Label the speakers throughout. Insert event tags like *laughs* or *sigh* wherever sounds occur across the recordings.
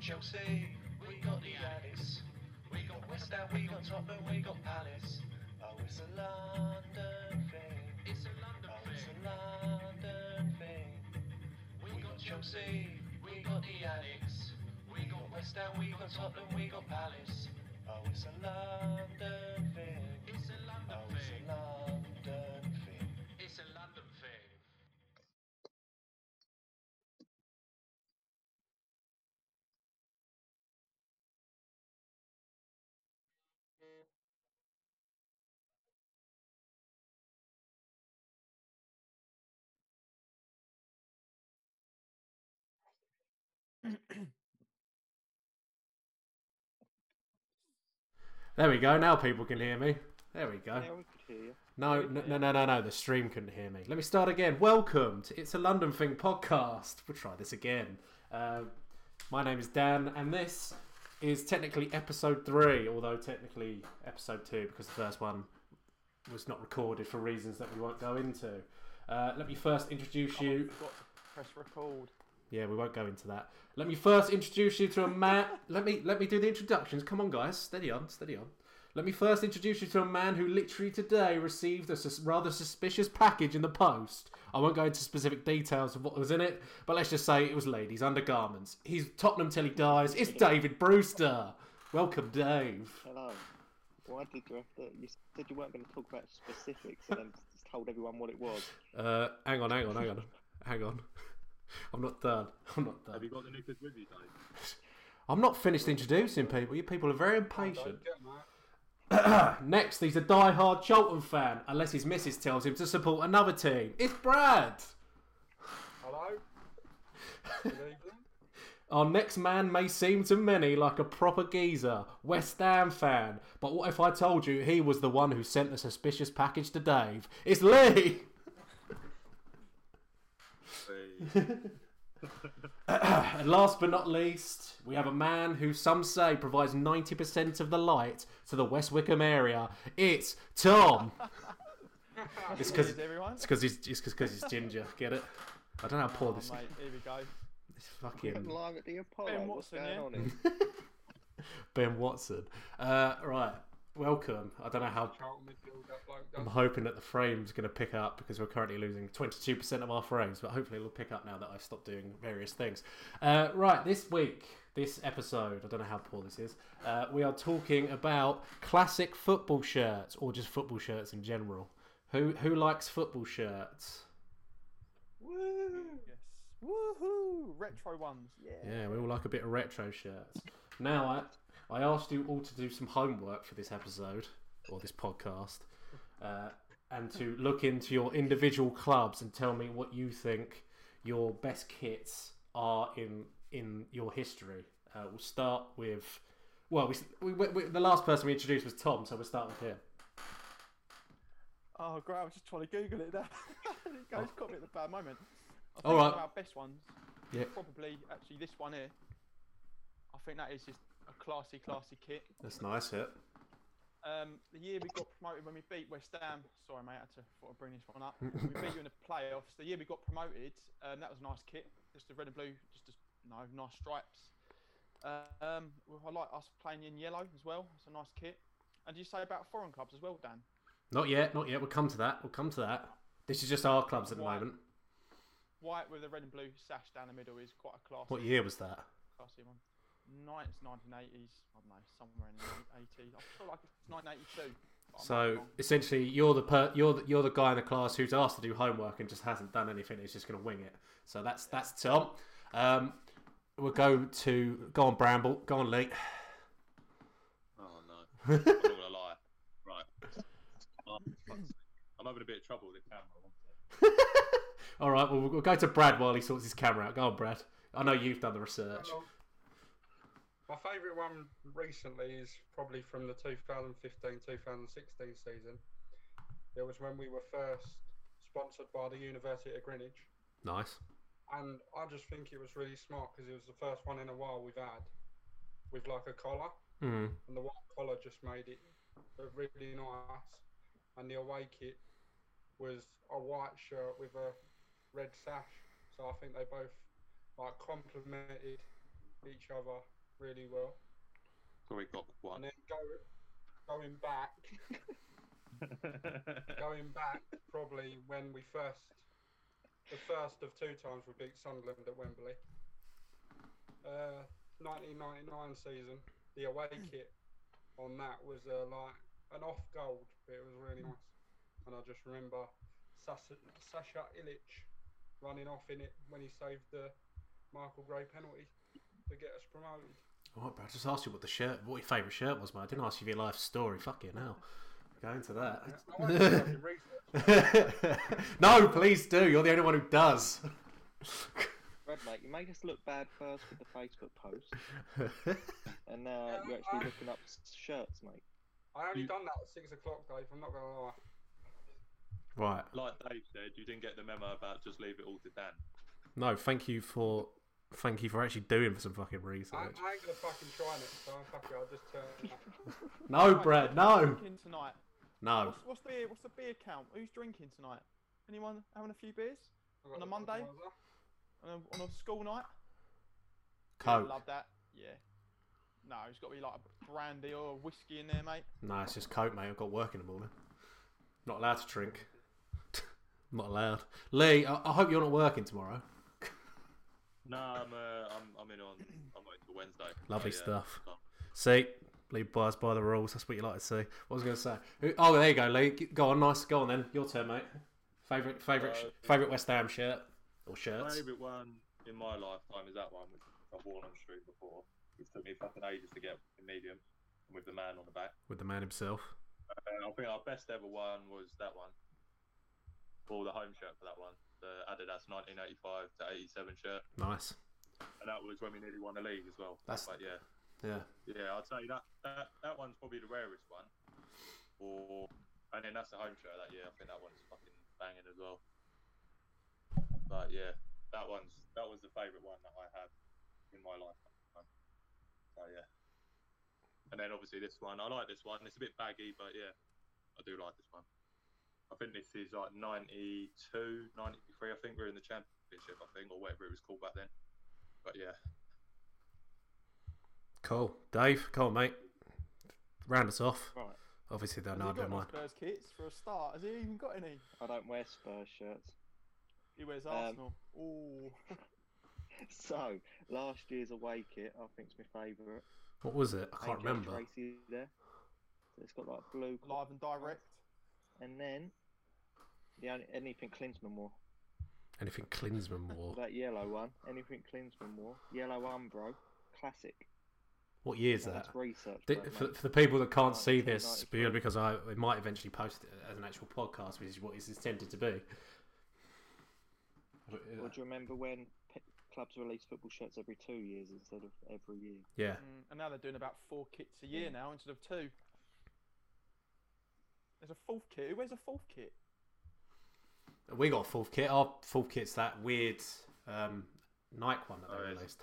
Speaker 1: Chelsea, we got the Alice. We got West Ham, we got Tottenham, we got Palace. Oh, it's a London thing.
Speaker 2: It's a London
Speaker 1: Oh, it's a
Speaker 2: thing.
Speaker 1: London thing.
Speaker 2: We got Chelsea.
Speaker 1: we got the Alice. We got West Ham, we got Tottenham, we got Palace. Oh, it's a London thing.
Speaker 2: It's a
Speaker 1: Oh,
Speaker 2: London
Speaker 1: it's a
Speaker 2: thing.
Speaker 1: London thing.
Speaker 2: It's a London thing.
Speaker 3: There we go. Now people can hear me. There we
Speaker 4: Yeah,
Speaker 3: go.
Speaker 4: we could hear you.
Speaker 3: No, no, no, no, no, no. The stream couldn't hear me. Let me start again. Welcome to It's a London Thing podcast. We'll try this again. Uh, my name is Dan, and this is technically episode three, although technically episode two because the first one was not recorded for reasons that we won't go into. Uh, let me first introduce
Speaker 4: Oh, I
Speaker 3: you.
Speaker 4: forgot to press record.
Speaker 3: Yeah, we won't go into that. Let me first introduce you to a man. let me let me do the introductions. Come on, guys, steady on, steady on. Let me first introduce you to a man who literally today received a sus- rather suspicious package in the post. I won't go into specific details of what was in it, but let's just say it was ladies' undergarments. He's Tottenham till he
Speaker 4: *laughs*
Speaker 3: dies. It's David Brewster. Welcome, Dave.
Speaker 4: Hello. Why did you have to? You said you weren't going to talk about specifics, and then just told everyone what it was.
Speaker 3: Uh, hang on, hang on, hang on, hang on. I'm not done. *laughs* I'm not
Speaker 5: Have
Speaker 3: done.
Speaker 5: you got the knickers with you, Dave?
Speaker 3: *laughs* I'm not finished introducing people. You people are very impatient.
Speaker 5: Don't get mad.
Speaker 3: *clears throat* Next, he's a die-hard Cheltenham fan, unless his missus tells him to support another team. It's Brad.
Speaker 5: Hello? Good evening.
Speaker 3: Our next man may seem to many like a proper geezer, West Ham fan, but what if I told you he was the one who sent the suspicious package to Dave? It's Lee.
Speaker 5: Hey.
Speaker 3: And *laughs* last but not least, we have a man who some say provides 90% of the light to the West Wickham area. It's
Speaker 6: *laughs*
Speaker 3: Tom. it's because
Speaker 6: Cheers, everyone.
Speaker 3: it's because he's because he's ginger. Get it? I don't know how poor
Speaker 6: Oh,
Speaker 3: this
Speaker 6: mate, here we go.
Speaker 3: this fucking
Speaker 4: Live at the Apollo.
Speaker 6: Ben
Speaker 4: what's
Speaker 6: Watson,
Speaker 4: going
Speaker 6: yeah?
Speaker 4: on here?
Speaker 3: Ben Watson. Uh, right, welcome. I don't know how.
Speaker 5: Charlton midfield, that bloke
Speaker 3: I'm
Speaker 5: does.
Speaker 3: hoping that the frame's going to pick up because we're currently losing 22% of our frames, but hopefully it'll pick up now that I've stopped doing various things. Uh, right, this week, this episode, I don't know how poor this is, uh, we are talking about classic football shirts or just football shirts in general. Who, who likes football shirts?
Speaker 4: Woo!
Speaker 6: Yes. Woohoo! Retro ones. Yeah.
Speaker 3: Yeah, we all like a bit of retro shirts. Now, I, I asked you all to do some homework for this episode or this podcast uh, and to look into your individual clubs and tell me what you think your best kits are in in your history. Uh, we'll start with. Well, we, s- we, we, we- the last person we introduced was Tom, so we'll start with him.
Speaker 6: Oh, great. I was just trying to Google it there. *laughs* it goes got me at the bad moment. I think
Speaker 3: All right.
Speaker 6: One of our best ones.
Speaker 3: Yeah.
Speaker 6: Probably, actually, this one here. I think that is just a classy, classy kit.
Speaker 3: That's nice, hit.
Speaker 6: Um, the year we got promoted when we beat West Ham. Sorry, mate, I had to thought I'd bring this one up. *laughs* we beat you in the playoffs. The year we got promoted, um, that was a nice kit. Just the red and blue, just as no nice stripes. Uh, um, well, I like us playing in yellow as well. It's a nice kit. And you say about foreign clubs as well, Dan?
Speaker 3: Not yet, not yet. We'll come to that. We'll come to that. This is just our clubs at the
Speaker 6: Why?
Speaker 3: moment.
Speaker 6: White with a red and blue sash down the middle is quite a classy,
Speaker 3: What year was that?
Speaker 6: classy one. Nine, it's 1980s. I don't know, somewhere in the 80s. I feel like it's 1982. but I might be
Speaker 3: So
Speaker 6: wrong.
Speaker 3: essentially, you're the per- you're the, you're the guy in the class who's asked to do homework and just hasn't done anything. He's just going to wing it. So that's that's Tom. Um, we'll go to go on Bramble, go on Lee. *laughs*
Speaker 5: Oh, no. I'm not going to lie. Right. Oh, fuck's sake. I'm having a bit of trouble with the camera. aren't I?
Speaker 3: All right, well we'll go to Brad while he sorts his camera out. Go on, Brad. I know you've done the research.
Speaker 7: Well, My favourite one recently is probably from the 2015 2016 season. It was when we were first sponsored by the University of Greenwich.
Speaker 3: Nice.
Speaker 7: And I just think it was really smart because it was the first one in a while we've had with like a collar.
Speaker 3: Mm.
Speaker 7: And the white collar just made it look really nice. And the away kit was a white shirt with a red sash. So I think they both like complemented each other really well.
Speaker 5: So we got one.
Speaker 7: And then go, going back, going back, probably when we first, the first of two times we beat Sunderland at Wembley. Uh, 1999 season, the away kit on that was uh, like an off gold, but it was really nice. And I just remember Sasha, Sasha Illich running off in it when he saved the Michael Gray penalty to get us promoted.
Speaker 3: All right, bro. I just asked you what the shirt, what your favourite shirt was, mate. I didn't ask you your life story. Fucking hell. Go into
Speaker 7: I won't do
Speaker 3: that.
Speaker 7: fucking research.
Speaker 3: *laughs* no, please do. You're the only one who does.
Speaker 4: Red mate, you made us look bad first with the Facebook post, and now you're
Speaker 1: uh,
Speaker 4: actually looking up s- shirts, mate.
Speaker 7: I only done that at six o'clock, Dave. I'm not gonna lie.
Speaker 3: right.
Speaker 5: Like Dave said, you didn't get the memo about just leave it all to Dan.
Speaker 3: No, thank you for thank you for actually doing some fucking
Speaker 7: I,
Speaker 3: research.
Speaker 7: I ain't gonna fucking try next time. Fuck it. I'll just turn.
Speaker 6: *laughs*
Speaker 7: it up.
Speaker 3: No, Brad. No.
Speaker 6: Drinking tonight.
Speaker 3: No.
Speaker 6: What's, what's the what's the beer count? Who's drinking tonight? Anyone having a few beers
Speaker 7: I've got
Speaker 6: On a
Speaker 7: the
Speaker 6: Monday?
Speaker 7: Budweiser.
Speaker 6: on a, on a school night? Yeah,
Speaker 3: Coke.
Speaker 6: Love that. Yeah. No, it's got to be like a brandy or a whiskey in there, mate.
Speaker 3: No, it's just coke, mate. I've got work in the morning. Not allowed to drink. *laughs* not allowed. Lee, I, I hope you're not working tomorrow.
Speaker 5: No, I'm uh, I'm I'm in on I'm not until Wednesday.
Speaker 3: Lovely
Speaker 5: So, yeah,
Speaker 3: stuff.
Speaker 5: so-
Speaker 3: See, Lee buys by the rules. That's what you like to see. What was I going to say? Who- Oh, there you go, Lee. G- Go on, nice. Go on then. Your turn, mate. Favorite, favorite, sh
Speaker 5: Uh,
Speaker 3: favorite West Ham shirt or shirts?
Speaker 5: Favourite one in my lifetime is that one, which I've worn on the street before. It took me fucking ages to get in medium and with the man on the back.
Speaker 3: With the man himself.
Speaker 5: Uh, I think our best ever one was that one. Or the home shirt for that one. The Adidas 1985 to 87 shirt.
Speaker 3: Nice.
Speaker 5: And that was when we nearly won the league as well.
Speaker 3: That's-
Speaker 5: But yeah.
Speaker 3: Yeah.
Speaker 5: Yeah, I'd say that, that that one's probably the rarest one. Or and then that's the home show that year. I think that one's fucking banging as well. But yeah, that one's that was the favourite one that I had in my life. So yeah. And then obviously this one, I like this one. It's a bit baggy, but yeah, I do like this one. I think this is like 92, 93. I think we we're in the championship, I think, or whatever it was called back then. But yeah,
Speaker 3: Cool. Dave, come on, mate. Round us off.
Speaker 4: Right,
Speaker 3: Obviously, they'll
Speaker 6: Has
Speaker 3: know
Speaker 6: he
Speaker 3: a bit
Speaker 6: got
Speaker 3: of
Speaker 6: any
Speaker 3: mine.
Speaker 6: Spurs kits for a start? Has he even got any?
Speaker 4: I don't wear Spurs shirts. *laughs*
Speaker 6: He wears
Speaker 4: Um,
Speaker 6: Arsenal. Ooh.
Speaker 4: So last year's away kit, I think's my favourite.
Speaker 3: What was it? I can't
Speaker 4: AJ
Speaker 3: remember.
Speaker 4: Tracy there. So it's got like blue,
Speaker 6: Live and direct.
Speaker 4: and then the only anything Klinsman wore.
Speaker 3: Anything
Speaker 4: *laughs*
Speaker 3: Klinsman wore.
Speaker 4: That yellow one, anything Klinsman wore. Yellow Umbro, classic.
Speaker 3: What year is
Speaker 4: Now,
Speaker 3: that?
Speaker 4: That's research.
Speaker 3: Th-
Speaker 4: work,
Speaker 3: for,
Speaker 4: mate.
Speaker 3: for the people that can't see
Speaker 4: 92,
Speaker 3: this,
Speaker 4: 93.
Speaker 3: because I it might eventually post it as an actual podcast, which is what it's intended to be.
Speaker 4: Or do you remember when pe- clubs released football shirts every two years instead of every year?
Speaker 3: Yeah,
Speaker 6: Mm, and now they're doing about four kits a year now instead of two. There's a fourth kit. Who wears a fourth kit?
Speaker 3: we got a full kit. Our full kit's that weird um, Nike one that they
Speaker 5: Oh, yes.
Speaker 3: released.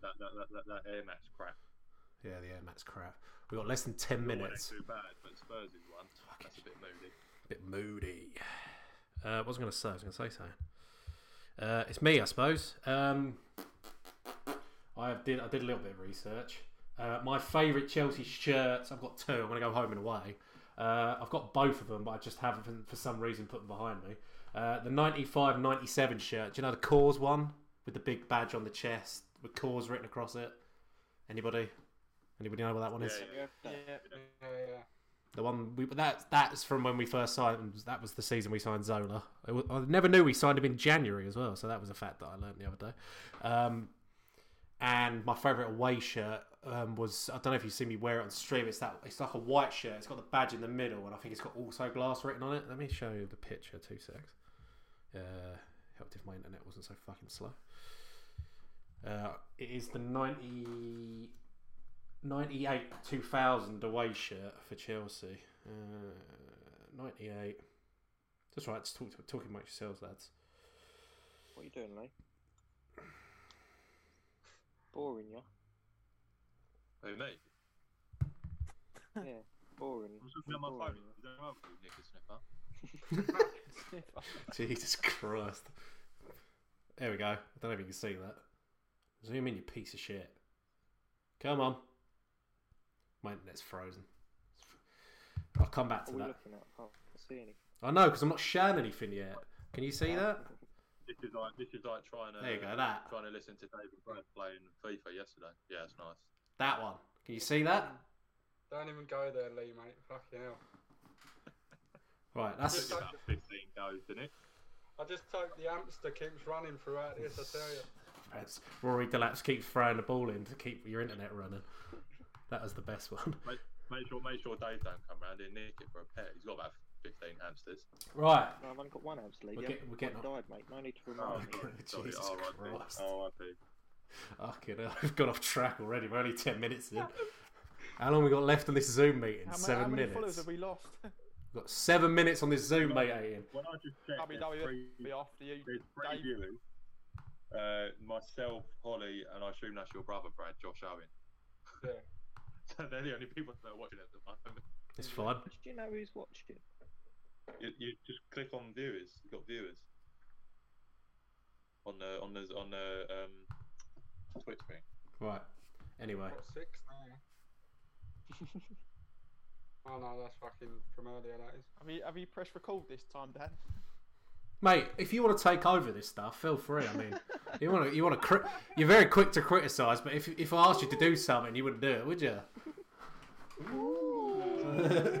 Speaker 5: that that that, that, that Air Max crap.
Speaker 3: Yeah, the Air Max crap. We got less than ten
Speaker 5: Your
Speaker 3: minutes.
Speaker 5: One ain't too bad, but Spurs is one. That's a bit moody.
Speaker 3: bit moody. Uh, what was I going to say? I was going to say something. Uh, it's me, I suppose. Um, I did I did a little bit of research. Uh, my favourite Chelsea shirts. I've got two. I'm going to go home and away. Uh, I've got both of them, but I just haven't for some reason put them behind me. Uh, the 95-97 shirt. Do you know the Cause one with the big badge on the chest with Cause written across it? Anybody? Anybody know what that one is?
Speaker 5: Yeah, yeah.
Speaker 4: Yeah.
Speaker 7: Yeah, yeah.
Speaker 3: The one we that that's from when we first signed. That was the season we signed Zola. I, w- I never knew we signed him in January as well. So that was a fact that I learned the other day. Um, and my favourite away shirt um, was I don't know if you've seen me wear it on stream. It's that it's like a white shirt. It's got the badge in the middle, and I think it's got also glass written on it. Let me show you the picture. Two secs. Uh, helped if my internet wasn't so fucking slow. Uh, it is the 90, 98 2000 away shirt for Chelsea. Uh, 98. That's right, just talk, talking amongst yourselves, lads. *laughs*
Speaker 4: What are you doing, Lee? Boring,
Speaker 3: *laughs*
Speaker 4: yeah.
Speaker 5: Who me?
Speaker 4: Yeah, boring.
Speaker 5: I'm looking at my
Speaker 4: boring,
Speaker 5: phone.
Speaker 4: yeah.
Speaker 5: Is that right with you, Nicky Sniffer?
Speaker 3: Jesus Christ. There we go. I don't know if you can see that. Zoom in, you piece of shit. Come on. My internet's frozen. I'll come
Speaker 4: What
Speaker 3: back to
Speaker 4: are we
Speaker 3: that.
Speaker 4: looking at? I can't see anything.
Speaker 3: I know because I'm not sharing anything yet. Can you see that?
Speaker 5: This is like this is like trying to
Speaker 3: There you go. That
Speaker 5: trying to listen to David Brent playing FIFA yesterday. Yeah, it's nice.
Speaker 3: that one. Can you see that?
Speaker 7: Don't even go there, Lee, mate. Fucking hell.
Speaker 3: Right.
Speaker 5: Took
Speaker 3: That's
Speaker 5: you about fifteen goes, didn't it?
Speaker 7: I just hope the hamster keeps running throughout this, I tell you.
Speaker 3: that's Rory Delaps keeps throwing the ball in to keep your internet running. That was the best one.
Speaker 5: Make sure make sure Dave don't come round and nick it for a pet. He's got about fifteen hamsters.
Speaker 3: Right.
Speaker 4: No, I've only got one hamster lady.
Speaker 3: We're get- we're getting
Speaker 4: died, mate. No need to
Speaker 5: Oh,
Speaker 4: remind me.
Speaker 5: sorry, sorry.
Speaker 3: Jesus
Speaker 5: R.I.P.
Speaker 3: Christ.
Speaker 5: R.I.P.
Speaker 3: Fucking hell, *laughs* I've gone off track already. We're only 10 minutes
Speaker 6: *laughs*
Speaker 3: in. How long we got left on this Zoom meeting?
Speaker 6: How, ma-
Speaker 3: seven
Speaker 6: how many followers
Speaker 3: minutes.
Speaker 6: have we lost? *laughs*
Speaker 3: We've got seven minutes on this Zoom meeting.
Speaker 5: When I just checked,
Speaker 6: Probably
Speaker 5: there's three,
Speaker 6: Be after you.
Speaker 5: there's
Speaker 6: Dave.
Speaker 5: three viewers. Uh, myself, Holly, and I assume that's your brother, Brad, Josh Owen.
Speaker 7: Yeah.
Speaker 5: *laughs* so they're the only people that are watching at the moment.
Speaker 3: It's fine.
Speaker 4: Do you know who's watching?
Speaker 5: You, you just click on viewers. You've got viewers on the on the on the um, Twitch thing.
Speaker 3: Right. Anyway,
Speaker 7: What, six
Speaker 6: *laughs*
Speaker 7: now? oh no, that's fucking from earlier, that is.
Speaker 6: Have you have you pressed record this time, Dan?
Speaker 3: mate, if you want to take over this stuff, feel free. I mean, you want to, you want to, cri- you're very quick to criticise, but if if I asked you to do something, you wouldn't do it, would you?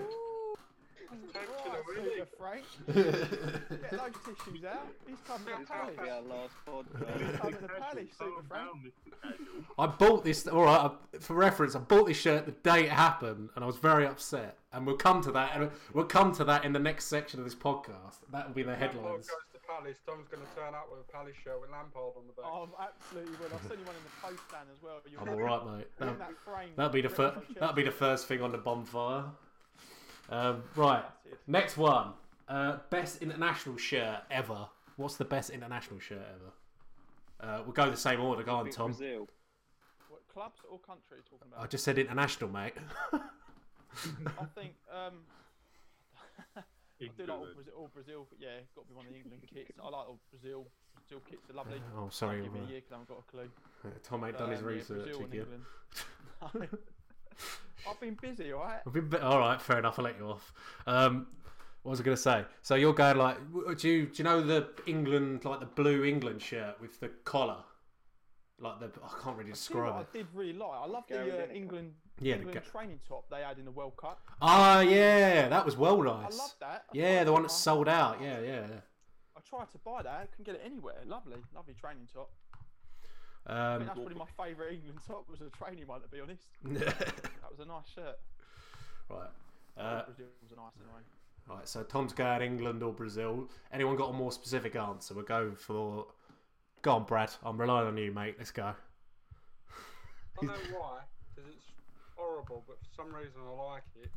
Speaker 6: *laughs*
Speaker 3: *laughs*
Speaker 7: Taking
Speaker 6: Right,
Speaker 7: a wee.
Speaker 6: Super Frank. Get those tissues out. He's coming to the
Speaker 4: This might be
Speaker 6: palace.
Speaker 4: our last pod. uh,
Speaker 6: He's
Speaker 4: mate.
Speaker 6: coming to the palace, Super Frank.
Speaker 5: *laughs*
Speaker 3: I bought this. All right, I- for reference, I bought this shirt the day it happened, and I was very upset. And we'll come to that, and we'll come to that in the next section of this podcast. That will be the
Speaker 7: Lampard
Speaker 3: headlines.
Speaker 7: goes to Palace. Tom's going to turn up with a Palace shirt with Lampard on the back.
Speaker 6: Oh, absolutely will. I'll send you one in the post, Dan, as well. You'll
Speaker 3: I'm
Speaker 6: get
Speaker 3: all right, mate.
Speaker 6: that-
Speaker 3: That,
Speaker 6: that frame.
Speaker 3: that'd be the
Speaker 6: written
Speaker 3: first.
Speaker 6: *laughs* on
Speaker 3: That'd be the first thing on the bonfire. Um, right, next one. Uh, best international shirt ever. What's the best international shirt ever? Uh, we'll go the same order. Go on,
Speaker 4: Big
Speaker 3: *laughs* Tom.
Speaker 4: Brazil.
Speaker 6: What clubs or country are you talking
Speaker 3: I
Speaker 6: about?
Speaker 3: just said international, mate. *laughs*
Speaker 6: I think um, I do like all Brazil, all Brazil. Yeah, got to be one of the England kits. I like all Brazil. Brazil kits are lovely.
Speaker 3: oh, sorry,
Speaker 6: Give me
Speaker 3: right.
Speaker 6: a year 'cause I haven't got a clue.
Speaker 3: Tom ain't done his
Speaker 6: Um, yeah,
Speaker 3: research
Speaker 6: Brazil and
Speaker 3: again.
Speaker 6: England. *laughs* I've been busy, all right?
Speaker 3: I've been bit- all right, fair enough. I'll let you off. Um, what was I going to say? So you're going like, w- do you do you know the England like the blue England shirt with the collar, like the I can't really
Speaker 6: Do you know what
Speaker 3: describe it.
Speaker 6: I did really like. I love
Speaker 4: Gary
Speaker 6: the uh,
Speaker 4: Lineker.
Speaker 6: England
Speaker 3: Yeah, the
Speaker 6: England
Speaker 3: ga-
Speaker 6: training top they had in the World Cup.
Speaker 3: ah yeah, that was well
Speaker 6: I
Speaker 3: nice.
Speaker 6: love that. I tried
Speaker 3: Yeah, the
Speaker 6: to
Speaker 3: one
Speaker 6: buy-
Speaker 3: that's sold out. Yeah, yeah.
Speaker 6: I tried to buy that. I couldn't get it anywhere. Lovely, lovely training
Speaker 3: yeah.
Speaker 6: top. I think
Speaker 3: Um, *laughs*
Speaker 6: that's probably my favourite England top was a training one. To be honest,
Speaker 3: right.
Speaker 6: that was a nice shirt.
Speaker 3: Uh,
Speaker 6: Brazil was a nice anyway.
Speaker 3: right. So Tom's going England or Brazil. Anyone got a more specific answer? We'll go for. Go on, Brad. I'm relying on you, mate. Let's go.
Speaker 7: I
Speaker 3: *laughs*
Speaker 7: don't know why, because it's horrible, but for some reason I like it.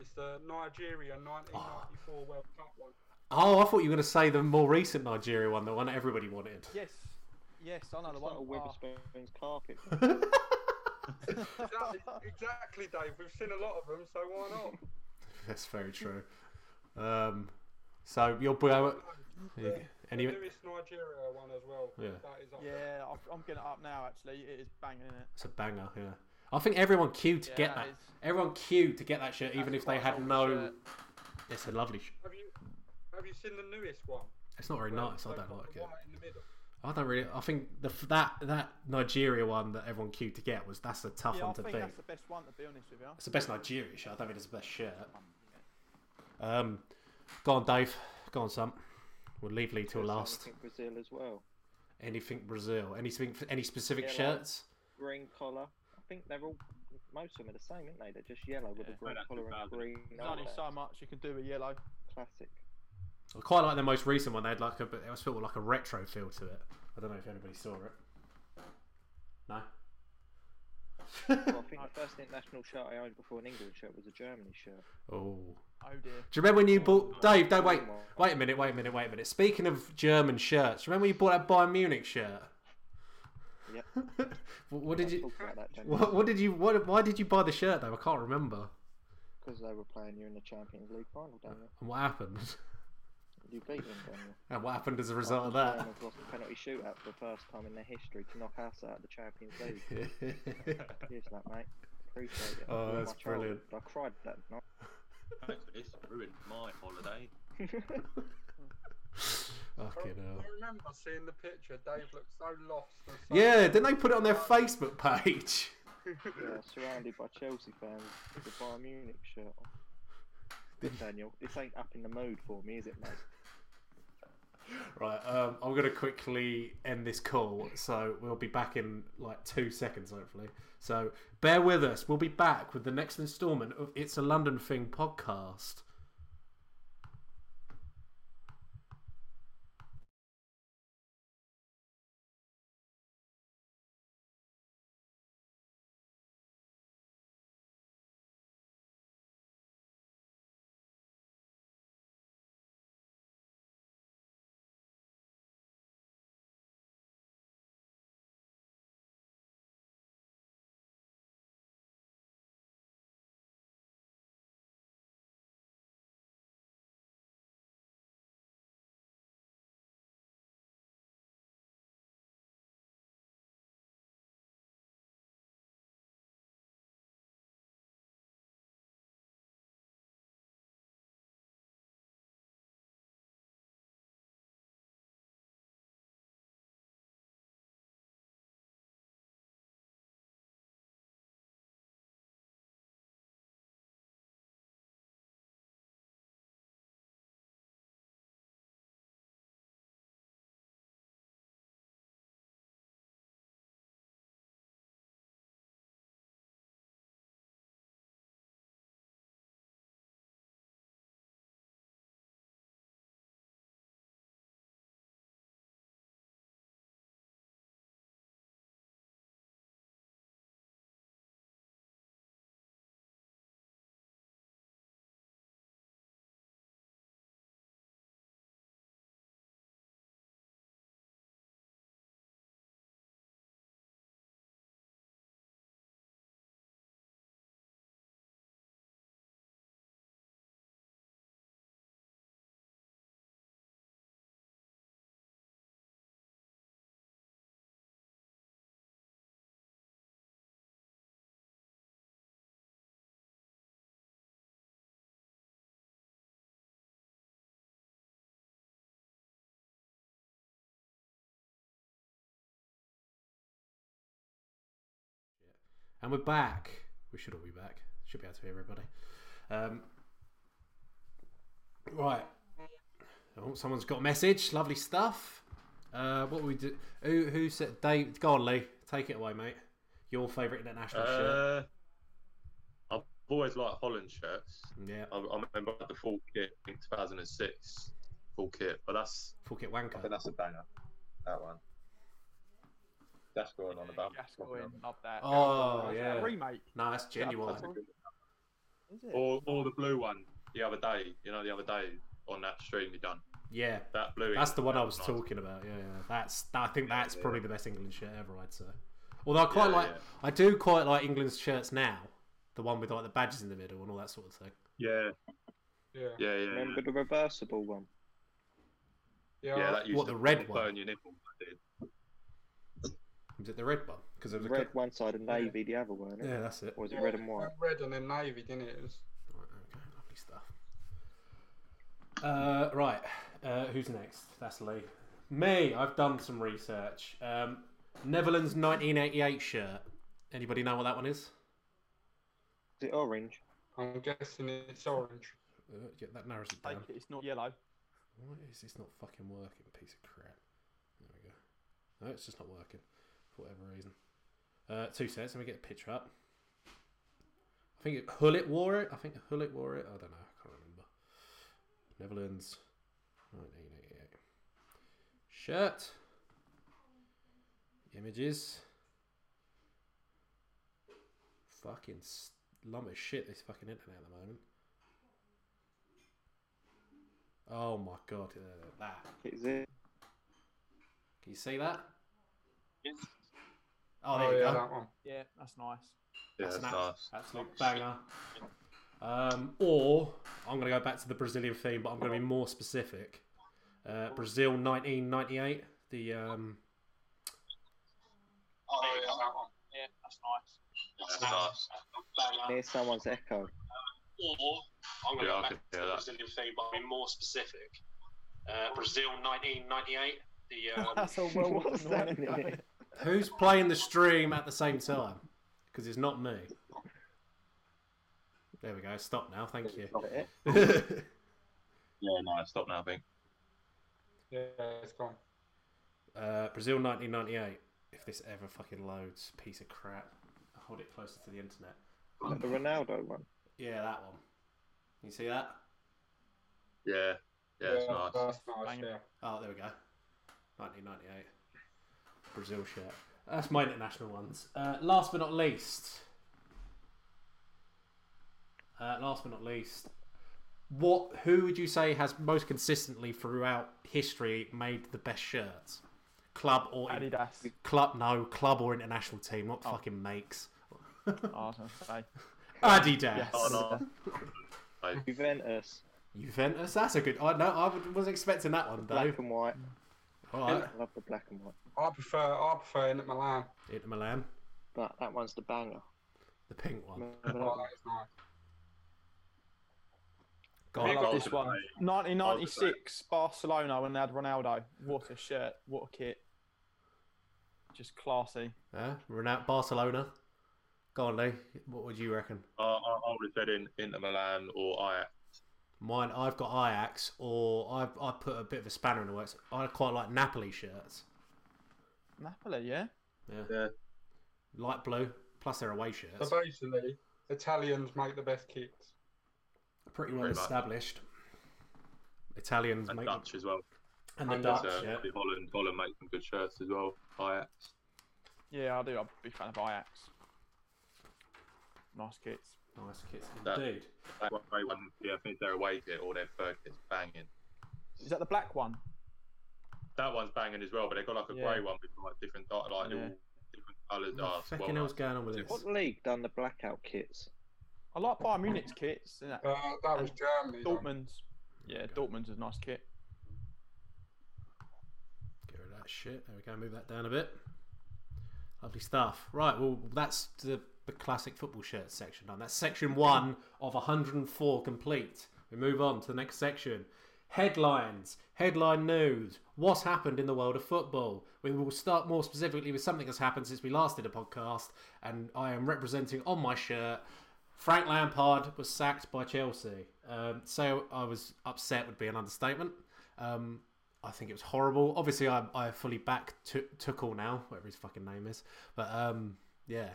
Speaker 7: It's the Nigeria 1994 World Cup one.
Speaker 3: Oh, I thought you were going to say the more recent Nigeria one, the one everybody wanted.
Speaker 6: Yes, yes, I
Speaker 5: Oh,
Speaker 6: know the
Speaker 4: It's
Speaker 6: one.
Speaker 4: like a
Speaker 6: *laughs* Ah,
Speaker 4: Witherspoon's carpet.
Speaker 7: Exactly,
Speaker 3: *laughs*
Speaker 7: exactly, Dave. We've seen a lot of them, so why not?
Speaker 3: *laughs* That's very true. Um, so you'll be able.
Speaker 7: The,
Speaker 3: Any,
Speaker 7: the newest Nigeria one as well.
Speaker 3: Yeah.
Speaker 7: That is up there.
Speaker 6: yeah, I've- I'm getting it up now. Actually, it is banging in it.
Speaker 3: it's a banger. Yeah, I think everyone queued to
Speaker 6: Yeah,
Speaker 3: get that.
Speaker 6: that is-
Speaker 3: Everyone queued to get that shirt, even
Speaker 6: That's
Speaker 3: if they
Speaker 6: quite
Speaker 3: had
Speaker 6: an
Speaker 3: no.
Speaker 6: old shirt.
Speaker 3: It's a lovely. Sh-
Speaker 7: Have you have you seen the newest one?
Speaker 3: it's not very
Speaker 7: Where
Speaker 3: nice. I
Speaker 7: they've
Speaker 3: don't
Speaker 7: got
Speaker 3: like
Speaker 7: the
Speaker 3: it.
Speaker 7: white in the middle?
Speaker 3: I don't really. I think the f- that that Nigeria one that everyone queued to get was that's a tough
Speaker 6: Yeah, I
Speaker 3: one to
Speaker 6: think
Speaker 3: beat.
Speaker 6: that's the best one. To be honest with you,
Speaker 4: Oh,
Speaker 3: It's the best Nigeria shirt. I don't think it's the best shirt. Um, go on, Dave. Go on, Sam. We'll leave Lee till
Speaker 4: So I
Speaker 3: last.
Speaker 4: think Brazil as well.
Speaker 3: Anything Brazil? Anything? Any specific
Speaker 4: Yeah, like-
Speaker 3: shirts?
Speaker 4: Green collar. I think they're all most of them are the same, aren't they? They're just yellow with
Speaker 6: Yeah.
Speaker 4: a green
Speaker 5: Right,
Speaker 4: collar and
Speaker 5: 2000.
Speaker 4: a green.
Speaker 6: there's only
Speaker 4: overlap.
Speaker 6: so much you can do with yellow. *laughs*
Speaker 4: Classic.
Speaker 3: I quite like the most recent one. They had like a bit, it was sort of like a retro feel to it. I don't know if anybody saw it. No.
Speaker 4: Well, I think the first international shirt I owned before an England shirt was a Germany shirt.
Speaker 3: *laughs* oh.
Speaker 6: Oh dear.
Speaker 3: Do you remember when you bought Dave? Don't wait. Wait a minute. Wait a minute. Wait a minute. Speaking of German shirts, do you remember when you bought that Bayern Munich shirt?
Speaker 4: Yep.
Speaker 3: what, *laughs* what did
Speaker 4: Don't
Speaker 3: you?
Speaker 4: talk about that, don't
Speaker 3: What, what did you? What, why did you buy the shirt though? I can't remember.
Speaker 4: Because they were playing you in the Champions League final, don't they?
Speaker 3: And what happened? *laughs*
Speaker 4: You beat them, Daniel.
Speaker 3: And what happened as a *laughs* result of
Speaker 4: Arsenal
Speaker 3: that?
Speaker 4: have lost the penalty shootout for the first time in their history to knock us out of the Champions
Speaker 3: *laughs*
Speaker 4: League. Cheers, for that mate. Appreciate it.
Speaker 3: Oh,
Speaker 4: All my
Speaker 3: that's
Speaker 4: childhood. I cried that
Speaker 5: It's ruined my holiday.
Speaker 4: night. *laughs*
Speaker 7: I,
Speaker 3: Fucking hell.
Speaker 7: I remember seeing the picture. Dave looked so lost. and so-
Speaker 3: Yeah, didn't they put it on their Facebook page? *laughs*
Speaker 4: yeah, surrounded by Chelsea fans with a Bayern Munich shirt on. Look, Daniel, this ain't up in the mood for me, is it, mate?
Speaker 3: Right, um, I'm going to quickly end this call, so we'll be back in like two seconds, hopefully. So bear with us. We'll be back with the next instalment of It's a London Thing podcast. And we're back. We should all be back. Should be able to hear everybody. Um, right. Oh, someone's got a message. Lovely stuff. Uh, what we do? Who who said? Dave. Go on, Lee. Take it away, mate. Your favourite international shirt.
Speaker 5: Uh, I've always liked Holland shirts.
Speaker 3: Yeah.
Speaker 5: I, I remember the full kit in 2006, full kit, but that's
Speaker 3: Fuck it, wanker.
Speaker 5: I think that's a banger. That one. That's going on about.
Speaker 6: Gascoigne, love that.
Speaker 3: Oh,
Speaker 6: Gascoigne,
Speaker 3: yeah.
Speaker 6: that remake.
Speaker 3: No, that's
Speaker 6: Yeah,
Speaker 3: genuine.
Speaker 6: that's all.
Speaker 4: Is it?
Speaker 5: Or, or the blue one the other day. You know, the other day on that stream you done.
Speaker 3: Yeah,
Speaker 5: That blue.
Speaker 3: that's the one I
Speaker 5: that
Speaker 3: was
Speaker 5: nice.
Speaker 3: talking about. Yeah, yeah. that's I think that's
Speaker 5: yeah.
Speaker 3: probably the best England shirt ever. I'd say. Although I quite
Speaker 5: Yeah,
Speaker 3: like,
Speaker 5: yeah.
Speaker 3: I do quite like England's shirts now. The one with like the badges in the middle and all that sort of thing.
Speaker 5: Yeah,
Speaker 7: Yeah.
Speaker 5: yeah, yeah. yeah.
Speaker 4: Remember the reversible one?
Speaker 7: Yeah.
Speaker 5: Yeah,
Speaker 7: I-
Speaker 5: that used
Speaker 3: What,
Speaker 5: to
Speaker 3: the red one?
Speaker 5: burn your nipple. that did.
Speaker 3: Was it the red one? Because it was a
Speaker 4: Red
Speaker 3: cou-
Speaker 4: one side and navy the other, weren't it?
Speaker 3: Yeah, that's it.
Speaker 4: Or was it
Speaker 7: yeah,
Speaker 4: red and white?
Speaker 7: Red and then navy, didn't it? It was-
Speaker 3: Right, okay, lovely stuff. Uh, right, uh, who's next? That's Lee. Me, I've done some research. Um, Netherlands 1988 shirt. Anybody know what that one is?
Speaker 4: Is it orange?
Speaker 7: I'm guessing it's orange.
Speaker 3: Uh, yeah, that narrows it
Speaker 6: Take
Speaker 3: down.
Speaker 6: it, it's not yellow.
Speaker 3: Why is this not fucking working, piece of crap? There we go. No, it's just not working for whatever reason. Uh, two sets, let me get a picture up. I think it, Hullet wore it. I think Hullet wore it. I don't know. I can't remember. Netherlands, 1988. Shirt. Images. Fucking s- lump of shit, this fucking internet at the moment. Oh my god, uh, that.
Speaker 4: Is it?
Speaker 3: Can you see that?
Speaker 5: Yes.
Speaker 3: Oh, there you
Speaker 7: yeah,
Speaker 3: go.
Speaker 7: that one.
Speaker 6: Yeah, that's nice.
Speaker 5: Yeah,
Speaker 3: That's
Speaker 5: that's
Speaker 3: an
Speaker 5: nice.
Speaker 3: Absolute banger. Um, or I'm going to go back to the Brazilian theme, but I'm going to be more specific. Uh, Brazil 1998, the um,
Speaker 8: Oh, yeah, that one. Yeah, that's nice.
Speaker 5: That's nice.
Speaker 8: Banger.
Speaker 4: Near someone's echo.
Speaker 8: Or, I'm going
Speaker 5: Yeah,
Speaker 8: to
Speaker 5: I
Speaker 8: go back
Speaker 5: could
Speaker 8: to the
Speaker 5: hear that.
Speaker 8: Brazilian thing, but I'll be more specific. Uh, Brazil 1998,
Speaker 6: *laughs*
Speaker 8: the
Speaker 5: *laughs*
Speaker 8: um,
Speaker 6: That's all
Speaker 4: *laughs*
Speaker 6: well
Speaker 4: What's
Speaker 6: worn
Speaker 4: that?
Speaker 6: away.
Speaker 3: who's playing the stream at the same time? Because it's not me. There we go. Stop now. Thank
Speaker 4: Is that it?
Speaker 3: you. *laughs*
Speaker 5: Yeah, no, stop now, I think.
Speaker 7: Yeah, it's gone.
Speaker 3: uh, Brazil 1998. If this ever fucking loads, piece of crap. I'll hold it closer to the internet.
Speaker 4: The Ronaldo one.
Speaker 3: Yeah, that one. You see that?
Speaker 5: Yeah, yeah, it's nice.
Speaker 7: That's nice,
Speaker 6: Bang.
Speaker 7: yeah.
Speaker 3: Oh, there we go. 1998. Brazil shirt. That's my international ones. Uh, last but not least. Uh, last but not least. What? Who would you say has most consistently throughout history made the best shirts? Club or in-
Speaker 6: *laughs* Adidas.
Speaker 3: club? No, club or international team. What fucking makes
Speaker 6: Oh, I was gonna say.
Speaker 3: Adidas?
Speaker 5: Oh, no.
Speaker 4: Juventus.
Speaker 3: Juventus. That's a good. I no, I would- was expecting that one though.
Speaker 4: Black and white.
Speaker 3: All right.
Speaker 4: I love the black and white.
Speaker 7: I prefer, I prefer in at Milan.
Speaker 3: Inter Milan,
Speaker 4: That that one's the banger.
Speaker 3: the pink one.
Speaker 4: Remember that?
Speaker 7: Oh, that is nice.
Speaker 6: I
Speaker 5: Big
Speaker 6: love
Speaker 5: goals
Speaker 6: this
Speaker 5: to
Speaker 6: one.
Speaker 5: play.
Speaker 6: 1996 Barcelona when they had Ronaldo. What a shirt. What a kit. Just classy.
Speaker 3: Yeah, Ronaldo, Barcelona. Go on, Lee. What would you reckon?
Speaker 5: I, I, I would have said in Inter Milan or Ajax.
Speaker 3: Mine, I've got Ajax, or I've I put a bit of a spanner in the works. I quite like Napoli shirts,
Speaker 6: Napoli, yeah.
Speaker 3: light blue. Plus, they're away shirts.
Speaker 7: So basically, Italians make the best kicks.
Speaker 3: Pretty well
Speaker 5: Pretty much.
Speaker 3: established. Italians
Speaker 5: and
Speaker 3: make
Speaker 5: Dutch as well.
Speaker 3: and the
Speaker 7: And
Speaker 3: Dutch.
Speaker 5: So,
Speaker 3: yeah.
Speaker 5: Holland, Holland make some good shirts as well. Ajax.
Speaker 6: Yeah, I do. I'm a big fan of Ajax. Nice kits.
Speaker 3: Nice kits
Speaker 5: That-
Speaker 3: indeed.
Speaker 5: They won- they won- Yeah, I think they're away kit or their third kit's banging.
Speaker 6: Is that the black one?
Speaker 5: That one's banging as well, but they got like a
Speaker 6: Yeah.
Speaker 5: grey one with like different dot, like
Speaker 6: Yeah.
Speaker 5: little different colours.
Speaker 3: What the
Speaker 5: Oh, it's well
Speaker 3: fucking hell's
Speaker 5: done.
Speaker 3: going on with this?
Speaker 4: What league done the blackout kits?
Speaker 6: I like Bayern Munich's kits. And that.
Speaker 7: Uh, that was Germany. though.
Speaker 6: Dortmund's. Yeah, Dortmund's a nice kit.
Speaker 3: Get rid of that shit. There we go. Move that down a bit. Lovely stuff. Right. Well, that's the, the classic football shirt section done. That's section one of 104 complete. We move on to the next section. Headlines, headline news. What's happened in the world of football? We will start more specifically with something that's happened since we last did a podcast, and I am representing on my shirt. Frank Lampard was sacked by Chelsea. Um, so I was upset would be an understatement. Um, I think it was horrible. Obviously, I, I fully back Tu- Tuchel now, whatever his fucking name is. But um, yeah, it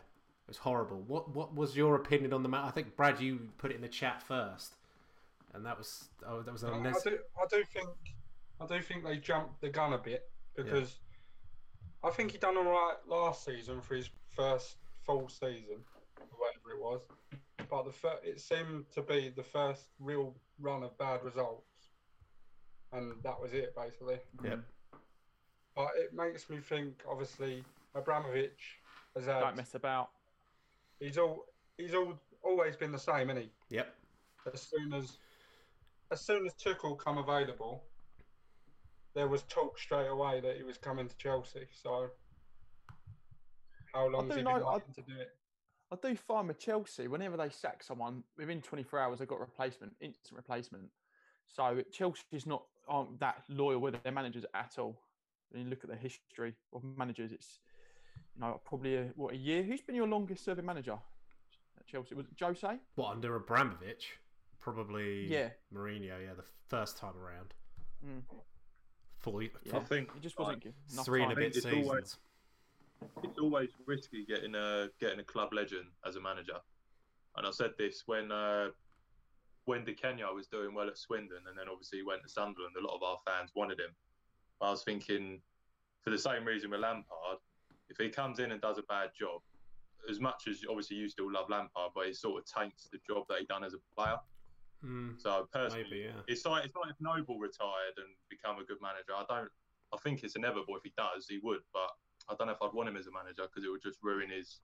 Speaker 3: was horrible. What what was your opinion on the matter? I think Brad, you put it in the chat first, and that was oh, that was
Speaker 7: I, I
Speaker 3: unnecessary.
Speaker 7: do, I do think, I do think they jumped the gun a bit because I think he done all right last season for his first full season, or whatever it was. But the fir- it seemed to be the first real run of bad results, and that was it basically.
Speaker 3: Yep.
Speaker 7: But it makes me think. Obviously, Abramovich has
Speaker 6: Don't
Speaker 7: had.
Speaker 6: mess about.
Speaker 7: He's all. He's all. Always been the same, isn't he?
Speaker 3: Yep.
Speaker 7: as soon as as soon as Tuchel come available, there was talk straight away that he was coming to Chelsea. So how long has
Speaker 6: do
Speaker 7: he
Speaker 6: know-
Speaker 7: been
Speaker 6: I-
Speaker 7: waiting to do it?
Speaker 6: I do find with Chelsea, whenever they sack someone, within 24 hours they've got a replacement, instant replacement. So Chelsea's not aren't that loyal with their managers at all. When you look at the history of managers, it's you know probably a, what a year. Who's been your longest serving manager at Chelsea? Was it Jose?
Speaker 3: What under Abramovich? Probably.
Speaker 6: Yeah.
Speaker 3: Mourinho. Yeah, the first time around.
Speaker 6: Mm.
Speaker 3: Fully.
Speaker 6: Yeah.
Speaker 5: I think
Speaker 6: He just wasn't given enough
Speaker 3: Three and a
Speaker 6: time.
Speaker 3: bit
Speaker 5: It's always-
Speaker 3: seasons.
Speaker 5: it's always risky getting a getting a club legend as a manager. And I said this when uh, when De Kenya was doing well at Swindon, and then obviously he went to Sunderland. A lot of our fans wanted him. But I was thinking, for the same reason with Lampard, if he comes in and does a bad job, as much as obviously you still love Lampard, but it sort of taints the job that he done as a player.
Speaker 3: Mm,
Speaker 5: So personally,
Speaker 3: maybe. Yeah.
Speaker 5: it's like it's like if Noble retired and become a good manager. I don't. I think it's inevitable. If he does, he would. But I don't know if I'd want him as a manager because it would just ruin his,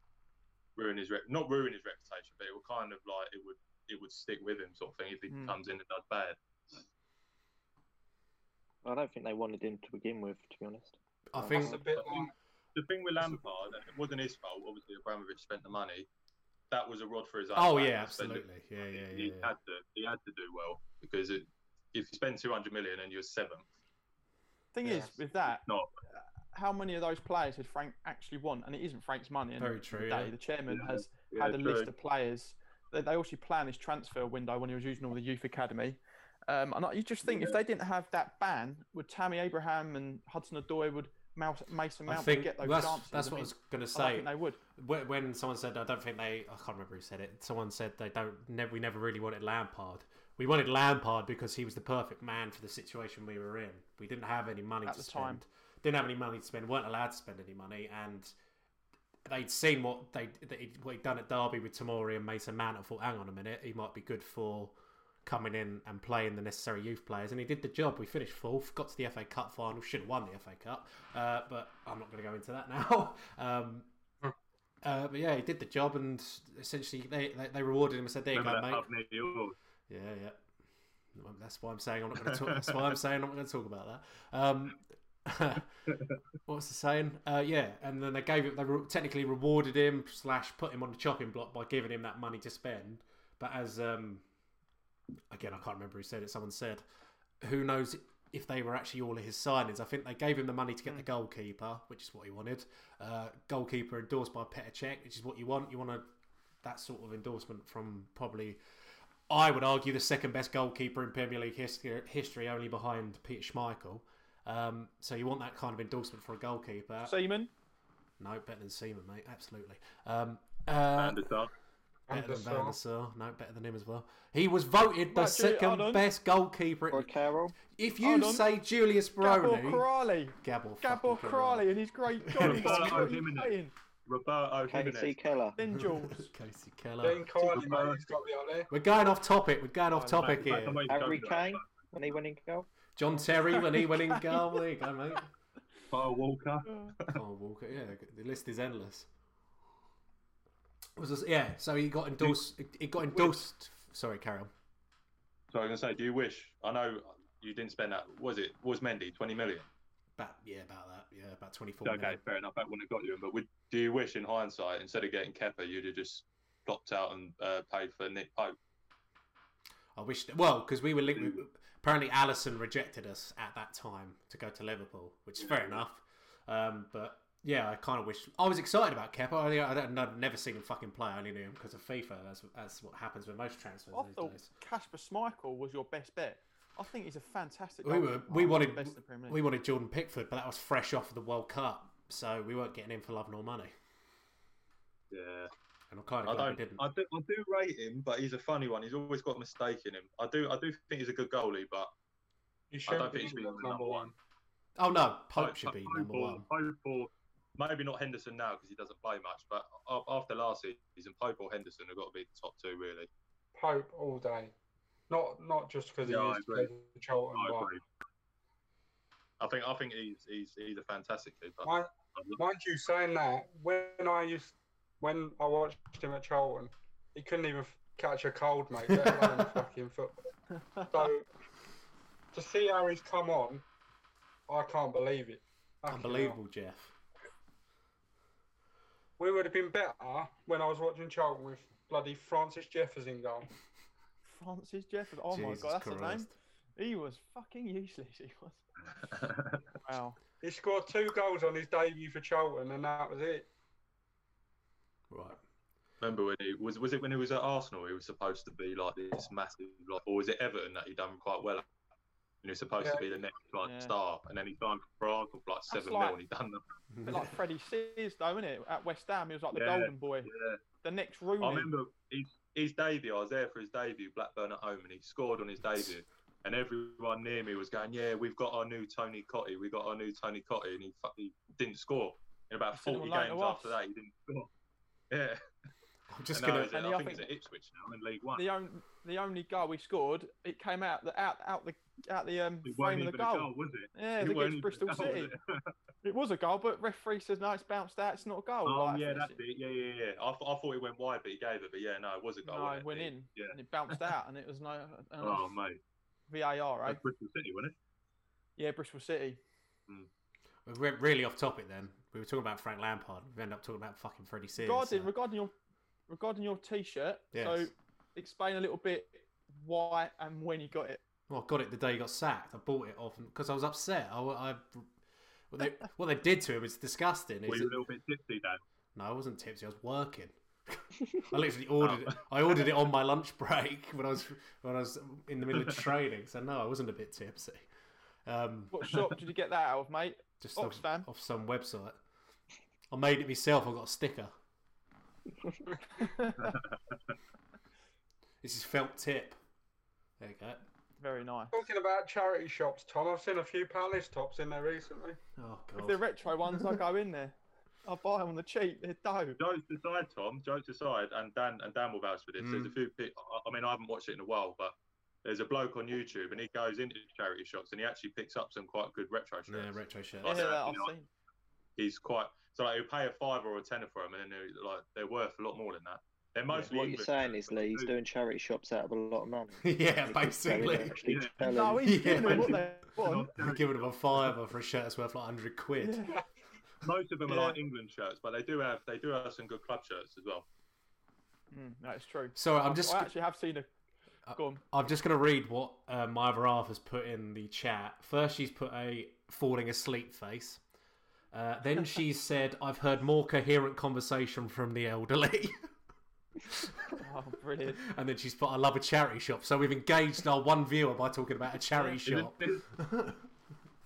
Speaker 5: ruin his rep, not ruin his reputation, but it would kind of like it would
Speaker 3: Hmm.
Speaker 5: it would stick with him sort of thing if he
Speaker 6: Hmm.
Speaker 5: comes in and does bad.
Speaker 4: I don't think they wanted him to begin with, to be honest.
Speaker 3: I
Speaker 4: That's
Speaker 3: think
Speaker 7: That's a bit like
Speaker 5: The thing with Lampard, and it wasn't his fault. Obviously, Abramovich spent the money. That was a rod for his own.
Speaker 3: Oh
Speaker 5: back
Speaker 3: yeah,
Speaker 5: to spend it.
Speaker 3: absolutely. Yeah, yeah,
Speaker 5: He-
Speaker 3: yeah.
Speaker 5: He
Speaker 3: yeah.
Speaker 5: had to. He had to do well because it, if you spend two hundred million and you're seventh,
Speaker 6: Thing is,
Speaker 7: Yeah.
Speaker 6: with that,
Speaker 5: No.
Speaker 6: how many of those players did Frank actually want? And it isn't Frank's money. And
Speaker 3: Very
Speaker 6: at the
Speaker 3: true,
Speaker 6: end of The,
Speaker 3: yeah.
Speaker 6: day, the chairman
Speaker 5: Yeah.
Speaker 6: has
Speaker 5: yeah,
Speaker 6: had a
Speaker 5: true.
Speaker 6: list of players. They, they also planned this transfer window when he was using all the youth academy. Um, and I- you just think if they didn't have that ban, would Tammy Abraham and Hudson Odoi would Mouse, Mason
Speaker 3: I
Speaker 6: Mount would
Speaker 3: think
Speaker 6: get those
Speaker 3: that's
Speaker 6: chances?
Speaker 3: that's
Speaker 6: I
Speaker 3: what I
Speaker 6: mean,
Speaker 3: was gonna
Speaker 6: I don't
Speaker 3: say.
Speaker 6: think they would.
Speaker 3: Wh- When someone said, I don't think they, I can't remember who said it. Someone said they don't. Never, we never really wanted Lampard. We wanted Lampard because he was the perfect man for the situation we were in. We didn't have any money
Speaker 6: At
Speaker 3: to
Speaker 6: the
Speaker 3: spend.
Speaker 6: time.
Speaker 3: Didn't have any money to spend. weren't allowed to spend any money, and they'd seen what they they- what he'd done at Derby with Tamori and Mason Mount, and thought, hang on a minute, he might be good for coming in and playing the necessary youth players, and he did the job. We finished fourth, got to the FA Cup final, should have won the FA Cup, uh, but I'm not going to go into that *laughs* now. um,
Speaker 5: Hmm.
Speaker 3: uh, but yeah, he did the job, and essentially they, they, they rewarded him and said, "There you
Speaker 5: Remember
Speaker 3: go,
Speaker 5: that
Speaker 3: mate."
Speaker 5: hub near yours?
Speaker 3: Yeah, yeah. Well, That's why I'm saying I'm not going to talk. That's why I'm saying I'm not going to talk about that. Um, *laughs* what was the saying? Uh, yeah, and then they gave it. They re- technically rewarded him slash put him on the chopping block by giving him that money to spend. But as um, again, I can't remember who said it. Someone said, "Who knows if they were actually all of his signings?" I think they gave him the money to get the goalkeeper, which is what he wanted. Uh, goalkeeper endorsed by Petr Cech, which is what you want. You want a, that sort of endorsement from probably I would argue the second best goalkeeper in Premier League history, history only behind Peter Schmeichel. Um, so you want that kind of endorsement for a goalkeeper?
Speaker 6: Seaman,
Speaker 3: no, better than Seaman, mate. Absolutely. Um, uh,
Speaker 5: And it's up.
Speaker 3: better than Van der
Speaker 7: Anderson.
Speaker 3: Sar. No, better than him as well. He was voted the
Speaker 6: Right, Ju- hold
Speaker 3: second
Speaker 6: on.
Speaker 3: best goalkeeper.
Speaker 4: Or a
Speaker 3: in-
Speaker 4: Carroll.
Speaker 3: If you
Speaker 6: hold on.
Speaker 3: say Julius
Speaker 6: Gabor
Speaker 3: Baroni,
Speaker 6: Crowley,
Speaker 3: Gabor,
Speaker 6: Gabor
Speaker 3: fucking *laughs*
Speaker 6: Crowley, and his great goal.
Speaker 5: Roberto Jimenez. Roberto
Speaker 4: KC
Speaker 5: Jimenez.
Speaker 4: Keller.
Speaker 3: *laughs*
Speaker 6: Then Jules.
Speaker 3: Casey Keller.
Speaker 7: Dean Kiley,
Speaker 5: Superb.
Speaker 7: mate, he's got me on there.
Speaker 3: We're going off topic. We're going off
Speaker 5: Back-
Speaker 3: topic
Speaker 5: back
Speaker 3: here.
Speaker 5: on what you
Speaker 4: Harry
Speaker 5: talked about.
Speaker 4: Kane when he went in goal.
Speaker 3: John Terry when he went in
Speaker 6: *laughs* Harry Kane.
Speaker 3: goal. There you go, mate.
Speaker 5: Kyle Walker.
Speaker 3: Oh, Walker. Yeah, the list is endless. Was this, yeah, so he got endorsed. It got endorsed. Sorry, carry on.
Speaker 5: So I was gonna say, do you wish? I know you didn't spend that. Was it? Was Mendy twenty million?
Speaker 3: About yeah, about that. Yeah, about twenty four.
Speaker 5: Okay, fair enough. That wouldn't have got you. in, But would, do you wish, in hindsight, instead of getting Kepper, you'd have just plopped out and uh, paid for Nick Pope?
Speaker 3: I wish. Well, because we were linked. with-
Speaker 6: Mm.
Speaker 3: Apparently, Allison rejected us at that time to go to Liverpool, which is fair enough. Um, but yeah, I kind of wish. I was excited about Kepa. I, I don't, I've never seen him fucking play. I only knew him because of FIFA. That's that's what happens with most transfers
Speaker 6: I
Speaker 3: these
Speaker 6: thought
Speaker 3: days.
Speaker 6: Casper Schmeichel was your best bet. I think he's a fantastic.
Speaker 3: We were-
Speaker 6: goalkeeper,
Speaker 3: we
Speaker 6: one of
Speaker 3: wanted-
Speaker 6: the best in the Premier League.
Speaker 3: We wanted Jordan Pickford, but that was fresh off the World Cup, so we weren't getting him for love nor money.
Speaker 5: Yeah.
Speaker 3: And I'm kind
Speaker 5: I
Speaker 3: of glad we
Speaker 5: don't.
Speaker 3: didn't.
Speaker 5: I do. I do rate him, but he's a funny one. He's always got a mistake in him. I do. I do think he's a good goalie, but
Speaker 7: He
Speaker 5: I don't
Speaker 7: should
Speaker 5: think
Speaker 7: be
Speaker 5: he's been
Speaker 7: England's
Speaker 5: number one.
Speaker 3: Oh no, Pope
Speaker 5: Like,
Speaker 3: should be
Speaker 5: Pope
Speaker 3: number
Speaker 5: or-
Speaker 3: one.
Speaker 5: Pope or maybe not Henderson now because he doesn't play much. But a- after last season, Pope or Henderson have got to be the top two really.
Speaker 7: Pope all day. Not not just because
Speaker 5: Yeah, I
Speaker 7: he is
Speaker 5: agree.
Speaker 7: playing for Charlton.
Speaker 5: I
Speaker 7: but-
Speaker 5: agree. I think. I think he's he's he's a fantastic keeper.
Speaker 7: Mind, mind you, saying that, when I used when I watched him at Charlton, he couldn't even f- catch a cold, mate. Let alone fucking football. So to see how he's come on, I can't believe it. Fucking hell.
Speaker 3: Unbelievable, Jeff.
Speaker 7: We would have been better when I was watching Charlton with bloody Francis Jeffers in goal.
Speaker 6: Francis Jeffers. Oh
Speaker 3: Jesus
Speaker 6: my god, that's his
Speaker 3: Christ.
Speaker 6: name. He was fucking useless. He was.
Speaker 5: *laughs*
Speaker 6: wow.
Speaker 7: He scored two goals on his debut for Charlton, and that was it.
Speaker 3: Right.
Speaker 5: Remember when he was was it when he was at Arsenal? He was supposed to be like this massive, like, or was it Everton that he done quite well? at? And he was supposed to
Speaker 7: Yeah.
Speaker 5: be the next like
Speaker 6: Yeah.
Speaker 5: star, and then he signed for Arsenal for like seven
Speaker 6: like-
Speaker 5: mil, and he done the.
Speaker 6: A bit like Freddie Sears, though, isn't it? At West Ham, he was like the
Speaker 5: Yeah,
Speaker 6: golden boy,
Speaker 5: Yeah.
Speaker 6: the next Rooney.
Speaker 5: I remember his, his debut. I was there for his debut, Blackburn at home, and he scored on his debut. And everyone near me was going, "Yeah, we've got our new Tony Cotty. We got our new Tony Cotty," and he, fu- he didn't score. In about
Speaker 6: He said it
Speaker 5: forty
Speaker 6: all later
Speaker 5: games
Speaker 6: on.
Speaker 5: after that, he didn't score. Yeah,
Speaker 3: *laughs* I'm just
Speaker 5: and now
Speaker 3: gonna.
Speaker 5: he's at-
Speaker 6: And
Speaker 5: I
Speaker 6: the- I
Speaker 5: think he's
Speaker 6: think-
Speaker 5: at Ipswich now in League One.
Speaker 6: the only the only goal we scored, it came out the out out the out the um
Speaker 5: It
Speaker 6: frame
Speaker 5: weren't
Speaker 6: of the
Speaker 5: even
Speaker 6: goal.
Speaker 5: a goal, was it?
Speaker 6: Yeah, it
Speaker 5: It
Speaker 6: was
Speaker 5: weren't even
Speaker 6: against
Speaker 5: a
Speaker 6: Bristol
Speaker 5: goal, was
Speaker 6: City.
Speaker 5: it?
Speaker 6: It was a goal, but referee says no, it's bounced out. It's not a goal.
Speaker 5: Oh
Speaker 6: Like,
Speaker 5: yeah,
Speaker 6: it's-
Speaker 5: that's it. Yeah, yeah, yeah. I, th- I thought it went wide, but he gave it. But yeah, no, it was a goal.
Speaker 6: No,
Speaker 5: wasn't
Speaker 6: it went
Speaker 5: He-
Speaker 6: in
Speaker 5: Yeah.
Speaker 6: and it bounced out, and it was no. and it
Speaker 5: *laughs* Oh
Speaker 6: was
Speaker 5: mate,
Speaker 6: VAR, right?
Speaker 5: that's Bristol City, wasn't it?
Speaker 6: eh? Yeah, Bristol City.
Speaker 3: We're re- really off topic then. We were talking about Frank Lampard. We end up talking about fucking Freddie Sears.
Speaker 6: Regarding
Speaker 3: so-
Speaker 6: regarding your regarding your T-shirt. So
Speaker 3: Yes.
Speaker 6: explain a little bit why and when you got it.
Speaker 3: Well, I got it the day he got sacked. I bought it off because I was upset. I, I what
Speaker 6: *laughs*
Speaker 3: they what they did to him is disgusting.
Speaker 5: Were
Speaker 3: Is
Speaker 5: you a
Speaker 3: it,
Speaker 5: little bit tipsy, Dan?
Speaker 3: no, I wasn't tipsy. I was
Speaker 6: *laughs*
Speaker 3: working. I literally ordered
Speaker 6: Oh.
Speaker 3: it. I ordered it on my lunch break when I was when I was in the middle of training. So no, I wasn't a bit tipsy. Um,
Speaker 6: What shop did you get that out
Speaker 3: *laughs*
Speaker 6: of, mate?
Speaker 3: just off,
Speaker 6: Oxfam.
Speaker 3: off some website. I made it myself. I got a sticker. This is felt tip. There you go.
Speaker 6: Very nice.
Speaker 7: Talking about charity shops, Tom, I've seen a few Palace tops in there recently.
Speaker 3: Oh
Speaker 6: If
Speaker 3: god.
Speaker 6: they're retro ones, I go in there. I buy them on the cheap. They're dope.
Speaker 5: Jokes aside, Tom. Jokes aside, and Dan and Dan will vouch for this. There's
Speaker 3: Mm.
Speaker 5: a few. pe- I I mean, I haven't watched it in a while, but there's a bloke on YouTube, and he goes into charity shops, and he actually picks up some quite good retro shirts.
Speaker 3: Yeah, retro shirts.
Speaker 6: Yeah,
Speaker 5: Like that,
Speaker 6: I've
Speaker 5: you know,
Speaker 6: seen.
Speaker 5: He's quite so like he'll pay a fiver or a tenner for them, and then they're, like they're worth a lot more than that. They're mostly
Speaker 4: What you're
Speaker 5: English
Speaker 4: saying
Speaker 5: shirts,
Speaker 4: is,
Speaker 5: but
Speaker 4: Lee, he's
Speaker 5: they do-
Speaker 4: doing charity shops out of a lot of
Speaker 5: *laughs*
Speaker 4: money.
Speaker 3: *laughs* yeah,
Speaker 4: So
Speaker 3: basically.
Speaker 4: he's actually
Speaker 5: Yeah.
Speaker 4: telling-
Speaker 6: No, he's giving
Speaker 3: Yeah.
Speaker 6: them
Speaker 3: *laughs*
Speaker 6: what they want.
Speaker 3: I'm giving them a fiver for a shirt that's worth like hundred quid.
Speaker 6: Yeah.
Speaker 5: Most of them
Speaker 6: Yeah.
Speaker 5: are like England shirts, but they do have they do have some good club shirts as well.
Speaker 6: Mm, no, it's true.
Speaker 3: So I'm just Uh,
Speaker 6: I actually have seen a. Go on.
Speaker 3: I'm just gonna read what uh, my other half has put in the chat. First, she's put a falling asleep face. Uh,
Speaker 6: *laughs*
Speaker 3: then she said, "I've heard more coherent conversation from the elderly,"
Speaker 6: Oh, brilliant.
Speaker 3: *laughs* and then she's put, "I love a charity shop." So we've engaged our one viewer by talking about a charity
Speaker 5: Isn't
Speaker 3: shop. *laughs*
Speaker 5: this-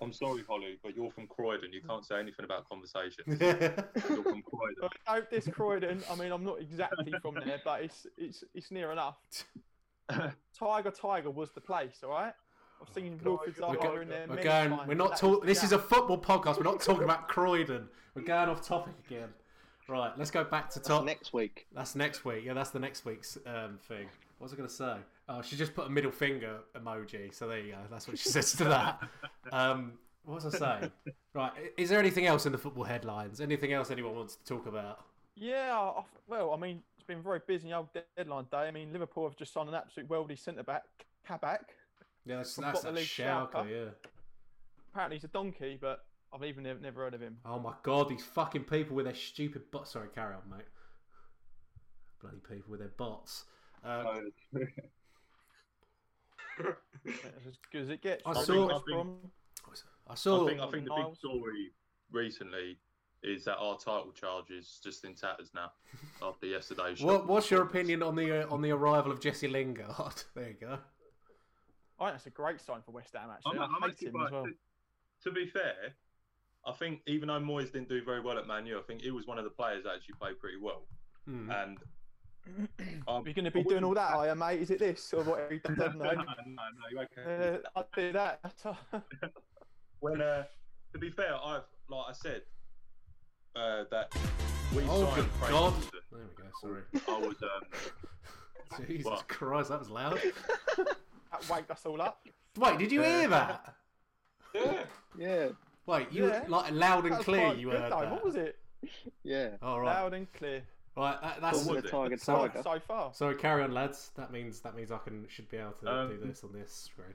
Speaker 5: I'm sorry, Holly, but you're from Croydon. You can't say anything about conversation. you're from Croydon.
Speaker 6: But Don't diss Croydon. I mean, I'm not exactly from there, but it's it's it's
Speaker 3: *laughs*
Speaker 6: near enough. Tiger, Tiger was the place. All right. I've seen Wilfred
Speaker 3: Oh, We're, go-
Speaker 6: Zaha in there.
Speaker 3: we're
Speaker 6: many
Speaker 3: going.
Speaker 6: times.
Speaker 3: We're not
Speaker 6: That
Speaker 3: talking. This is a
Speaker 6: yeah.
Speaker 3: football podcast. We're not talking
Speaker 6: *laughs*
Speaker 3: about Croydon. We're going off topic again. Right, let's go back to top.
Speaker 4: Next
Speaker 6: *laughs*
Speaker 4: week,
Speaker 3: That's next week. Yeah, that's the next week's um, thing. What was I going to say? Oh, she just put a middle finger emoji. So there you go. That's what she *laughs* says to that. Um, what was I saying? Right. i- Is there anything else in the football headlines? Anything else anyone wants to talk about?
Speaker 6: Yeah. I, well, I mean, it's been very busy old deadline day. I mean, Liverpool have just signed an absolute worldie centre back, Kabak.
Speaker 3: Yeah, that's,
Speaker 6: We've
Speaker 3: that's
Speaker 6: got the
Speaker 3: that
Speaker 6: league
Speaker 3: Schalke,
Speaker 6: Schalke.
Speaker 3: yeah.
Speaker 6: Apparently, he's a donkey, but I've even nev- never heard of him.
Speaker 3: Oh my god, these fucking people with their stupid bots. Sorry, carry on, mate. Bloody people with their bots. Um,
Speaker 6: That's
Speaker 3: *laughs*
Speaker 6: as good as it gets.
Speaker 3: I
Speaker 6: really,
Speaker 3: saw-
Speaker 6: West Brom.
Speaker 3: I saw.
Speaker 5: I think I think the big
Speaker 6: Niles.
Speaker 5: story recently is that our title charge is just in tatters now after yesterday's.
Speaker 3: what,
Speaker 5: shocking
Speaker 3: what's your
Speaker 5: performance.
Speaker 3: opinion on the uh, on the arrival of Jesse Lingard? *laughs* there you go.
Speaker 6: I think that's a great sign for West Ham. Actually,
Speaker 5: I'm- I'm
Speaker 6: I hate
Speaker 5: actually
Speaker 6: him as
Speaker 5: quite-
Speaker 6: well.
Speaker 5: To be fair, I think even though Moyes didn't do very well at Man U, I think he was one of the players that actually played pretty well.
Speaker 3: Hmm.
Speaker 5: And
Speaker 3: *clears throat*
Speaker 5: um,
Speaker 6: You're going to
Speaker 5: I
Speaker 6: be doing
Speaker 5: wouldn't-
Speaker 6: all that, are you, mate? Is it this or whatever? I don't
Speaker 5: *laughs* no, no,
Speaker 6: know.
Speaker 5: no, you okay.
Speaker 6: Uh, I'll do that. *laughs* That's all.
Speaker 5: When uh, to be fair, I've like I said uh, that we
Speaker 3: Oh,
Speaker 5: signed
Speaker 3: good
Speaker 5: Craig
Speaker 3: God.
Speaker 5: Wilson.
Speaker 3: There we go. Sorry.
Speaker 5: I was um,
Speaker 3: *laughs* Jesus
Speaker 5: What?
Speaker 3: Christ, that was loud.
Speaker 6: that waked us all up.
Speaker 3: Wait, did you hear that?
Speaker 7: Yeah.
Speaker 4: yeah,
Speaker 3: Wait, you
Speaker 6: Yeah.
Speaker 3: like loud
Speaker 6: That
Speaker 3: and
Speaker 6: was
Speaker 3: clear.
Speaker 6: quite
Speaker 3: You
Speaker 6: good,
Speaker 3: heard
Speaker 6: though.
Speaker 3: that.
Speaker 6: What was it?
Speaker 4: yeah.
Speaker 3: All right,
Speaker 6: Loud and clear.
Speaker 3: right. That, that's
Speaker 4: Wasn't
Speaker 5: What was
Speaker 4: a
Speaker 5: it?
Speaker 4: tiger,
Speaker 3: Sorry.
Speaker 4: tiger.
Speaker 6: So far.
Speaker 3: sorry. Carry on, lads. That means that means I can should be able to
Speaker 5: Um,
Speaker 3: do this on this screen.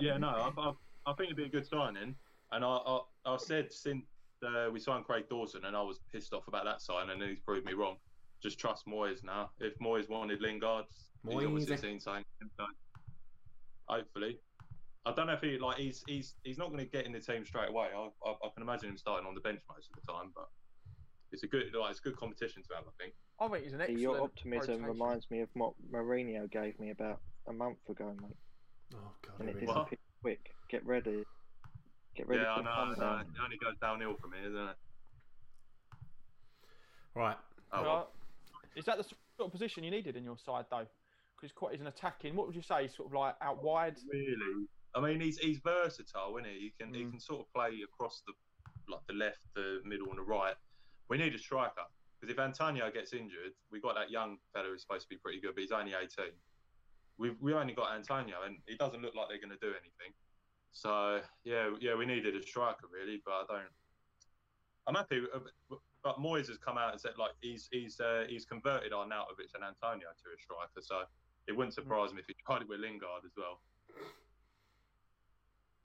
Speaker 5: Yeah, no, I, I, I think it'd be a good signing. And I, I, I said since uh, we signed Craig Dawson, and I was pissed off about that sign, and he's proved me wrong. Just trust Moyes now. If Moyes wanted Lingard, he's obviously
Speaker 3: Moyes.
Speaker 5: seen something. in him, so Hopefully, I don't know if he like he's he's he's not going to get in the team straight away. I, I, I can imagine him starting on the bench most of the time, but it's a good like it's a good competition to have. I think.
Speaker 6: I think he's an excellent.
Speaker 4: Your optimism
Speaker 6: rotation.
Speaker 4: reminds me of what Mourinho gave me about a month ago, mate.
Speaker 3: Oh god,
Speaker 4: And
Speaker 3: here
Speaker 4: it
Speaker 3: we
Speaker 5: What?
Speaker 3: go.
Speaker 4: disappeared quick. Get ready. Get ready.
Speaker 5: Yeah, I
Speaker 4: for
Speaker 5: know.
Speaker 4: the
Speaker 5: I know.
Speaker 4: comeback.
Speaker 5: It only goes downhill from here, doesn't it?
Speaker 3: Right.
Speaker 5: Oh, well.
Speaker 6: Right. Is that the sort of position you needed in your side though? Because quite he's an attacking. What would you say? Sort of like out wide.
Speaker 5: Really? I mean, he's he's versatile, isn't he? He can he
Speaker 3: Mm.
Speaker 5: can sort of play across the like the left, the middle, and the right. We need a striker because if Antonio gets injured, we got that young fella who's supposed to be pretty good, but he's only eighteen. We've we only got Antonio, and he doesn't look like they're going to do anything. So yeah, yeah, we needed a striker really, but I don't. I'm happy, with- uh, but- but Moyes has come out and said like he's he's uh, he's converted Arnautovic and Antonio to a striker, so it wouldn't surprise me if he tried it with Lingard as well.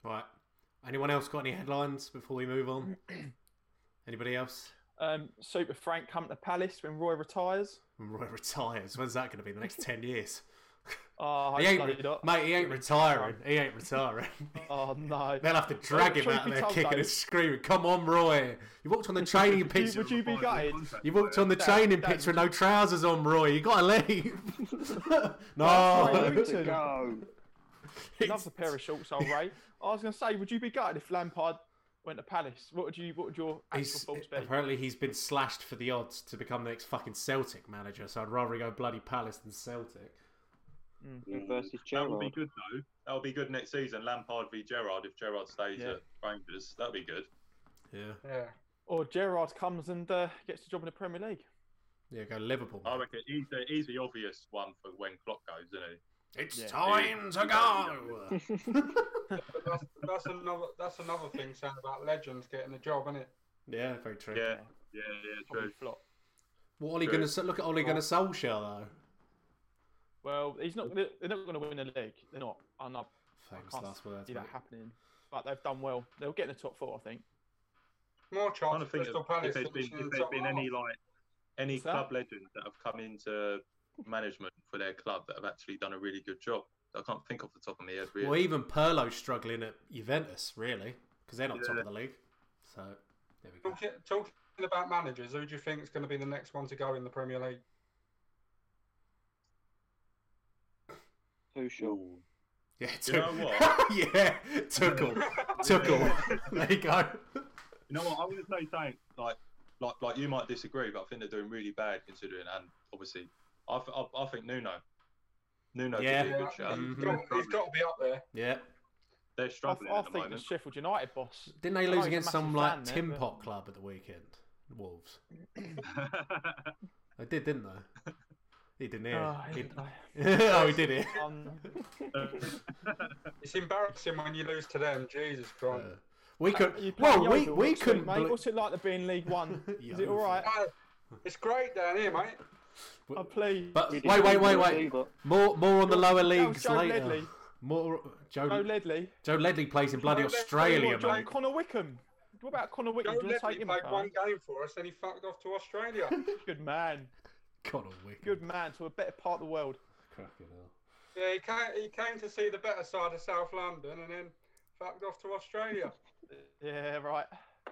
Speaker 3: Right. Anyone else got any headlines before we move
Speaker 6: *clears throat*
Speaker 3: on? Anybody else?
Speaker 6: Um, Super Frank come to Palace when Roy retires.
Speaker 3: Roy retires. When's that going to be? The next ten years?
Speaker 6: Oh,
Speaker 3: He
Speaker 6: I
Speaker 3: ain't,
Speaker 6: bloody
Speaker 3: re-
Speaker 6: not.
Speaker 3: mate. He ain't retiring. He ain't retiring.
Speaker 6: Oh
Speaker 3: *laughs*
Speaker 6: no.
Speaker 3: They'll have to drag him
Speaker 6: truth
Speaker 3: out
Speaker 6: be
Speaker 3: of there,
Speaker 6: told,
Speaker 3: kicking
Speaker 6: though-
Speaker 3: and screaming. Come on, Roy! You walked on the training
Speaker 6: Would you-
Speaker 3: pitch.
Speaker 6: would you be gutted?
Speaker 3: You walked on the
Speaker 6: Dan-
Speaker 3: training
Speaker 6: Dan,
Speaker 3: pitch with
Speaker 6: would
Speaker 3: no trousers on, Roy. You gotta leave. *laughs* no.
Speaker 6: right,
Speaker 4: Way
Speaker 6: *laughs*
Speaker 4: to go.
Speaker 3: *laughs*
Speaker 6: Another pair of shorts, old Ray. I was going to say, would you be gutted if Lampard went to Palace? What would you? What would your actual
Speaker 3: He's,
Speaker 6: thoughts be?
Speaker 3: apparently, he's been slashed for the odds to become the next fucking Celtic manager. So I'd rather go bloody Palace than Celtic.
Speaker 4: Him versus
Speaker 5: That would be
Speaker 4: Gerrard.
Speaker 5: good though. That would be good next season. Lampard v Gerrard if Gerrard stays
Speaker 6: Yeah.
Speaker 5: at Rangers. That'd be good.
Speaker 3: Yeah,
Speaker 7: Yeah.
Speaker 6: Or Gerard comes and uh, gets the job in the Premier League.
Speaker 3: yeah. Go Liverpool.
Speaker 5: I reckon he's the, he's the obvious one for when Klopp goes, isn't he?
Speaker 3: It's
Speaker 6: Yeah.
Speaker 3: time to go. *laughs*
Speaker 6: *laughs*
Speaker 7: But that's, that's another that's another thing saying about legends getting a job, isn't it?
Speaker 3: yeah, very true.
Speaker 5: Yeah, yeah, yeah,
Speaker 6: Probably
Speaker 5: true.
Speaker 6: flop.
Speaker 3: What Ole
Speaker 5: True.
Speaker 3: Gunnar? Look at Ole Gunnar Solskjaer though.
Speaker 6: Well, he's not. Gonna, they're not going to win the league. They're not. I know. I
Speaker 3: Famous
Speaker 6: can't
Speaker 3: last words.
Speaker 6: see that
Speaker 3: mate.
Speaker 6: happening. But they've done well. They'll get in the top four, I think.
Speaker 7: More
Speaker 5: I'm trying
Speaker 7: chance
Speaker 5: to
Speaker 7: of
Speaker 5: think
Speaker 7: Crystal
Speaker 5: of
Speaker 7: Palace
Speaker 5: if there's been,
Speaker 7: finishing in
Speaker 5: if
Speaker 7: the
Speaker 5: there's
Speaker 7: top
Speaker 5: been
Speaker 7: half.
Speaker 5: any like any
Speaker 6: What's that?
Speaker 5: club legends that have come into management for their club that have actually done a really good job. I can't think off the top of my head. Really.
Speaker 3: Well, even Perlo's struggling at Juventus, really, because they're not top of the league. So there we go.
Speaker 7: Talking, talking about managers, who do you think is going to be the next one to go in the Premier League?
Speaker 4: Too sure.
Speaker 5: Ooh.
Speaker 3: Yeah,
Speaker 5: You know
Speaker 3: Tuchel. *laughs*
Speaker 5: what?
Speaker 3: yeah, Tuchel. Tuchel. there you go.
Speaker 5: You know what? I wouldn't say something like, like, like you might disagree, but I think they're doing really bad considering. And obviously, I, th- I, I think Nuno, Nuno, could
Speaker 3: Yeah.
Speaker 5: be a good shout.
Speaker 3: Mhm.
Speaker 7: He's got- he's got to be up there.
Speaker 3: Yeah.
Speaker 5: They're
Speaker 6: I,
Speaker 5: struggling
Speaker 6: I
Speaker 5: at the
Speaker 6: think the
Speaker 5: moment.
Speaker 6: Sheffield United boss.
Speaker 3: Didn't they
Speaker 6: I know
Speaker 3: lose
Speaker 6: he's a
Speaker 3: against
Speaker 6: massive
Speaker 3: some like
Speaker 6: fan there,
Speaker 3: Tim
Speaker 6: but-
Speaker 3: Pot club at the weekend? Wolves. They did, didn't
Speaker 6: *laughs*
Speaker 3: they? He didn't hear.
Speaker 6: Oh,
Speaker 3: he, *laughs*
Speaker 6: I-
Speaker 3: oh, he did it.
Speaker 6: um,
Speaker 7: It's embarrassing when you lose to them. Jesus Christ.
Speaker 3: Uh, we
Speaker 6: you
Speaker 3: could.
Speaker 6: play
Speaker 3: Well, we
Speaker 6: Yeovil
Speaker 3: we
Speaker 6: next week,
Speaker 3: couldn't.
Speaker 6: Mate,
Speaker 3: bel-
Speaker 6: what's it like to be in League One?
Speaker 3: *laughs*
Speaker 6: Is it all right? Oh,
Speaker 7: Ah, it's great down here, mate.
Speaker 6: I play.
Speaker 3: But
Speaker 4: We
Speaker 3: wait,
Speaker 4: did
Speaker 3: wait, wait,
Speaker 4: really
Speaker 3: wait.
Speaker 4: well,
Speaker 3: More, more on the lower leagues
Speaker 6: Joe
Speaker 3: later.
Speaker 6: Ledley.
Speaker 3: More Joe.
Speaker 6: Joe Ledley.
Speaker 3: Joe Ledley plays in bloody
Speaker 7: Joe Ledley,
Speaker 3: Australia,
Speaker 6: What, John
Speaker 3: mate.
Speaker 6: Connor Wickham. What about Connor Wickham?
Speaker 7: Joe
Speaker 6: Do you want to take
Speaker 7: Ledley
Speaker 6: him?
Speaker 7: played
Speaker 6: Carl?
Speaker 7: one game for us and he fucked off to Australia.
Speaker 6: Good man.
Speaker 3: Connor Wickham.
Speaker 6: Good man to a better part of the world.
Speaker 3: Cracking hell.
Speaker 7: yeah, he came, he came to see the better side of South London and then fucked off to Australia.
Speaker 6: Yeah, right.
Speaker 3: Oh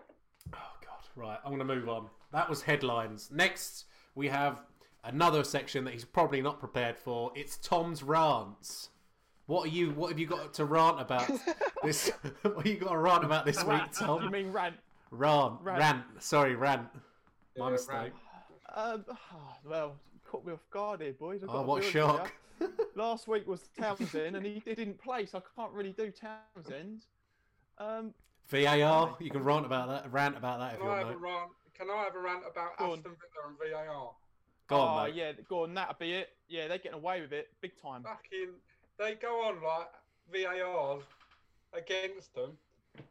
Speaker 3: god. Right, I'm gonna move on. That was headlines. Next we have another section that he's probably not prepared for. It's Tom's rants. What are you what have you got to rant
Speaker 6: *laughs*
Speaker 3: about this *laughs* what have you got to rant about this week,
Speaker 6: Rant. You
Speaker 3: Tom?
Speaker 6: mean rant?
Speaker 3: Rant.
Speaker 6: Rant.
Speaker 3: Rant. Sorry, rant. My
Speaker 7: Yeah,
Speaker 3: mistake.
Speaker 7: right.
Speaker 6: Um, *sighs* well, caught me off guard here, boys. I've
Speaker 3: Oh,
Speaker 6: got to
Speaker 3: what
Speaker 6: be
Speaker 3: a
Speaker 6: honest with
Speaker 3: shock.
Speaker 6: you.
Speaker 3: *laughs*
Speaker 6: Last week was Townsend, and he, he didn't play, so I can't really do Townsend. Um,
Speaker 3: VAR, you can rant about that rant about that if
Speaker 7: Can
Speaker 3: you
Speaker 7: I
Speaker 3: want
Speaker 7: have a
Speaker 3: mate.
Speaker 7: rant? Can I have a rant about
Speaker 6: Go on.
Speaker 7: Aston Villa and VAR?
Speaker 3: Go
Speaker 6: oh,
Speaker 3: on, mate.
Speaker 6: yeah, go on, that'll be it. Yeah, they're getting away with it big time.
Speaker 7: Fucking, they go on like VARs against them.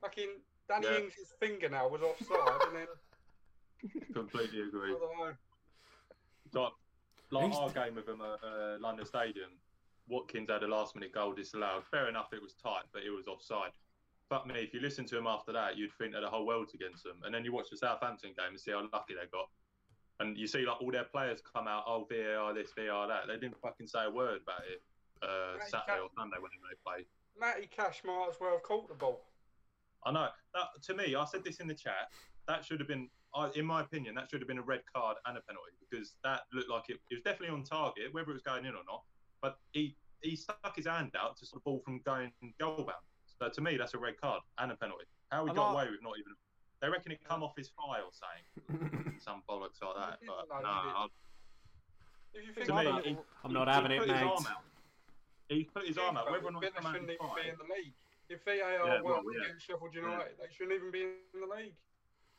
Speaker 7: Fucking Danny
Speaker 5: Yeah.
Speaker 7: Ings' fingernail was offside, and then
Speaker 5: *laughs* Completely
Speaker 7: I
Speaker 5: agree.
Speaker 7: don't know.
Speaker 5: Like, like
Speaker 3: Who's
Speaker 5: our game with them at uh, London Stadium, Watkins had a last minute goal disallowed. Fair enough, it was tight, but it was offside. Fuck me, if you listen to him after that, you'd think that the whole world's against them. And then you watch the Southampton game and see how lucky they got. And you see like all their players come out, oh VAR this, VAR that. They didn't fucking say a word about it uh,
Speaker 7: Right,
Speaker 5: Saturday
Speaker 7: that-
Speaker 5: or Sunday whenever they played.
Speaker 7: Matty Cash might as well have caught the ball.
Speaker 5: I know. That, to me, I said this in the chat. That should have been, I- in my opinion, that should have been a red card and a penalty because that looked like it, it was definitely on target, whether it was going in or not. But he he stuck his hand out to stop the ball from going goal bound. So to me, that's a red card and a penalty. How he
Speaker 6: I'm
Speaker 5: got
Speaker 6: not-
Speaker 5: away with not even? They reckon it come off his file saying *laughs* some bollocks like that. But
Speaker 7: No,
Speaker 5: no,
Speaker 7: he
Speaker 5: I-
Speaker 7: If you think
Speaker 5: to
Speaker 7: about
Speaker 5: me,
Speaker 7: it,
Speaker 5: he,
Speaker 3: *laughs* I'm not
Speaker 5: he
Speaker 3: having
Speaker 5: put
Speaker 3: it,
Speaker 5: his
Speaker 3: mate.
Speaker 5: arm out. He's put his arm out. Whether or not it's
Speaker 7: Villa
Speaker 5: come out
Speaker 7: shouldn't
Speaker 5: his
Speaker 7: even be
Speaker 5: file.
Speaker 7: in the league. If VAR
Speaker 5: Yeah,
Speaker 7: yeah,
Speaker 5: well, yeah.
Speaker 7: against Sheffield United, they shouldn't even be in the league.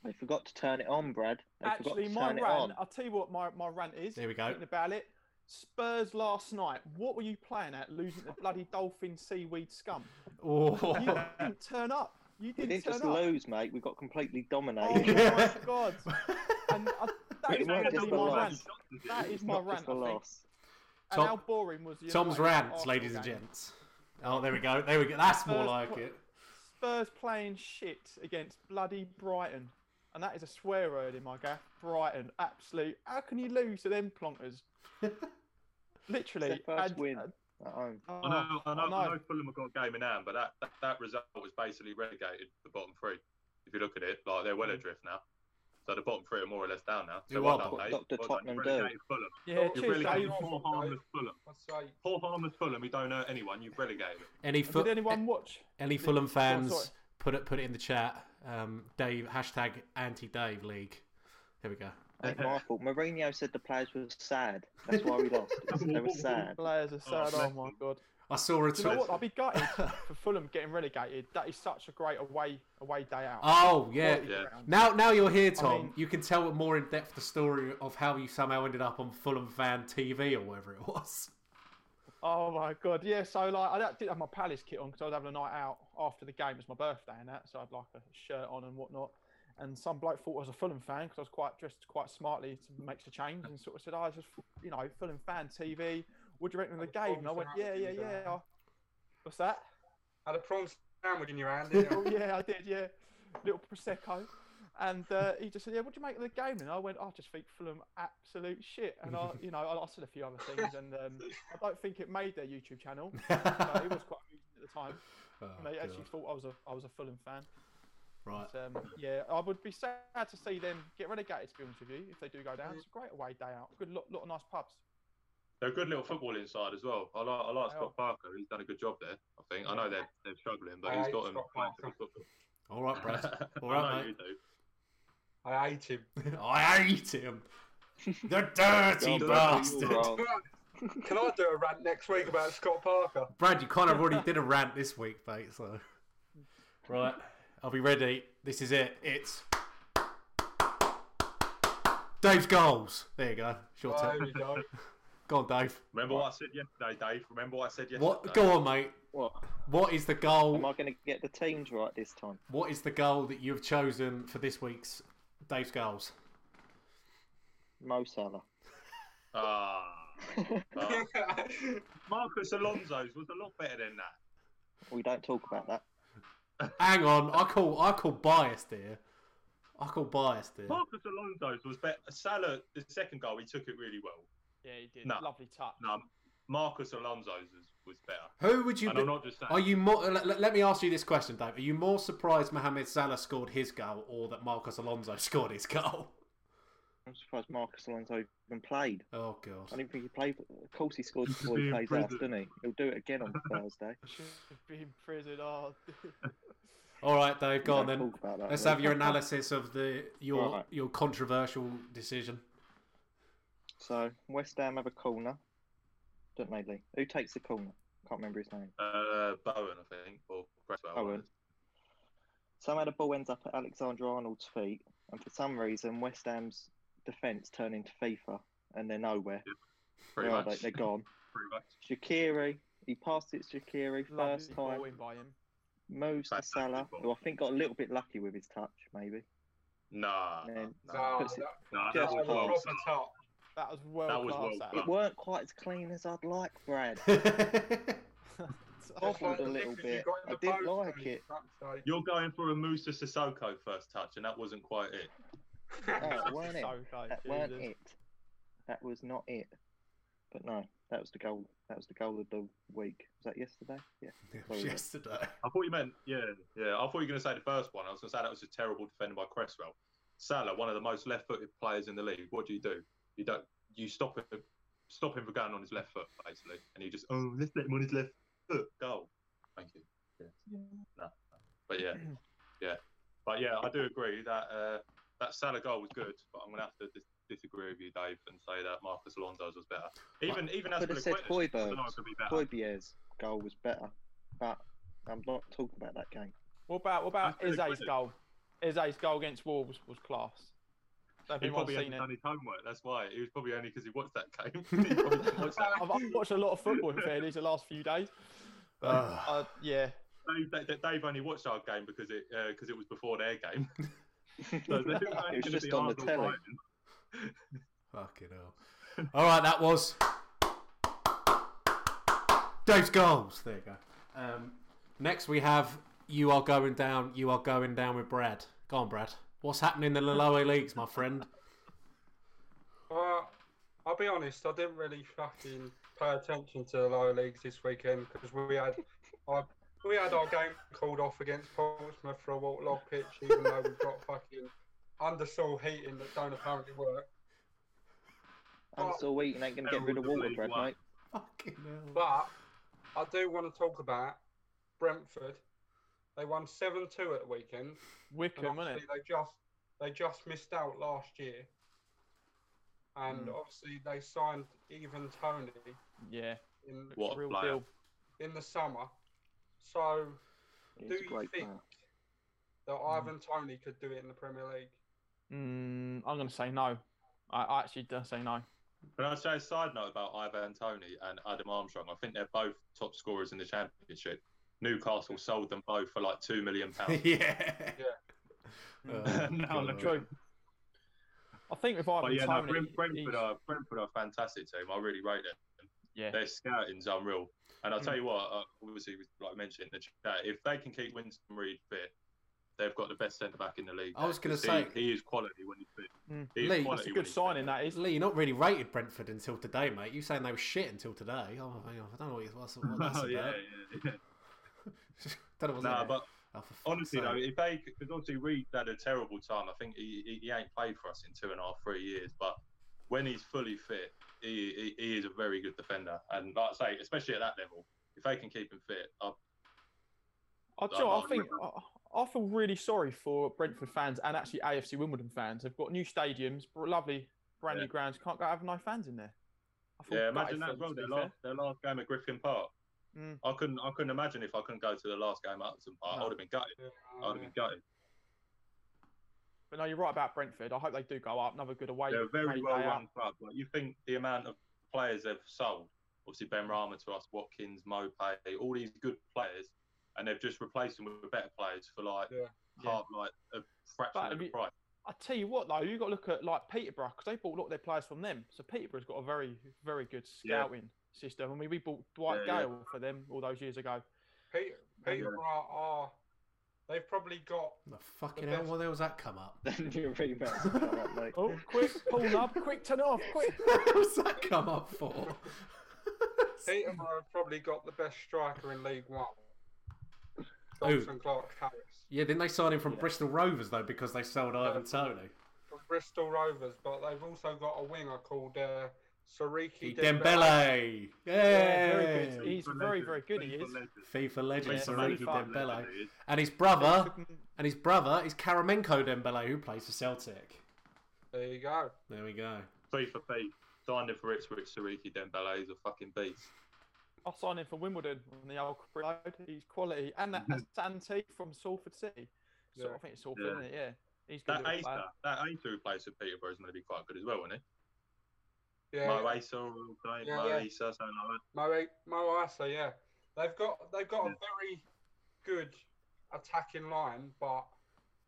Speaker 4: They forgot to turn it on, Brad. They
Speaker 6: Actually,
Speaker 4: forgot
Speaker 6: my
Speaker 4: to turn
Speaker 6: rant,
Speaker 4: it on.
Speaker 6: I'll tell you what my, my rant is.
Speaker 3: There we go.
Speaker 6: Thinking about it. Spurs last night, what were you playing at losing to bloody Dolphin Seaweed Scum? *laughs* You
Speaker 3: *laughs* Oh.
Speaker 6: didn't turn up. You
Speaker 4: We
Speaker 6: didn't,
Speaker 4: didn't
Speaker 6: turn
Speaker 4: just
Speaker 6: up.
Speaker 4: lose, mate. We got completely
Speaker 6: Oh
Speaker 4: dominated.
Speaker 6: my
Speaker 3: *laughs*
Speaker 6: god. And I, that
Speaker 4: It
Speaker 6: is
Speaker 4: weren't just
Speaker 6: probably
Speaker 4: a
Speaker 6: my
Speaker 4: loss.
Speaker 6: rant. That is
Speaker 4: It's
Speaker 6: my
Speaker 4: not
Speaker 6: rant,
Speaker 4: just
Speaker 6: I
Speaker 4: a
Speaker 6: think.
Speaker 4: loss.
Speaker 6: And
Speaker 3: Tom-
Speaker 6: how boring was the Oh,
Speaker 3: Tom's
Speaker 6: United
Speaker 3: rants,
Speaker 6: Arsenal
Speaker 3: ladies and
Speaker 6: game?
Speaker 3: gents. Oh, there we go. There we go. That's more
Speaker 6: First
Speaker 3: like
Speaker 6: po-
Speaker 3: it.
Speaker 6: Spurs playing shit against bloody Brighton, and that is a swear word in my gaff. Brighton, absolute. How can you lose to them
Speaker 4: *laughs*
Speaker 6: plonkers? Literally.
Speaker 4: It's their first
Speaker 6: and-
Speaker 4: win
Speaker 6: and-
Speaker 4: at home.
Speaker 6: oh,
Speaker 5: I know, I know, I know,
Speaker 6: I know.
Speaker 5: Fulham have got a game in hand, but that, that, that result was basically relegated the bottom three. If you look at it, like they're well adrift now. So the bottom three are more or less down now. So
Speaker 3: You
Speaker 5: well
Speaker 3: are
Speaker 5: done,
Speaker 3: bottom.
Speaker 5: mate.
Speaker 4: Dr.
Speaker 5: Well done.
Speaker 4: Tottenham
Speaker 5: You've
Speaker 4: do.
Speaker 5: relegated Fulham.
Speaker 6: Yeah,
Speaker 5: You've
Speaker 6: cheers,
Speaker 5: relegated
Speaker 6: Dave.
Speaker 7: Dave.
Speaker 5: poor harmless Fulham.
Speaker 7: I'd say
Speaker 5: Poor harmless Fulham. You don't hurt anyone. You've relegated. them.
Speaker 3: Any
Speaker 6: Did
Speaker 3: foot,
Speaker 6: anyone watch?
Speaker 3: any Fulham fans,
Speaker 6: sorry.
Speaker 3: put it put it in the chat. Um, Dave hashtag anti Dave League. Here we go.
Speaker 4: Ain't my fault. Mourinho said the players were sad. That's why we lost. They were sad.
Speaker 6: Players are sad. Oh
Speaker 5: bless
Speaker 6: my
Speaker 5: them.
Speaker 3: *laughs*
Speaker 6: god.
Speaker 3: I saw a
Speaker 6: Do you know
Speaker 3: tweet.
Speaker 6: what? I'd be gutted for Fulham getting relegated. That is such a great away away day out.
Speaker 3: Oh yeah.
Speaker 6: Quality
Speaker 5: Yeah.
Speaker 6: ground.
Speaker 3: Now, now you're here, Tom.
Speaker 6: mean-
Speaker 3: you can tell more in depth the story of how you somehow ended up on Fulham fan TV or whatever it was.
Speaker 6: Oh my god, yeah. So like, I don't- didn't have my Palace kit on because I was having a night out after the game. It was my birthday and that, so I'd like a shirt on and whatnot. And some bloke thought I was a Fulham fan because I was quite dressed quite smartly to make the change and sort of said, "I was just, you know, Fulham fan TV. What do you reckon of the game?" And I went, "Yeah, yeah, yeah." I- What's that? *laughs*
Speaker 7: had a prawn sandwich in your hand,
Speaker 5: *laughs*
Speaker 7: didn't you?
Speaker 6: Oh yeah, I did. Yeah, little prosecco. And uh, he just said, "Yeah, what do you make of the game?" And I went, "I just think Fulham absolute shit." And I, you know, I I said a few other things, and um, I don't think it made their YouTube channel. but
Speaker 3: *laughs*
Speaker 6: it was quite amusing at
Speaker 5: *laughs*
Speaker 6: the time.
Speaker 3: Oh,
Speaker 6: And they *laughs* actually
Speaker 3: God.
Speaker 6: thought I was a I was a Fulham fan.
Speaker 5: Uh,
Speaker 3: Right.
Speaker 6: But, um, yeah, I would be sad to see them get relegated. To be honest with you, if they do go down, it's a great away day out. Good lot, lot of nice pubs.
Speaker 5: They're a good little football inside as well. I like, I like
Speaker 6: They
Speaker 5: Scott Parker. He's done a good job there. I think. I know they're they're struggling, but
Speaker 7: I
Speaker 5: he's
Speaker 7: hate
Speaker 5: got them
Speaker 7: Scott
Speaker 5: playing some
Speaker 7: Parker.
Speaker 5: good football.
Speaker 3: All right, Brad. *laughs* All
Speaker 5: *laughs* I
Speaker 3: right,
Speaker 5: know you do.
Speaker 7: I hate him.
Speaker 3: mate. I hate
Speaker 6: *laughs*
Speaker 3: him. The dirty
Speaker 4: You're
Speaker 5: dirty,
Speaker 3: bastard.
Speaker 4: You're wrong.
Speaker 7: Can I do a rant next week about Scott Parker?
Speaker 3: Brad, you kind
Speaker 4: *laughs*
Speaker 3: of already did a rant this week, mate. So, right, I'll be ready. This is it. It's Dave's goals. There you go. Short
Speaker 7: There
Speaker 3: turn.
Speaker 7: we go.
Speaker 3: Go on, Dave.
Speaker 5: Remember what I said yesterday, Dave. Remember what I said yesterday.
Speaker 3: What? Go on, mate.
Speaker 4: What?
Speaker 3: What is the
Speaker 4: Am
Speaker 3: goal?
Speaker 4: I going to get the teams right this time?
Speaker 3: What is the goal that you've chosen for this week's Dave's goals?
Speaker 4: Mo Salah. *laughs*
Speaker 5: Ah.
Speaker 7: *laughs*
Speaker 5: Ah. Marcus Alonso's was a lot better than that.
Speaker 4: We don't talk about that.
Speaker 3: Hang on, I call I call biased here. I call biased here.
Speaker 5: Marcus Alonso's was better. Salah, the second goal, he took it really well.
Speaker 6: Yeah, he did.
Speaker 5: No.
Speaker 6: Lovely touch.
Speaker 5: No, Marcus Alonso's is, was better.
Speaker 3: Who would you?
Speaker 5: and I'm
Speaker 3: Be,
Speaker 5: not just saying.
Speaker 3: are you more? Let, let- let me ask you this question, Dave. Are you more surprised Mohamed Salah scored his goal or that Marcos Alonso *laughs* scored his goal?
Speaker 4: I'm surprised Marcus Alonso even played.
Speaker 3: Oh
Speaker 4: I
Speaker 3: god.
Speaker 4: don't think he played. Of course, he scored before
Speaker 5: Be
Speaker 4: he
Speaker 5: in
Speaker 4: plays us,
Speaker 5: prison.
Speaker 4: doesn't he? He'll do it again on Thursday.
Speaker 6: *laughs* Should be in prison. Oh,
Speaker 3: All right, Dave. Go
Speaker 4: We
Speaker 3: on
Speaker 4: don't
Speaker 3: then.
Speaker 4: talk about that,
Speaker 3: Let's
Speaker 4: though.
Speaker 3: have your analysis of the your
Speaker 4: Right.
Speaker 3: your controversial decision. *laughs*
Speaker 4: So West Ham have a corner, don't they, Lee? Who takes the corner? Can't remember his name.
Speaker 5: Uh, Bowen, I think, or
Speaker 7: Oh,
Speaker 5: Cresswell.
Speaker 4: Owen. Somehow the ball ends up at Alexander Arnold's feet, and for some reason West Ham's defence turn into FIFA, and they're nowhere.
Speaker 5: Pretty
Speaker 4: Where are
Speaker 5: much.
Speaker 4: they? They're gone.
Speaker 5: Pretty much.
Speaker 4: Shakiri, he passed it to Shakiri
Speaker 6: *laughs* lovely
Speaker 4: first time.
Speaker 6: ball in by him.
Speaker 4: Moves to
Speaker 5: Fantastic
Speaker 4: Salah,
Speaker 5: ball.
Speaker 4: who I think got a little bit lucky with his touch, maybe.
Speaker 5: Nah.
Speaker 4: And then
Speaker 5: Nah.
Speaker 7: No,
Speaker 4: puts it-
Speaker 5: Nah, that
Speaker 4: just
Speaker 5: was
Speaker 4: pass.
Speaker 5: well.
Speaker 7: proper top.
Speaker 6: That was world
Speaker 5: That was
Speaker 6: class.
Speaker 5: world
Speaker 6: that.
Speaker 5: class.
Speaker 4: it weren't quite as clean as I'd like, Brad.
Speaker 6: So-
Speaker 4: Bobbled a little
Speaker 7: If you
Speaker 4: bit.
Speaker 7: got
Speaker 4: I
Speaker 7: in the
Speaker 4: didn't
Speaker 7: post,
Speaker 4: like
Speaker 7: mate,
Speaker 4: it.
Speaker 7: that's
Speaker 5: You're going for a Musa Sissoko first touch, and that wasn't quite it.
Speaker 7: like-
Speaker 4: *laughs* No, it weren't it.
Speaker 6: so close,
Speaker 4: That weren't
Speaker 6: Jesus.
Speaker 4: it. That was not it. But no, that was the goal. That was the goal of the week. Was that yesterday? Yeah. Sorry.
Speaker 3: Yesterday.
Speaker 5: I thought you meant, yeah, yeah. I thought you were going to say the first one. I was going to say that was a terrible defending by Cresswell. Salah, one of the most left-footed players in the league. What do you do? You don't. You stop him, stop him from going on his left foot, basically, and you just, oh, let's let him on his left foot. Goal. Thank you. Yeah. No, no. But yeah, *clears throat* yeah, but yeah, I do agree that uh, that Salah goal was good, but I'm going to have to dis- disagree with you, Dave, and say that Marcus Alonso's was better. Even even as
Speaker 4: could
Speaker 5: for
Speaker 4: have
Speaker 5: the
Speaker 4: said
Speaker 5: quickness,
Speaker 4: Hoiberg.
Speaker 5: Salah could be better.
Speaker 4: Hoybier's goal was better, but I'm not talking about that game.
Speaker 6: What about what about
Speaker 5: That's really
Speaker 6: Ize's
Speaker 5: good.
Speaker 6: goal? Ize's goal against Wolves was class. So if
Speaker 5: He
Speaker 6: anyone's
Speaker 5: probably
Speaker 6: seen
Speaker 5: hasn't
Speaker 6: it,
Speaker 5: done his homework. That's why he was probably only because he watched that
Speaker 4: *laughs*
Speaker 5: game. *laughs* He probably didn't watch that.
Speaker 6: I've, I've watched a lot of
Speaker 5: *laughs*
Speaker 6: football in fairness the last few days.
Speaker 3: Ugh.
Speaker 6: Uh, yeah,
Speaker 5: Dave, Dave, Dave only watched our game because it because it was before their game. *laughs*
Speaker 4: *laughs*
Speaker 5: So they didn't know
Speaker 4: It was
Speaker 5: gonna
Speaker 4: just
Speaker 5: be
Speaker 4: on the
Speaker 5: Arsenal
Speaker 4: telly.
Speaker 5: Brighton.
Speaker 3: Fucking hell. All right, that was Dave's goals. There you go. Um, next, we have you are going down. You are going down with Brad. Go on, Brad. What's happening in the lower *laughs* leagues, my friend?
Speaker 7: Uh, I'll be honest, I didn't really fucking pay attention to the lower leagues this weekend because we had our, we had our game called off against Portsmouth for a waterlogged pitch, even though we've got fucking undersoil heating that don't apparently work.
Speaker 5: Oh,
Speaker 4: I'm still waiting. Ain't gonna get rid of water, Brad, mate.
Speaker 3: *laughs* Fucking hell.
Speaker 7: But I do want to talk about Brentford. They won seven two at the weekend.
Speaker 6: Wickham,
Speaker 7: And
Speaker 6: wasn't it?
Speaker 7: obviously they just they just missed out last year. And
Speaker 3: Hmm.
Speaker 7: obviously they signed even Tony
Speaker 6: Yeah.
Speaker 7: in
Speaker 5: What a
Speaker 6: Real
Speaker 5: player.
Speaker 6: deal.
Speaker 7: in the summer. So
Speaker 4: He's
Speaker 7: do
Speaker 4: a
Speaker 7: you
Speaker 4: great
Speaker 7: think
Speaker 4: player.
Speaker 7: that
Speaker 3: Hmm.
Speaker 7: Ivan Tony could do it in the Premier League?
Speaker 6: Mm, I'm going to say no. I, I actually do say no.
Speaker 5: Can I say a side note about Ivan Tony and Adam Armstrong? I think they're both top scorers in the championship. Newcastle sold them both for like two million
Speaker 4: *laughs*
Speaker 5: pounds. *laughs*
Speaker 3: yeah. Oh,
Speaker 5: Yeah. *laughs* No,
Speaker 3: God.
Speaker 5: look
Speaker 6: True. I think with Ivan
Speaker 5: but Oh, yeah, no,
Speaker 6: Tony,
Speaker 5: Brent, Brentford
Speaker 6: he's-
Speaker 5: are Brentford are a fantastic team. I really rate them.
Speaker 6: yeah, Hmm.
Speaker 5: Their scouting's unreal. And I'll tell you what, uh, obviously, we- like I mentioned in the chat, if they can keep Winston Reed fit, they've got the best centre back in the league.
Speaker 3: I was gonna
Speaker 5: He-
Speaker 3: say-
Speaker 5: he, is quality when he's fit.
Speaker 6: Mm.
Speaker 5: He is
Speaker 3: Lee,
Speaker 5: quality
Speaker 6: that's a
Speaker 5: when
Speaker 6: good
Speaker 5: he's fit. *laughs*
Speaker 6: signing. That is.
Speaker 3: Lee, you're not really rated Brentford until today, mate. You saying they were shit until today. Oh, hang on. I don't know what, you-
Speaker 5: *laughs*
Speaker 3: what's, what that's
Speaker 5: Oh,
Speaker 3: about.
Speaker 5: yeah, yeah,
Speaker 3: *laughs* don't know
Speaker 5: yeah.
Speaker 3: what's
Speaker 5: Nah,
Speaker 3: that.
Speaker 5: but
Speaker 3: Oh, for fuck's
Speaker 5: honestly
Speaker 3: sake.
Speaker 5: though, if they because obviously Reed had a terrible time. I think he, he, he ain't played for us in two and a half, three years. But when he's fully fit, he, he, he is a very good defender. And like I say, especially at that level, if they can keep him fit, I,
Speaker 6: I,
Speaker 5: No,
Speaker 6: do you know, I
Speaker 5: no,
Speaker 6: think
Speaker 5: no.
Speaker 6: I, I feel really sorry for Brentford fans and actually AFC Wimbledon fans. They've got new stadiums, br- lovely brand
Speaker 5: Yeah.
Speaker 6: new grounds. Can't go have no fans in there. I feel
Speaker 5: yeah,
Speaker 6: gutted
Speaker 5: imagine
Speaker 6: for
Speaker 5: that as
Speaker 6: them,
Speaker 5: well.
Speaker 6: to
Speaker 5: Their
Speaker 6: be fair.
Speaker 5: last, their last game at Griffin Park.
Speaker 6: Mm.
Speaker 5: I couldn't I couldn't imagine if I couldn't go to the last game at Upton Park.
Speaker 6: No.
Speaker 5: I would have been gutted.
Speaker 3: Oh,
Speaker 5: I
Speaker 7: Um,
Speaker 5: would have been gutted.
Speaker 6: But no, you're right about Brentford. I hope they do go up. Another good away.
Speaker 5: They're a very
Speaker 6: away
Speaker 5: well
Speaker 6: day out.
Speaker 5: run club. Like you think the amount of players they've sold, obviously Ben Rama to us, Watkins, Mopay, all these good players, and they've just replaced them with better players for like
Speaker 7: Yeah.
Speaker 5: half like a fraction
Speaker 6: But
Speaker 5: of
Speaker 6: have
Speaker 5: the
Speaker 6: you-
Speaker 5: price.
Speaker 6: I tell you what, though, you've got to look at like Peterborough because they bought a lot of their players from them. So Peterborough's got a very, very good
Speaker 5: Yeah.
Speaker 6: scouting system. I mean, we bought Dwight
Speaker 5: Yeah, yeah.
Speaker 6: Gale for them all those years ago.
Speaker 7: Peter,
Speaker 5: Yeah.
Speaker 7: Peter are, are they've probably got
Speaker 3: The fucking
Speaker 7: The
Speaker 3: hell,
Speaker 7: best-
Speaker 3: where the hell's that come up?
Speaker 4: *laughs* Then your email's
Speaker 6: *laughs*
Speaker 4: coming up, mate.
Speaker 6: Oh, quick, pull up, quick, turn off,
Speaker 5: *laughs*
Speaker 6: quick.
Speaker 3: *laughs* what was that come up for?
Speaker 7: Peterborough have probably got the best striker in League One.
Speaker 3: Who?
Speaker 7: Dobson Clark Harris
Speaker 3: yeah, didn't they sign him from Bristol Rovers though because they sold Ivan Tony?
Speaker 7: from Bristol Rovers, but they've also got a winger called uh, Sariki
Speaker 3: Dembele,
Speaker 6: Yeah, very
Speaker 3: yeah,
Speaker 6: good. He's very, very good, he
Speaker 5: FIFA
Speaker 6: is.
Speaker 5: legend.
Speaker 3: FIFA legend
Speaker 5: FIFA
Speaker 6: Yeah,
Speaker 3: Sariki
Speaker 5: legend,
Speaker 6: FIFA
Speaker 3: Dembele,
Speaker 5: legend he is.
Speaker 3: and his brother,
Speaker 6: Took 'em-
Speaker 3: and his brother is Karamenko Dembele, who plays for Celtic.
Speaker 7: There you go.
Speaker 3: There we go.
Speaker 5: FIFA beat. Signed him for Ipswich, Sariki Dembele is a fucking beast.
Speaker 6: I'll sign him for Wimbledon on the old Crook road. He's quality. And that
Speaker 5: *laughs*
Speaker 6: that's Santee from Salford City. So
Speaker 7: Yeah.
Speaker 6: I think it's Salford,
Speaker 5: Yeah.
Speaker 6: isn't it? Yeah. He's good.
Speaker 5: That
Speaker 6: little
Speaker 5: Acer,
Speaker 6: player.
Speaker 5: that Acer who plays for Peterborough is going to be quite good as well, isn't he?
Speaker 7: Yeah,
Speaker 5: Mo Acer, or something,
Speaker 7: Yeah,
Speaker 5: Mo
Speaker 7: yeah.
Speaker 5: Acer, something like that.
Speaker 7: Mo eh, Mo Asa, yeah. They've got they've got a
Speaker 5: Yeah.
Speaker 7: very good attacking line, but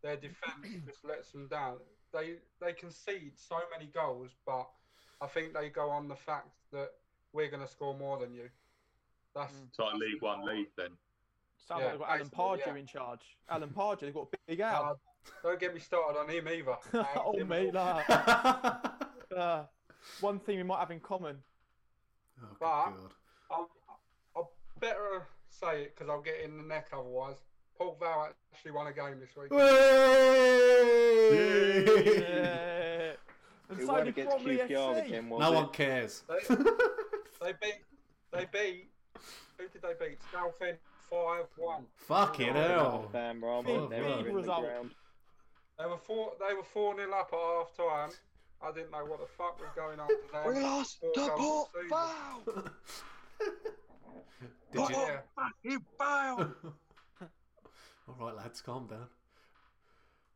Speaker 7: their defence
Speaker 6: *clears throat*
Speaker 7: just lets them down. They they concede so many goals, but I think they go on the fact that we're going to score more than you. That's
Speaker 6: Mm.
Speaker 5: It's like League One league then.
Speaker 6: Sounds
Speaker 7: Yeah,
Speaker 6: like they've got Alan
Speaker 7: basically,
Speaker 6: Pardew
Speaker 7: yeah.
Speaker 6: in charge. Alan Pardew, they've got
Speaker 7: *laughs*
Speaker 6: Big
Speaker 7: uh,
Speaker 6: *laughs* Al.
Speaker 7: don't get me started on
Speaker 6: *laughs*
Speaker 7: him either. Um,
Speaker 6: oh,
Speaker 7: Him-
Speaker 6: mate. Like,
Speaker 3: *laughs* oh
Speaker 6: uh, one thing we might have in common.
Speaker 3: good
Speaker 7: But-
Speaker 3: god.
Speaker 7: I'll, I'll better say it because I'll get in the neck otherwise. Paul Val actually won a game this week.
Speaker 3: Whey!
Speaker 6: Yeah. And
Speaker 4: Who
Speaker 6: so
Speaker 4: won
Speaker 6: did
Speaker 4: against
Speaker 6: Bromley
Speaker 4: QPR
Speaker 6: FC.
Speaker 4: again? Was
Speaker 3: No
Speaker 4: it?
Speaker 3: one cares.
Speaker 7: They- They beat. They beat. Who did they beat? Southend five one.
Speaker 3: *laughs* Fucking hell.
Speaker 4: Damn, Rama,
Speaker 3: Big,
Speaker 4: they were
Speaker 3: big
Speaker 4: in the
Speaker 6: result.
Speaker 4: ground.
Speaker 7: They were four. They were four nil up at half time. I didn't know what the fuck was going on. with them.
Speaker 4: We lost
Speaker 7: Four
Speaker 4: to
Speaker 7: goals
Speaker 4: Port
Speaker 7: conceded.
Speaker 4: Vale.
Speaker 3: Did you?
Speaker 7: Yeah.
Speaker 3: *laughs* All right, lads, calm down.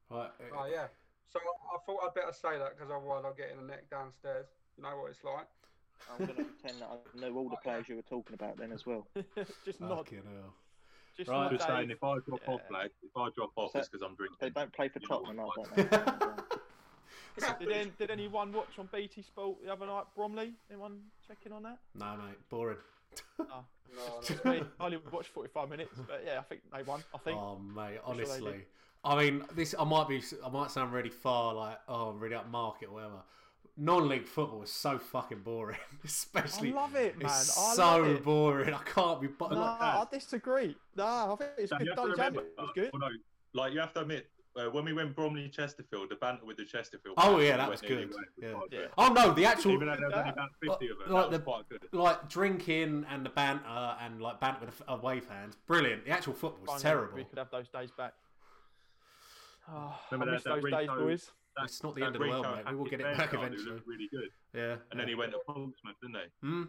Speaker 3: Right, uh,
Speaker 7: Oh yeah. So I, I thought I'd better say that because otherwise I'll get in the neck downstairs. You know what it's like.
Speaker 4: I'm going to pretend that I know
Speaker 5: *laughs*
Speaker 4: all the players you were talking about then as well.
Speaker 6: *laughs* just not.
Speaker 3: fucking hell.
Speaker 6: *laughs* Just
Speaker 3: Right,
Speaker 6: not.
Speaker 5: just saying,
Speaker 6: Dave.
Speaker 5: if I drop off,
Speaker 6: Yeah.
Speaker 5: like, if I drop off,
Speaker 4: So-
Speaker 5: it's because I'm drinking.
Speaker 4: They don't play for
Speaker 5: You know
Speaker 4: Tottenham, I
Speaker 5: what?
Speaker 6: *laughs*
Speaker 4: don't know.
Speaker 3: *laughs*
Speaker 6: Did, any, did anyone watch on BT Sport the other night Bromley? Anyone checking on that?
Speaker 3: no, mate, boring.
Speaker 7: *laughs* No, no,
Speaker 3: Just
Speaker 7: no.
Speaker 6: I only watched 45 minutes, but yeah, I think they won. I think.
Speaker 3: Oh mate,
Speaker 6: I'm sure they
Speaker 3: honestly, I mean, this I might be, I might sound really far, like oh, really upmarket or whatever. Non-league football is so fucking boring, *laughs* especially.
Speaker 6: I love it, man.
Speaker 3: It's
Speaker 6: I
Speaker 3: so
Speaker 6: love it.
Speaker 3: boring. I can't be. But
Speaker 6: No,
Speaker 3: like,
Speaker 6: I disagree. No, I think it's
Speaker 5: You
Speaker 6: good.
Speaker 5: have to
Speaker 6: Done
Speaker 5: remember,
Speaker 6: Janet. It was good.
Speaker 5: oh, no, like you have to admit, uh, when we went Bromley Chesterfield, the banter with the Chesterfield.
Speaker 3: Oh,
Speaker 5: fans
Speaker 3: yeah, that was
Speaker 5: went nearly
Speaker 3: good.
Speaker 5: went, was
Speaker 3: Yeah.
Speaker 5: quite
Speaker 6: Yeah.
Speaker 5: good.
Speaker 3: oh no, the
Speaker 5: Even
Speaker 3: actual
Speaker 5: though there was only about fifty of them,
Speaker 3: Like
Speaker 5: that was
Speaker 3: the-
Speaker 5: quite good.
Speaker 3: like drinking and the banter and like banter with the f- uh, wave hands, brilliant. The actual football was
Speaker 6: Finally,
Speaker 3: terrible.
Speaker 6: We could have those days back. *sighs* Oh, I
Speaker 5: Remember that-
Speaker 6: miss
Speaker 5: that
Speaker 6: those days,
Speaker 5: Rico-
Speaker 6: boys.
Speaker 3: It's not the end of the
Speaker 5: Rico
Speaker 3: world, mate. We will
Speaker 5: Hackett
Speaker 3: get it back
Speaker 5: haircut, who
Speaker 3: eventually.
Speaker 5: looked Really good.
Speaker 3: Yeah.
Speaker 5: And then he went to Portsmouth, didn't he?
Speaker 3: Hmm?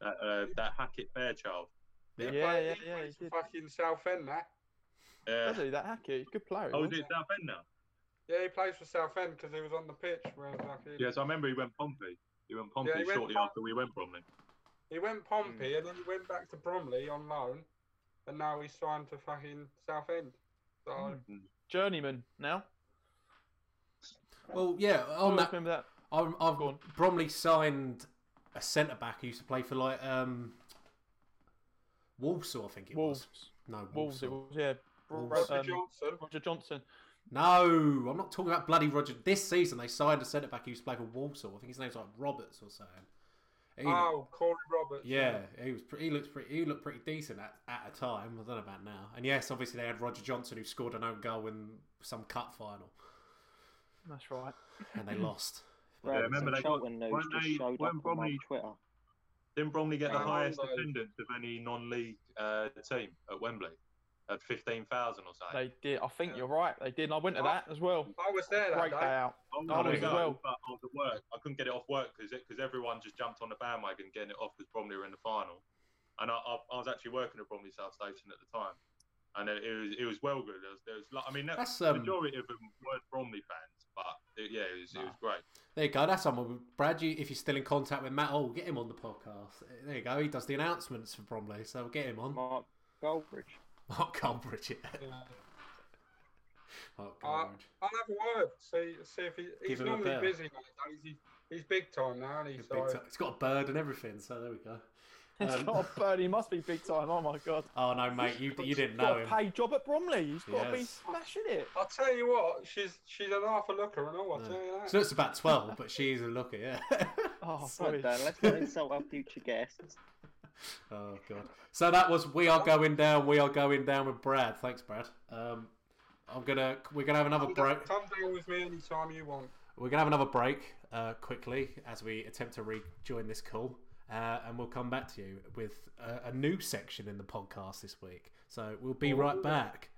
Speaker 5: That, uh, that Hackett Fairchild.
Speaker 7: He
Speaker 6: Yeah,
Speaker 7: played-
Speaker 6: yeah,
Speaker 7: he
Speaker 6: yeah,
Speaker 7: played
Speaker 6: he
Speaker 7: for
Speaker 6: did.
Speaker 7: Fucking Southend, that.
Speaker 5: Yeah.
Speaker 6: Does he, that hacky? Good player. he
Speaker 5: Uh, Oh,
Speaker 6: was.
Speaker 5: is it South End now?
Speaker 7: Yeah, he plays for Southend because he was on the pitch. Where fucking...
Speaker 5: Yes, I remember he went Pompey. He went Pompey
Speaker 7: he went
Speaker 5: shortly
Speaker 7: Pom-
Speaker 5: after we went Bromley.
Speaker 7: He went Pompey and then he went back to Bromley on loan, and now he's signed to fucking Southend. So
Speaker 3: Hmm.
Speaker 6: Journeyman now.
Speaker 3: Well, yeah. On
Speaker 6: Always
Speaker 3: that,
Speaker 6: remember that.
Speaker 3: I'm, I've
Speaker 6: Go on.
Speaker 3: Bromley signed a centre back who used to play for like um, Walsall, I think it
Speaker 6: Wolves.
Speaker 3: was. No,
Speaker 6: Wolves, it
Speaker 3: Walsall.
Speaker 6: was, yeah. Bro-
Speaker 3: Wolves.
Speaker 7: Roger
Speaker 6: um,
Speaker 7: Johnson,
Speaker 6: Roger Johnson.
Speaker 3: No, I'm not talking about bloody Roger. This season they signed a centre back who used to play for Walsall. I think his name's like Roberts or something. He
Speaker 6: Ah,
Speaker 3: looked-
Speaker 7: oh Corey Roberts.
Speaker 3: yeah, he was. Pretty, he looks pretty. He looked pretty decent at, at a time. I don't know about now. And yes, obviously they had Roger Johnson who scored an own goal in some cup final,
Speaker 6: That's right.
Speaker 3: and
Speaker 6: *laughs*
Speaker 3: they lost.
Speaker 5: Yeah,
Speaker 4: Right, some
Speaker 5: remember they got-
Speaker 4: Charlton news
Speaker 5: weren't
Speaker 4: just
Speaker 5: they-
Speaker 4: showed up
Speaker 5: weren't
Speaker 4: on my
Speaker 5: Bromley-
Speaker 4: Twitter.
Speaker 5: Didn't Bromley get the
Speaker 7: Ronaldo.
Speaker 5: highest attendance of any non-league uh, team at Wembley? At 15,000 or something.
Speaker 6: They did. I think you're right. They did. And I went to
Speaker 7: Oh,
Speaker 6: that as well.
Speaker 7: I was there that
Speaker 6: Great
Speaker 7: day.
Speaker 6: day out.
Speaker 5: Oh,
Speaker 6: Oh,
Speaker 5: no,
Speaker 3: as
Speaker 5: no,
Speaker 6: well.
Speaker 5: but I was at work. I couldn't get it off work because everyone just jumped on the bandwagon getting it off because Bromley were in the final. And I, I, I was actually working at Bromley South Station at the time. And it, it was it was well good. There was, there was, lo- I mean, that,
Speaker 3: That's
Speaker 5: the
Speaker 3: um.
Speaker 5: majority of them weren't Bromley fans, but it, yeah, it was, it was great.
Speaker 3: There you go. That's someone. with- Brad, you, if you're still in contact with Matt, oh, get him on the podcast. There you go. He does the announcements for Bromley, so get him on.
Speaker 4: Mark Goldbridge.
Speaker 3: Mark Culbridge. Yeah.
Speaker 7: Yeah.
Speaker 3: Mark
Speaker 6: Ah,
Speaker 7: Uh,
Speaker 3: Culbridge.
Speaker 7: I'll have a word. See, see if he, he's
Speaker 3: him a
Speaker 7: normally
Speaker 3: bell.
Speaker 7: busy nowadays. He, he's big time now, and
Speaker 3: He's
Speaker 7: he's
Speaker 3: big
Speaker 7: like,
Speaker 3: time. It's got a bird and everything, so there we go.
Speaker 6: *laughs* *laughs* It's
Speaker 3: Um,
Speaker 6: not a bird. He must be big time. Oh, my God.
Speaker 3: Oh no, mate, you you didn't
Speaker 6: He's
Speaker 3: know
Speaker 6: got a
Speaker 3: him.
Speaker 6: paid job at Bromley. He's got to be
Speaker 3: Yes.
Speaker 6: smashing it.
Speaker 7: I'll tell you what, she's she's an half a looker and all. I'll
Speaker 3: No.
Speaker 7: tell you that.
Speaker 3: She looks about twelve, but she is a looker. Yeah. *laughs*
Speaker 6: Oh,
Speaker 4: Right,
Speaker 6: boys.
Speaker 4: Dan, let's not insult our future guests.
Speaker 3: Oh god. So that was we are going down. We are going down with Brad. Thanks, Brad. Um, I'm gonna we're gonna have another
Speaker 7: Come down,
Speaker 3: break.
Speaker 7: come down with me anytime you want.
Speaker 3: We're gonna have another break uh, quickly as we attempt to rejoin this call, uh, and we'll come back to you with a, a new section in the podcast this week. So we'll be right back.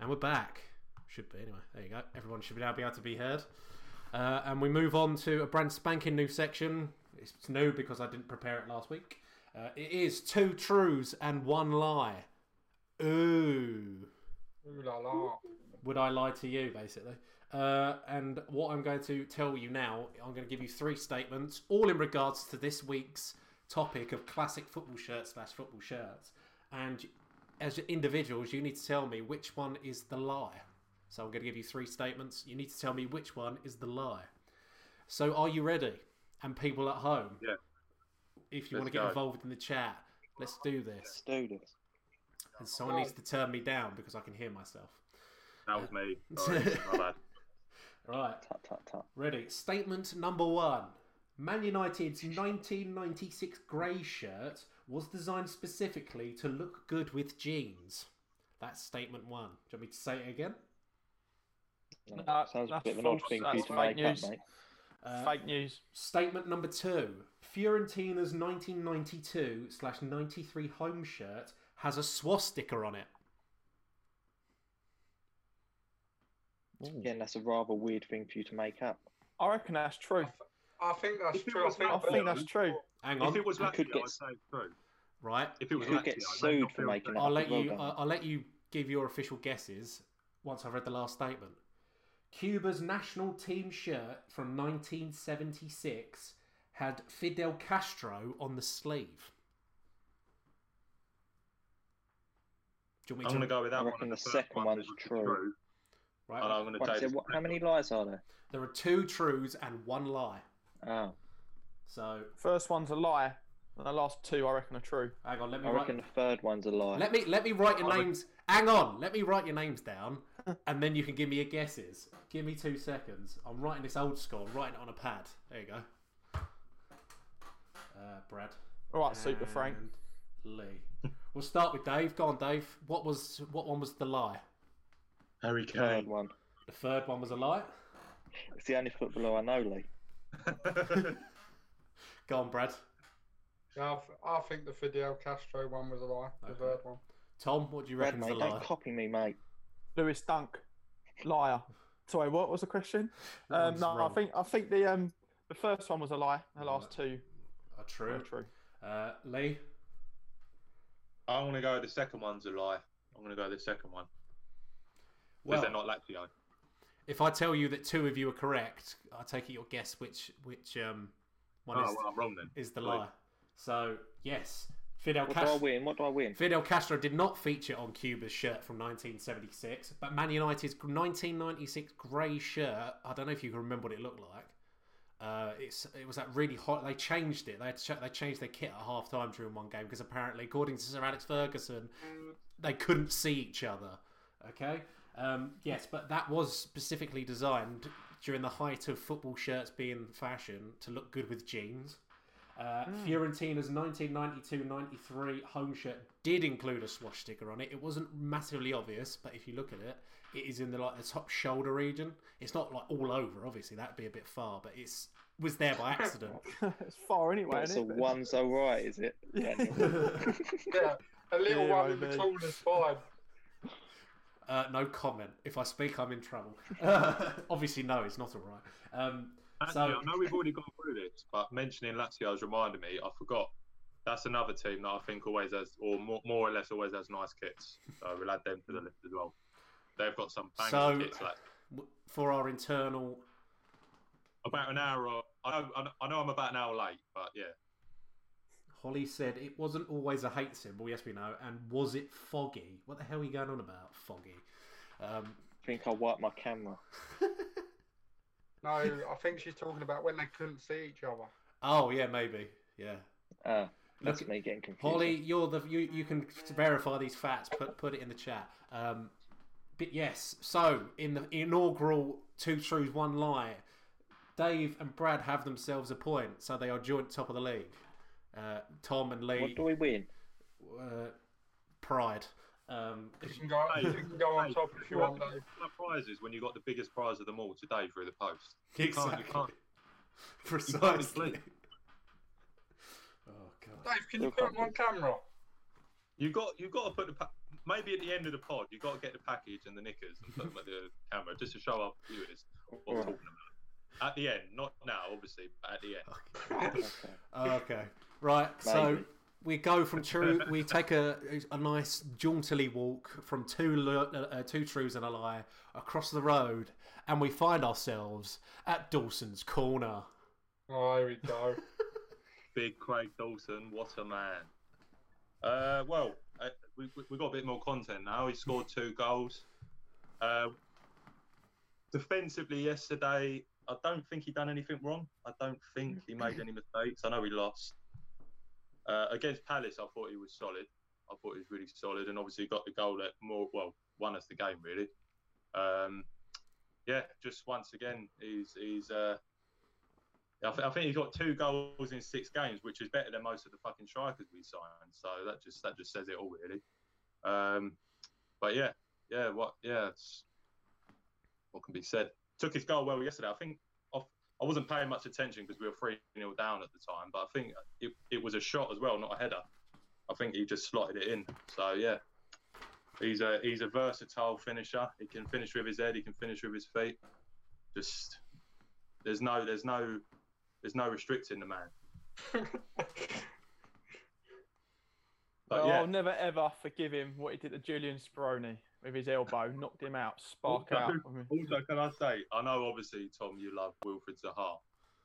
Speaker 3: And we're back. Should be, anyway. There you go. Everyone should now be able to be heard. Uh, and we move on to a brand spanking new section. It's new because I didn't prepare it last week. Uh, it is two truths and one lie. Ooh.
Speaker 7: Ooh la la.
Speaker 3: Would I lie to you, basically? Uh, and what I'm going to tell you now, I'm going to give you three statements, all in regards to this week's topic of classic football shirts slash football shirts. And as individuals, you need to tell me which one is the lie. So I'm going to give you three statements. You need to tell me which one is the lie. So are you ready? And people at home,
Speaker 5: Yeah.
Speaker 3: if you
Speaker 5: Let's
Speaker 3: want to get
Speaker 5: go.
Speaker 3: involved in the chat, let's do this.
Speaker 4: Let's do this.
Speaker 3: And someone needs to turn me down because I can hear myself.
Speaker 5: That was
Speaker 6: *laughs*
Speaker 5: me. Sorry, my bad.
Speaker 3: Right.
Speaker 4: Tut tut tut.
Speaker 3: Ready. Statement number one Man United's 1996 grey shirt was designed specifically to look good with jeans. That's statement one. Do you want me to say it again?
Speaker 4: No,
Speaker 6: No,
Speaker 4: sounds a
Speaker 6: that's
Speaker 4: bit of an odd
Speaker 6: false.
Speaker 4: thing for you
Speaker 6: That's
Speaker 4: to
Speaker 6: fake
Speaker 4: make up,
Speaker 6: news.
Speaker 4: mate.
Speaker 3: Uh,
Speaker 6: Fake news.
Speaker 3: Statement number two Fiorentina's 1992 slash 93 home shirt has a swastika on it.
Speaker 4: Again, that's a rather weird thing for you to make up.
Speaker 6: I reckon that's true.
Speaker 7: I think
Speaker 3: *laughs*
Speaker 7: that's
Speaker 5: If it
Speaker 7: true. I
Speaker 5: was
Speaker 7: think,
Speaker 6: I
Speaker 5: not
Speaker 6: think
Speaker 5: Bernie-
Speaker 6: that's true.
Speaker 3: Hang
Speaker 5: If
Speaker 3: on.
Speaker 5: it was
Speaker 4: You
Speaker 5: Lazio,
Speaker 4: could get-
Speaker 5: I'd say it's true.
Speaker 3: Right.
Speaker 5: If it was
Speaker 4: You
Speaker 5: Lazio,
Speaker 4: could get
Speaker 5: I'd
Speaker 4: sued
Speaker 5: not
Speaker 4: for
Speaker 5: feel
Speaker 4: making
Speaker 5: safe.
Speaker 4: up.
Speaker 3: I'll let
Speaker 4: well
Speaker 3: you.
Speaker 4: done.
Speaker 3: I- I'll let you give your official guesses once I've read the last statement. Cuba's national team shirt from 1976 had Fidel Castro on the sleeve. Do you
Speaker 5: I'm
Speaker 3: want me
Speaker 5: going
Speaker 3: to?
Speaker 5: to go with that
Speaker 4: I
Speaker 5: one.
Speaker 4: reckon
Speaker 5: as
Speaker 4: the
Speaker 5: first
Speaker 4: second
Speaker 5: one
Speaker 4: one's
Speaker 5: was
Speaker 4: true.
Speaker 3: Right.
Speaker 5: And I'm going to
Speaker 4: Wait,
Speaker 5: take
Speaker 4: so
Speaker 5: this
Speaker 4: what, how
Speaker 5: back.
Speaker 4: many lies are there?
Speaker 3: There are two truths and one lie.
Speaker 4: Oh,
Speaker 3: So
Speaker 6: First one's a lie, and the last two I reckon are true.
Speaker 3: hang on. Let me
Speaker 4: I reckon
Speaker 3: write.
Speaker 4: the third one's a lie.
Speaker 3: Let me let me write your
Speaker 5: I would-
Speaker 3: names. Hang on. Let me write your names down, and then you can give me your guesses. Give me two seconds. I'm writing this old school. I'm writing it on a pad. There you go. Uh, Brad.
Speaker 6: All right, Super Frank.
Speaker 3: and Lee. We'll start with Dave. Go on, Dave. What was what one was the lie?
Speaker 5: Harry
Speaker 4: Third
Speaker 5: Kane.
Speaker 4: one.
Speaker 3: The third one was a lie.
Speaker 4: It's the only footballer I know, Lee.
Speaker 5: *laughs*
Speaker 3: Go on, Brad.
Speaker 7: Yeah, I, th- I think the Fidel Castro one was a lie. The
Speaker 3: Okay.
Speaker 7: third one.
Speaker 3: Tom, what do you
Speaker 4: Brad,
Speaker 3: reckon
Speaker 4: mate,
Speaker 3: was the lie?
Speaker 4: don't copy me, mate.
Speaker 6: Lewis Dunk, liar. Sorry, what was the question?
Speaker 3: That
Speaker 6: Um,
Speaker 3: one's
Speaker 6: no,
Speaker 3: wrong.
Speaker 6: I think I think the um the first one was a lie. The last two
Speaker 3: Are
Speaker 6: were
Speaker 3: true.
Speaker 6: true. *laughs*
Speaker 3: Uh, Lee.
Speaker 5: I'm going to go the second one's a lie. I'm going to go the second one.
Speaker 3: Well,
Speaker 5: Because they're not Lazio.
Speaker 3: if I tell you that two of you are correct, I take it your guess which which um
Speaker 5: Oh,
Speaker 3: one is,
Speaker 5: well, I'm wrong then.
Speaker 3: is the
Speaker 5: Right.
Speaker 3: lie. So yes, Fidel
Speaker 4: What do I
Speaker 3: Castro.
Speaker 4: win? What do I
Speaker 3: *laughs*
Speaker 4: win?
Speaker 3: Fidel Castro did not feature on Cuba's shirt from 1976, but Man United's 1996 grey shirt, I don't know if you can remember what it looked like. Uh, it's it was that really hot. They changed it. They had to, ch- they changed their kit at half time during one game because apparently, according to Sir Alex Ferguson, they couldn't see each other. Okay. Um, yes, but that was specifically designed during the height of football shirts being fashion to look good with jeans. Uh, Fiorentina's 1992-93 home shirt did include a swash sticker on it. It wasn't massively obvious, but if you look at it, it is in the like the top shoulder region. It's not like all over, obviously. That'd be a bit far, but it's was there by accident.
Speaker 6: it's far anyway.
Speaker 4: That's
Speaker 6: Isn't
Speaker 4: a
Speaker 6: it? But-
Speaker 4: one's alright, is
Speaker 3: *laughs*
Speaker 4: it? Daniel?
Speaker 7: Yeah, a little
Speaker 6: Yeah,
Speaker 7: one in
Speaker 6: mate.
Speaker 7: the corner's fine.
Speaker 3: Uh, no comment. If I speak, I'm in trouble. obviously, no, it's not all right. Um,
Speaker 5: Actually,
Speaker 3: So-
Speaker 5: I know we've already gone through this, but mentioning Lazio has reminded me. I forgot. That's another team that I think always has, or more, more or less always has nice kits. So we'll add them to the list as well. They've got some banging
Speaker 3: So-
Speaker 5: kits. Like
Speaker 3: w- for our internal,
Speaker 5: about an hour. Or, I know. I know- I know I'm about an hour late, but yeah.
Speaker 3: Holly said it wasn't always a hate symbol. Yes, we know. And was it foggy? What the hell are you going on about, foggy? Um, *laughs*
Speaker 4: I think I wiped my camera.
Speaker 7: No, I think she's talking about when they couldn't see each other.
Speaker 3: oh yeah, maybe. Yeah.
Speaker 4: Ah, that's
Speaker 3: Look-
Speaker 4: me getting confused.
Speaker 3: Holly, you're the you, you can verify these facts. Put put it in the chat. Um, but yes, so in the inaugural two truths one lie, Dave and Brad have themselves a point, so they are joint top of the league. Uh, Tom and
Speaker 4: What
Speaker 3: Lee,
Speaker 4: do we
Speaker 3: *laughs*
Speaker 4: win?
Speaker 3: uh, pride. Um, 'cause
Speaker 7: You can go, you can go on top if you want, Dave.
Speaker 5: The prizes when you got the biggest prize of them all today through the post.
Speaker 3: you-
Speaker 5: You
Speaker 3: *laughs*
Speaker 5: can't-
Speaker 3: exactly.
Speaker 5: you can't-
Speaker 3: *laughs* Precisely.
Speaker 5: sleep.
Speaker 3: oh god.
Speaker 7: Dave, can you
Speaker 4: Look
Speaker 7: put
Speaker 4: up.
Speaker 7: it on camera?
Speaker 5: You got you got to put the pa- maybe at the end of the pod, you got to get the package and the knickers and put them at the camera just to show our viewers what we're talking about. At the end, not now, obviously, but at the end.
Speaker 4: Okay.
Speaker 3: Okay. Right. So
Speaker 4: Maybe.
Speaker 3: we go from true. We take a a nice jauntily walk from two lo- uh, uh, two truths and a lie across the road, and we find ourselves at Dawson's Corner.
Speaker 7: *laughs* Oh, here we go. *laughs*
Speaker 5: Big Craig Dawson, what a man. Uh, well, uh, we, we, we got a bit more content now. He scored two goals. Uh, defensively yesterday, I don't think he done anything wrong. I don't think he made any mistakes. I know he lost. Uh, against Palace, I thought he was solid. I thought he was really solid, and obviously got the goal that more well won us the game really. Um, yeah, just once again, he's he's uh, I, th- I think he's got two goals in six games, which is better than most of the fucking strikers we signed. So that just that just says it all, really. Um, but yeah, yeah, what yeah, it's, what can be said? Took his goal well yesterday. I think off, I wasn't paying much attention because we were three 0 down at the time, but I think it, it was a shot as well, not a header. I think he just slotted it in. So yeah, he's a he's a versatile finisher. He can finish with his head. He can finish with his feet. Just there's no there's no there's no restricting the man. But
Speaker 6: Well,
Speaker 5: yeah,
Speaker 6: I'll never ever forgive him what he did to Julian Speroni with his elbow, knocked him out, spark
Speaker 5: Oh, no. *laughs*
Speaker 6: out. I mean,
Speaker 5: Also, can I say, I know obviously, Tom, you love Wilfred Zaha,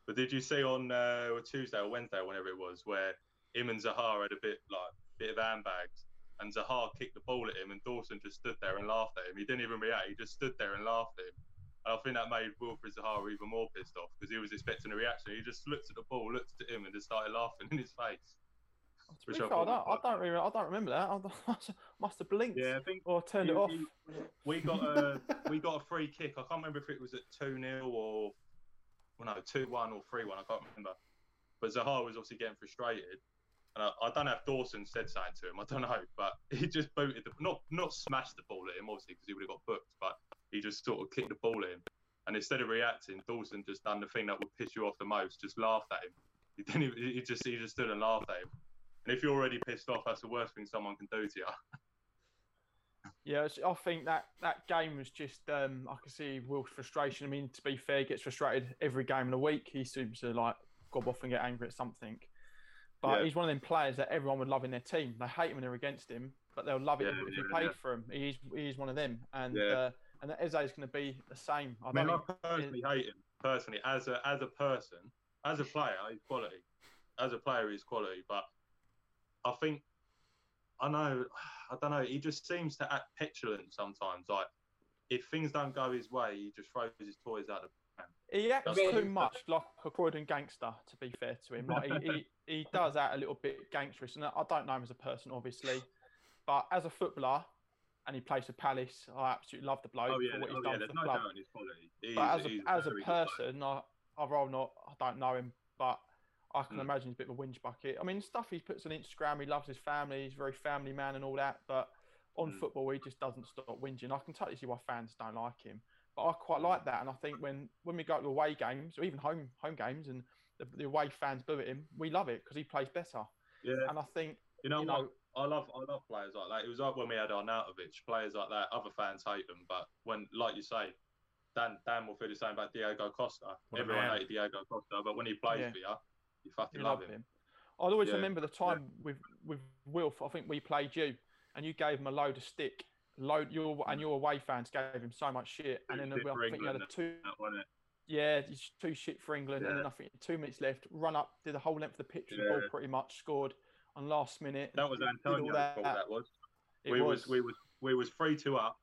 Speaker 5: but did you see on uh, Tuesday or Wednesday, whenever it was, where him and Zaha had a bit like bit of handbags, and Zaha kicked the ball at him, and Dawson just stood there and laughed at him. He didn't even react; he just stood there and laughed at him. And I think that made Wilfred Zaha even more pissed off because he was expecting a reaction. He just looked at the ball, looked at him, and just started laughing in his face.
Speaker 6: to be
Speaker 5: Which
Speaker 6: fair,
Speaker 5: I
Speaker 6: I
Speaker 5: thought
Speaker 6: don't, I
Speaker 5: was quite
Speaker 6: don't, really, I don't remember that. I *laughs* don't- must have blinked
Speaker 5: Yeah, I think
Speaker 6: or turned it
Speaker 5: You-
Speaker 6: off.
Speaker 5: you- we got
Speaker 6: *laughs*
Speaker 5: a we got a free kick. I can't remember if it was at two 0 or well, no two one or three one. I can't remember. But Zaha was obviously getting frustrated, and I, I don't know if Dawson said something to him. I don't know, but *laughs* he just booted the not not smashed the ball at him obviously because he would have got booked, but he just sort of kicked the ball at him. And instead of reacting, Dawson just done the thing that would piss you off the most, just laughed at him. He didn't. Even, he just he just stood and laughed at him. And if you're already pissed off, that's the worst thing someone can do to you.
Speaker 6: Yeah, it's- I think that that game was just um, I could see Will's frustration. I mean, to be fair, he gets frustrated every game in a week. He seems to like gob off and get angry at something. But
Speaker 5: Yeah.
Speaker 6: he's one of them players that everyone would love in their team. They hate him when they're against him, but they'll love it
Speaker 5: Yeah,
Speaker 6: if you
Speaker 5: yeah,
Speaker 6: paid
Speaker 5: yeah.
Speaker 6: for him. He's he's one of them, and
Speaker 5: Yeah.
Speaker 6: uh, and Eze is going to be the same. I
Speaker 5: I mean,
Speaker 6: don't
Speaker 5: I
Speaker 6: think-
Speaker 5: personally hate him personally as a as a person, as a player, he's quality. As a player, he's quality. But I think I know. I don't know. He just seems to act petulant sometimes. Like if things don't go his way, he just throws his toys out the.
Speaker 6: He acts
Speaker 5: Does-
Speaker 6: too much like a Croydon gangster, to be fair to him. Like he, he, he
Speaker 5: *laughs*
Speaker 6: does act a little bit gangsterish, and I I don't know him as a person, obviously, but as a footballer, and he plays for Palace. I absolutely love the bloke
Speaker 5: Oh yeah,
Speaker 6: for what he's
Speaker 5: oh,
Speaker 6: done
Speaker 5: yeah.
Speaker 6: for
Speaker 5: There's
Speaker 6: the
Speaker 5: no
Speaker 6: club.
Speaker 5: doubt in his quality. He's,
Speaker 6: But as
Speaker 5: he's
Speaker 6: a, as a
Speaker 5: very good player.
Speaker 6: person, I I'd rather not. I don't know him, but I can
Speaker 5: Mm.
Speaker 6: imagine he's a bit of a whinge bucket. I mean, stuff he puts on Instagram. He loves his family. He's a very family man and all that. But on
Speaker 5: Mm.
Speaker 6: football, he just doesn't stop whinging. I can totally see why fans don't like him. But I quite
Speaker 5: Hmm.
Speaker 6: like that, and I think when, when we go to away games or even home home games, and the, the away fans boo at him, we love it because he plays better.
Speaker 5: Yeah,
Speaker 6: And I think
Speaker 5: you know,
Speaker 6: you
Speaker 5: what?
Speaker 6: know
Speaker 5: I love I love players like that. It was like when we had Arnautovic, players like that. Other fans hate them, but when, like you say, Dan Dan will feel the same about Diego Costa.
Speaker 3: What a
Speaker 5: Everyone
Speaker 3: man.
Speaker 5: hated Diego Costa, but when he plays
Speaker 6: Yeah.
Speaker 5: for you, you fucking
Speaker 6: you
Speaker 5: love
Speaker 6: love
Speaker 5: him.
Speaker 6: him. I'll always
Speaker 5: Yeah,
Speaker 6: remember the time with with Wilf. I think we played you, and you gave him a load of stick. Load your and your away fans gave him so much shit, and
Speaker 5: Two
Speaker 6: then
Speaker 5: shit
Speaker 6: I
Speaker 5: for
Speaker 6: think you had a
Speaker 5: England,
Speaker 6: two
Speaker 5: That wasn't it.
Speaker 6: yeah it's two shit for England, and
Speaker 5: Yeah.
Speaker 6: then I think two minutes left, run up, did the whole length of the pitch, with the ball
Speaker 5: Yeah.
Speaker 6: pretty much scored on last minute.
Speaker 5: That was
Speaker 6: did all
Speaker 5: Antonio's
Speaker 6: that.
Speaker 5: goal. That was.
Speaker 6: It
Speaker 5: we
Speaker 6: was,
Speaker 5: was. we was we was three two up.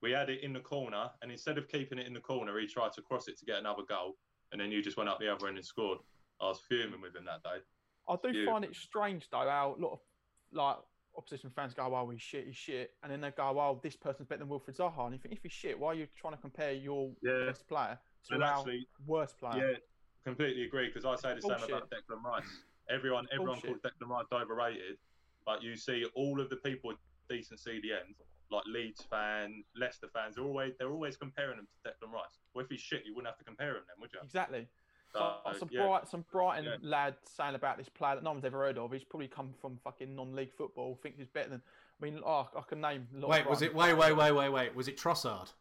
Speaker 5: We had it in the corner, and instead of keeping it in the corner, he tried to cross it to get another goal, and then you just went up the other end and scored. I was fuming with him that day.
Speaker 6: I do
Speaker 5: Yeah.
Speaker 6: find it strange though how a lot of like opposition fans go, "Oh, he's shit, he's shit," and then they go, "Oh, this person's better than Wilfred Zaha." And you think if he's shit, why are you trying to compare your
Speaker 5: Yeah,
Speaker 6: best player to
Speaker 5: and
Speaker 6: our
Speaker 5: actually,
Speaker 6: worst player?
Speaker 5: Yeah, completely agree. Because I say the same about
Speaker 6: Bullshit.
Speaker 5: Declan Rice. Everyone, everyone calls
Speaker 6: Bullshit.
Speaker 5: Declan Rice overrated, but you see all of the people with decent CDMs, like Leeds fans, Leicester fans, they're always they're always comparing him to Declan Rice. Well, if he's shit, you wouldn't have to compare him then, would you?
Speaker 6: Exactly.
Speaker 5: So,
Speaker 6: some
Speaker 5: yeah,
Speaker 6: bright, some Brighton
Speaker 5: Yeah.
Speaker 6: lad saying about this player that no one's ever heard of. He's probably come from fucking non-league football. Thinks he's better than. I mean, oh, I can name. a lot of
Speaker 3: Wait, was
Speaker 6: Brighton
Speaker 3: it? Wait, wait, wait, wait, wait. Was it Trossard?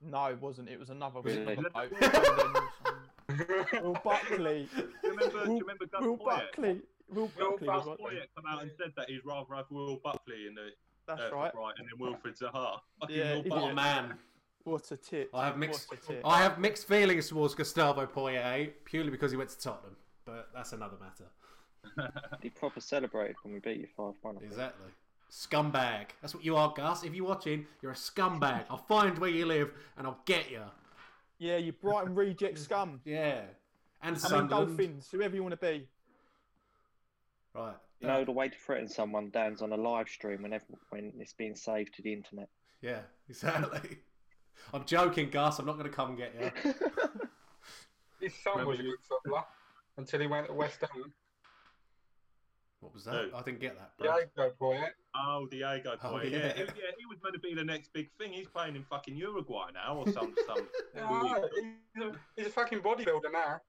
Speaker 6: No, it wasn't. It was another. it was
Speaker 4: Really?
Speaker 6: another bloke. Will
Speaker 5: *laughs*
Speaker 6: Buckley.
Speaker 5: do you remember, do you remember Gus
Speaker 6: Will
Speaker 5: Poyet?
Speaker 6: Buckley.
Speaker 5: Will
Speaker 6: Will Buckley. was
Speaker 5: Buckley
Speaker 6: one.
Speaker 5: come out and said that he'd rather have Will Buckley in the uh,
Speaker 6: That's
Speaker 5: for
Speaker 6: right.
Speaker 5: Brighton than Wilfred Zaha. Fucking
Speaker 6: Yeah,
Speaker 5: Will
Speaker 6: he-
Speaker 3: What
Speaker 5: Buckley.
Speaker 3: a Oh, man!
Speaker 6: What a tit.
Speaker 3: I have mixed.
Speaker 6: What a tit.
Speaker 3: I have mixed feelings towards Gustavo Poirier purely because he went to Tottenham, but that's another matter.
Speaker 4: He proper celebrated when we beat you 5 1.
Speaker 3: Exactly. Scumbag. That's what you are, Gus. If you're watching, you're a scumbag. I'll find where you live and I'll get you.
Speaker 6: Yeah, you Brighton reject
Speaker 3: *laughs*
Speaker 6: scum.
Speaker 3: Yeah. And
Speaker 6: I mean,
Speaker 3: Sunderland.
Speaker 6: Dolphins, whoever you want to be.
Speaker 3: Right. Yeah.
Speaker 4: No, the way to threaten someone, Dan's on a live stream when, every, when it's being saved to the internet.
Speaker 3: *laughs* Yeah, exactly. *laughs* I'm joking, Gus. I'm not going to come get you.
Speaker 7: His son
Speaker 5: Remember
Speaker 7: was a
Speaker 5: you-
Speaker 7: good footballer until he went to West Ham.
Speaker 3: What was that?
Speaker 5: Who?
Speaker 3: I didn't get that. Bro.
Speaker 7: Yeah, go for it.
Speaker 5: Oh, Diego
Speaker 3: Oh,
Speaker 5: Poyet. yeah.
Speaker 3: yeah.
Speaker 5: He, yeah, he was meant to be the next big thing. He's playing in fucking Uruguay now or some
Speaker 6: *laughs*
Speaker 5: some.
Speaker 7: No, he's, a, he's a fucking bodybuilder now.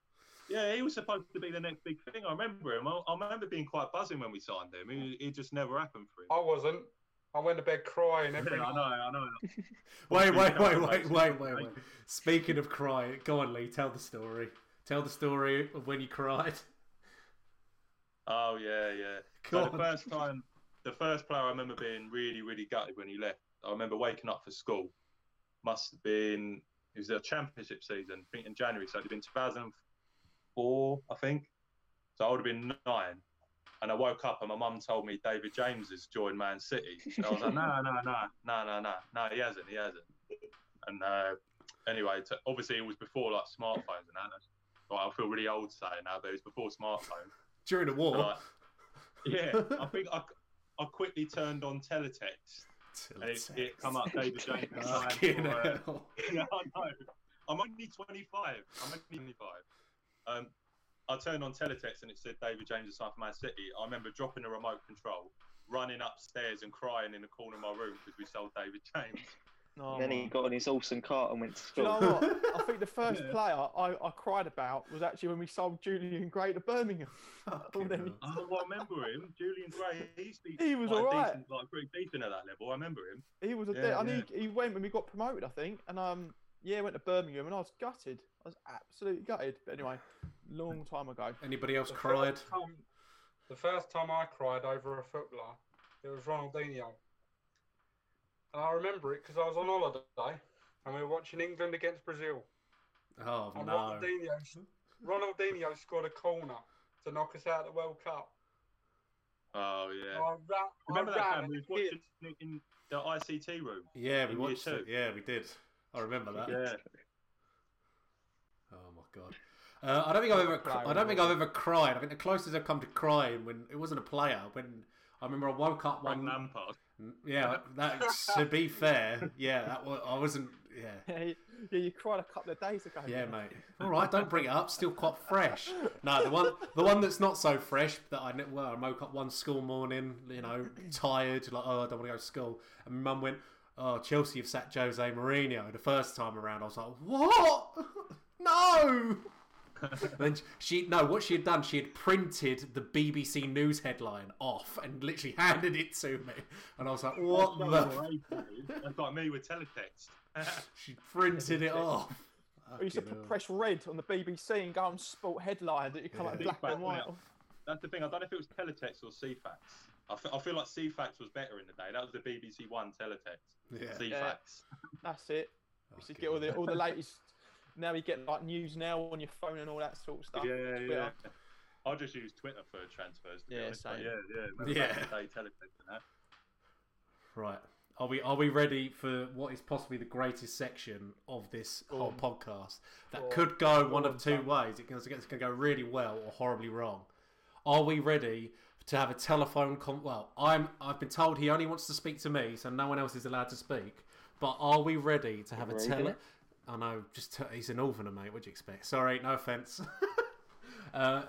Speaker 5: Yeah, he was supposed to be the next big thing. I remember him. I, I remember being quite buzzing when we signed him. It, it just never happened for him.
Speaker 7: I wasn't. I went to bed crying
Speaker 5: Yeah, *laughs*
Speaker 7: every
Speaker 5: I
Speaker 7: night.
Speaker 5: know, I know.
Speaker 3: *laughs* Wait,
Speaker 5: *laughs*
Speaker 3: wait, wait, wait, wait, wait, wait. Speaking of crying, go on, Lee. Tell the story. Tell the story of when you cried. *laughs*
Speaker 5: Oh yeah, yeah.
Speaker 3: Go
Speaker 5: So the
Speaker 3: on.
Speaker 5: first time, the first player I remember being really, really gutted when he left. I remember waking up for school. Must have been it was a championship season. I think in January, so it'd been 2004, I think. So I would have been nine, and I woke up and my mum told me David James has joined Man City. And I was like, *laughs* no, no, no, no, no, no, no, he hasn't, he hasn't. And uh, anyway, t- obviously it was before like smartphones and that. Well, I feel really old saying that, but it was before smartphones.
Speaker 3: During the war.
Speaker 5: And I- yeah, I think I, I quickly turned on teletext and it, it come up David
Speaker 6: *laughs*
Speaker 5: James. and I had
Speaker 3: Fucking
Speaker 5: to, uh, *laughs*
Speaker 3: *laughs* hell.
Speaker 5: yeah, I know. I'm only 25. I'm only 25. Um, I turned on teletext and it said David James is signed for Man City. I remember dropping the remote control, running upstairs and crying in the corner of my room because we sold David James.
Speaker 6: No.
Speaker 4: then he got on his Olsen cart and went to
Speaker 6: Do
Speaker 4: school.
Speaker 6: you know what? I think the first
Speaker 5: Yeah.
Speaker 6: player I, I cried about was actually when we sold Julian Gray to Birmingham. *laughs*
Speaker 3: Fucking
Speaker 6: then he-
Speaker 3: hell.
Speaker 5: Oh, I remember him, Julian Gray. He's
Speaker 6: *laughs* He was
Speaker 5: quite
Speaker 6: alright.
Speaker 5: decent, like pretty decent at that level. I remember him.
Speaker 6: He was a
Speaker 5: Yeah,
Speaker 6: dead. I
Speaker 5: yeah.
Speaker 6: think he went when we got promoted, I think, and um, yeah, went to Birmingham, and I was gutted. I was absolutely gutted. But anyway, long time ago. *laughs*
Speaker 3: Anybody else cried?
Speaker 7: First time, the first time I cried over a footballer, it was Ronaldinho. And I remember it because I was on holiday and we were watching England against Brazil.
Speaker 3: Oh
Speaker 7: And
Speaker 3: no.
Speaker 7: Ronaldinho, Ronaldinho scored a corner to knock us out of the World Cup.
Speaker 5: Oh yeah.
Speaker 7: I ran,
Speaker 5: Remember
Speaker 7: I
Speaker 5: that
Speaker 7: ran
Speaker 5: time we
Speaker 7: and
Speaker 5: was watching
Speaker 7: hid.
Speaker 5: it in the ICT room?
Speaker 3: Yeah, we
Speaker 5: You
Speaker 3: watched
Speaker 5: too.
Speaker 3: it. Yeah, we did. I remember that.
Speaker 5: Yeah.
Speaker 3: Oh my god. Uh, I don't think I've ever.
Speaker 6: Cry
Speaker 3: I don't think I've
Speaker 6: remember.
Speaker 3: ever cried. I think the closest I've come to crying when it wasn't a player. When I remember I woke up
Speaker 5: Frank
Speaker 3: one.
Speaker 5: Lampard.
Speaker 3: Yeah, that to be fair, yeah, that was, I wasn't. Yeah,
Speaker 6: yeah, you- yeah, you cried a couple of days ago.
Speaker 3: yeah, mate. All right, don't bring it up. Still quite fresh. No, the one, the one that's not so fresh that I kn- well, I woke up one school morning, you know, tired, like oh, I don't want to go to school, and Mum went, oh, Chelsea have sacked Jose Mourinho. The first time around, I was like, what? *laughs* no. then she no, what she had done, she had printed the BBC news headline off and literally handed it to me, and I was like, what
Speaker 5: That's
Speaker 3: the?
Speaker 5: so outrageous. That's like me with teletext.
Speaker 3: She printed
Speaker 6: *laughs*
Speaker 3: it off.
Speaker 6: We used to
Speaker 3: Fucking hell.
Speaker 6: press red on the BBC and go on sport headline that you come
Speaker 3: Yeah.
Speaker 6: out
Speaker 5: Big
Speaker 6: black
Speaker 5: back
Speaker 6: and white.
Speaker 5: now. That's the thing. I don't know if it was teletext or CFAX. I fe- I feel like CFAX was better in the day. That was the BBC One teletext.
Speaker 3: Yeah.
Speaker 5: CFAX.
Speaker 6: That's it. We used to
Speaker 3: Fucking
Speaker 6: get all the
Speaker 3: hell.
Speaker 6: all the latest. Now you get like news now on your phone and all that sort of stuff. Twitter.
Speaker 5: I just use Twitter for transfers. To be
Speaker 6: Yeah,
Speaker 5: honest, but
Speaker 6: same.
Speaker 5: yeah, yeah. remember
Speaker 3: Yeah.
Speaker 5: back in the Day teletext and that.
Speaker 3: Right. Are we are we ready for what is possibly the greatest section of this
Speaker 6: Go
Speaker 3: whole
Speaker 6: on.
Speaker 3: podcast? That
Speaker 7: Go on.
Speaker 3: could go one
Speaker 6: on,
Speaker 3: of two
Speaker 6: Sam.
Speaker 3: ways. It can, it's going to go really well or horribly wrong. Are we ready to have a telephone con? Well, I'm. I've been told he only wants to speak to me, so no one else is allowed to speak. But are we ready to have a
Speaker 4: Ready.
Speaker 3: tele? I know. Just t- he's an northerner, mate. What'd you expect? Sorry, no offense. *laughs* uh,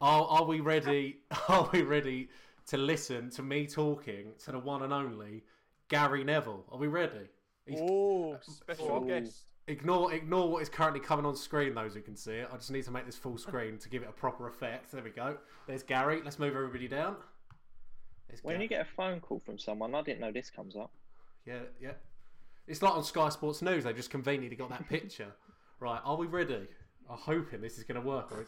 Speaker 3: are, are we ready? *laughs* Are we ready to listen to me talking to the one and only Gary Neville? Are we ready? He's,
Speaker 6: Oh, special
Speaker 4: Ooh.
Speaker 6: guest.
Speaker 3: Ignore ignore what is currently coming on screen. Those who can see it, I just need to make this full screen to give it a proper effect. There we go. There's Gary. Let's move everybody down. There's
Speaker 4: When
Speaker 3: Ga-
Speaker 4: you get a phone call from someone, I didn't know this comes up.
Speaker 3: Yeah, yeah. It's like on Sky Sports News. They just conveniently got that picture. right, are we ready? I'm hoping this is going to work. Or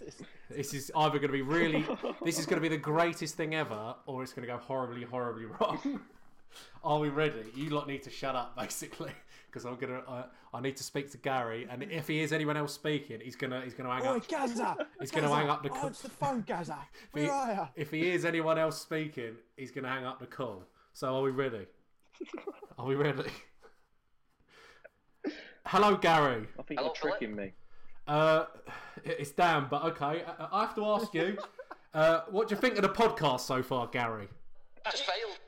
Speaker 3: it's, this is either going to be really, this is going to be the greatest thing ever, or it's going to go horribly, horribly wrong. *laughs* are we ready? You lot need to shut up, basically, *laughs* because I'm gonna, uh, I need to speak to Gary, and if he hears anyone else speaking, he's gonna, he's gonna hang
Speaker 6: Oi,
Speaker 3: up. *laughs*
Speaker 6: Gaza!
Speaker 3: He's gonna hang up the co-
Speaker 6: Oh, it's the phone,
Speaker 3: *laughs*
Speaker 6: Gaza.
Speaker 3: He-
Speaker 6: Where are you?
Speaker 3: If he hears anyone else speaking, he's gonna hang up the call. So are we ready? Are we ready? Hello, Gary.
Speaker 4: I think you're tricking me.
Speaker 3: Uh, it's Dan, but okay. I, I have to ask you, uh, what do you think of the podcast so far, Gary?
Speaker 9: That's failed.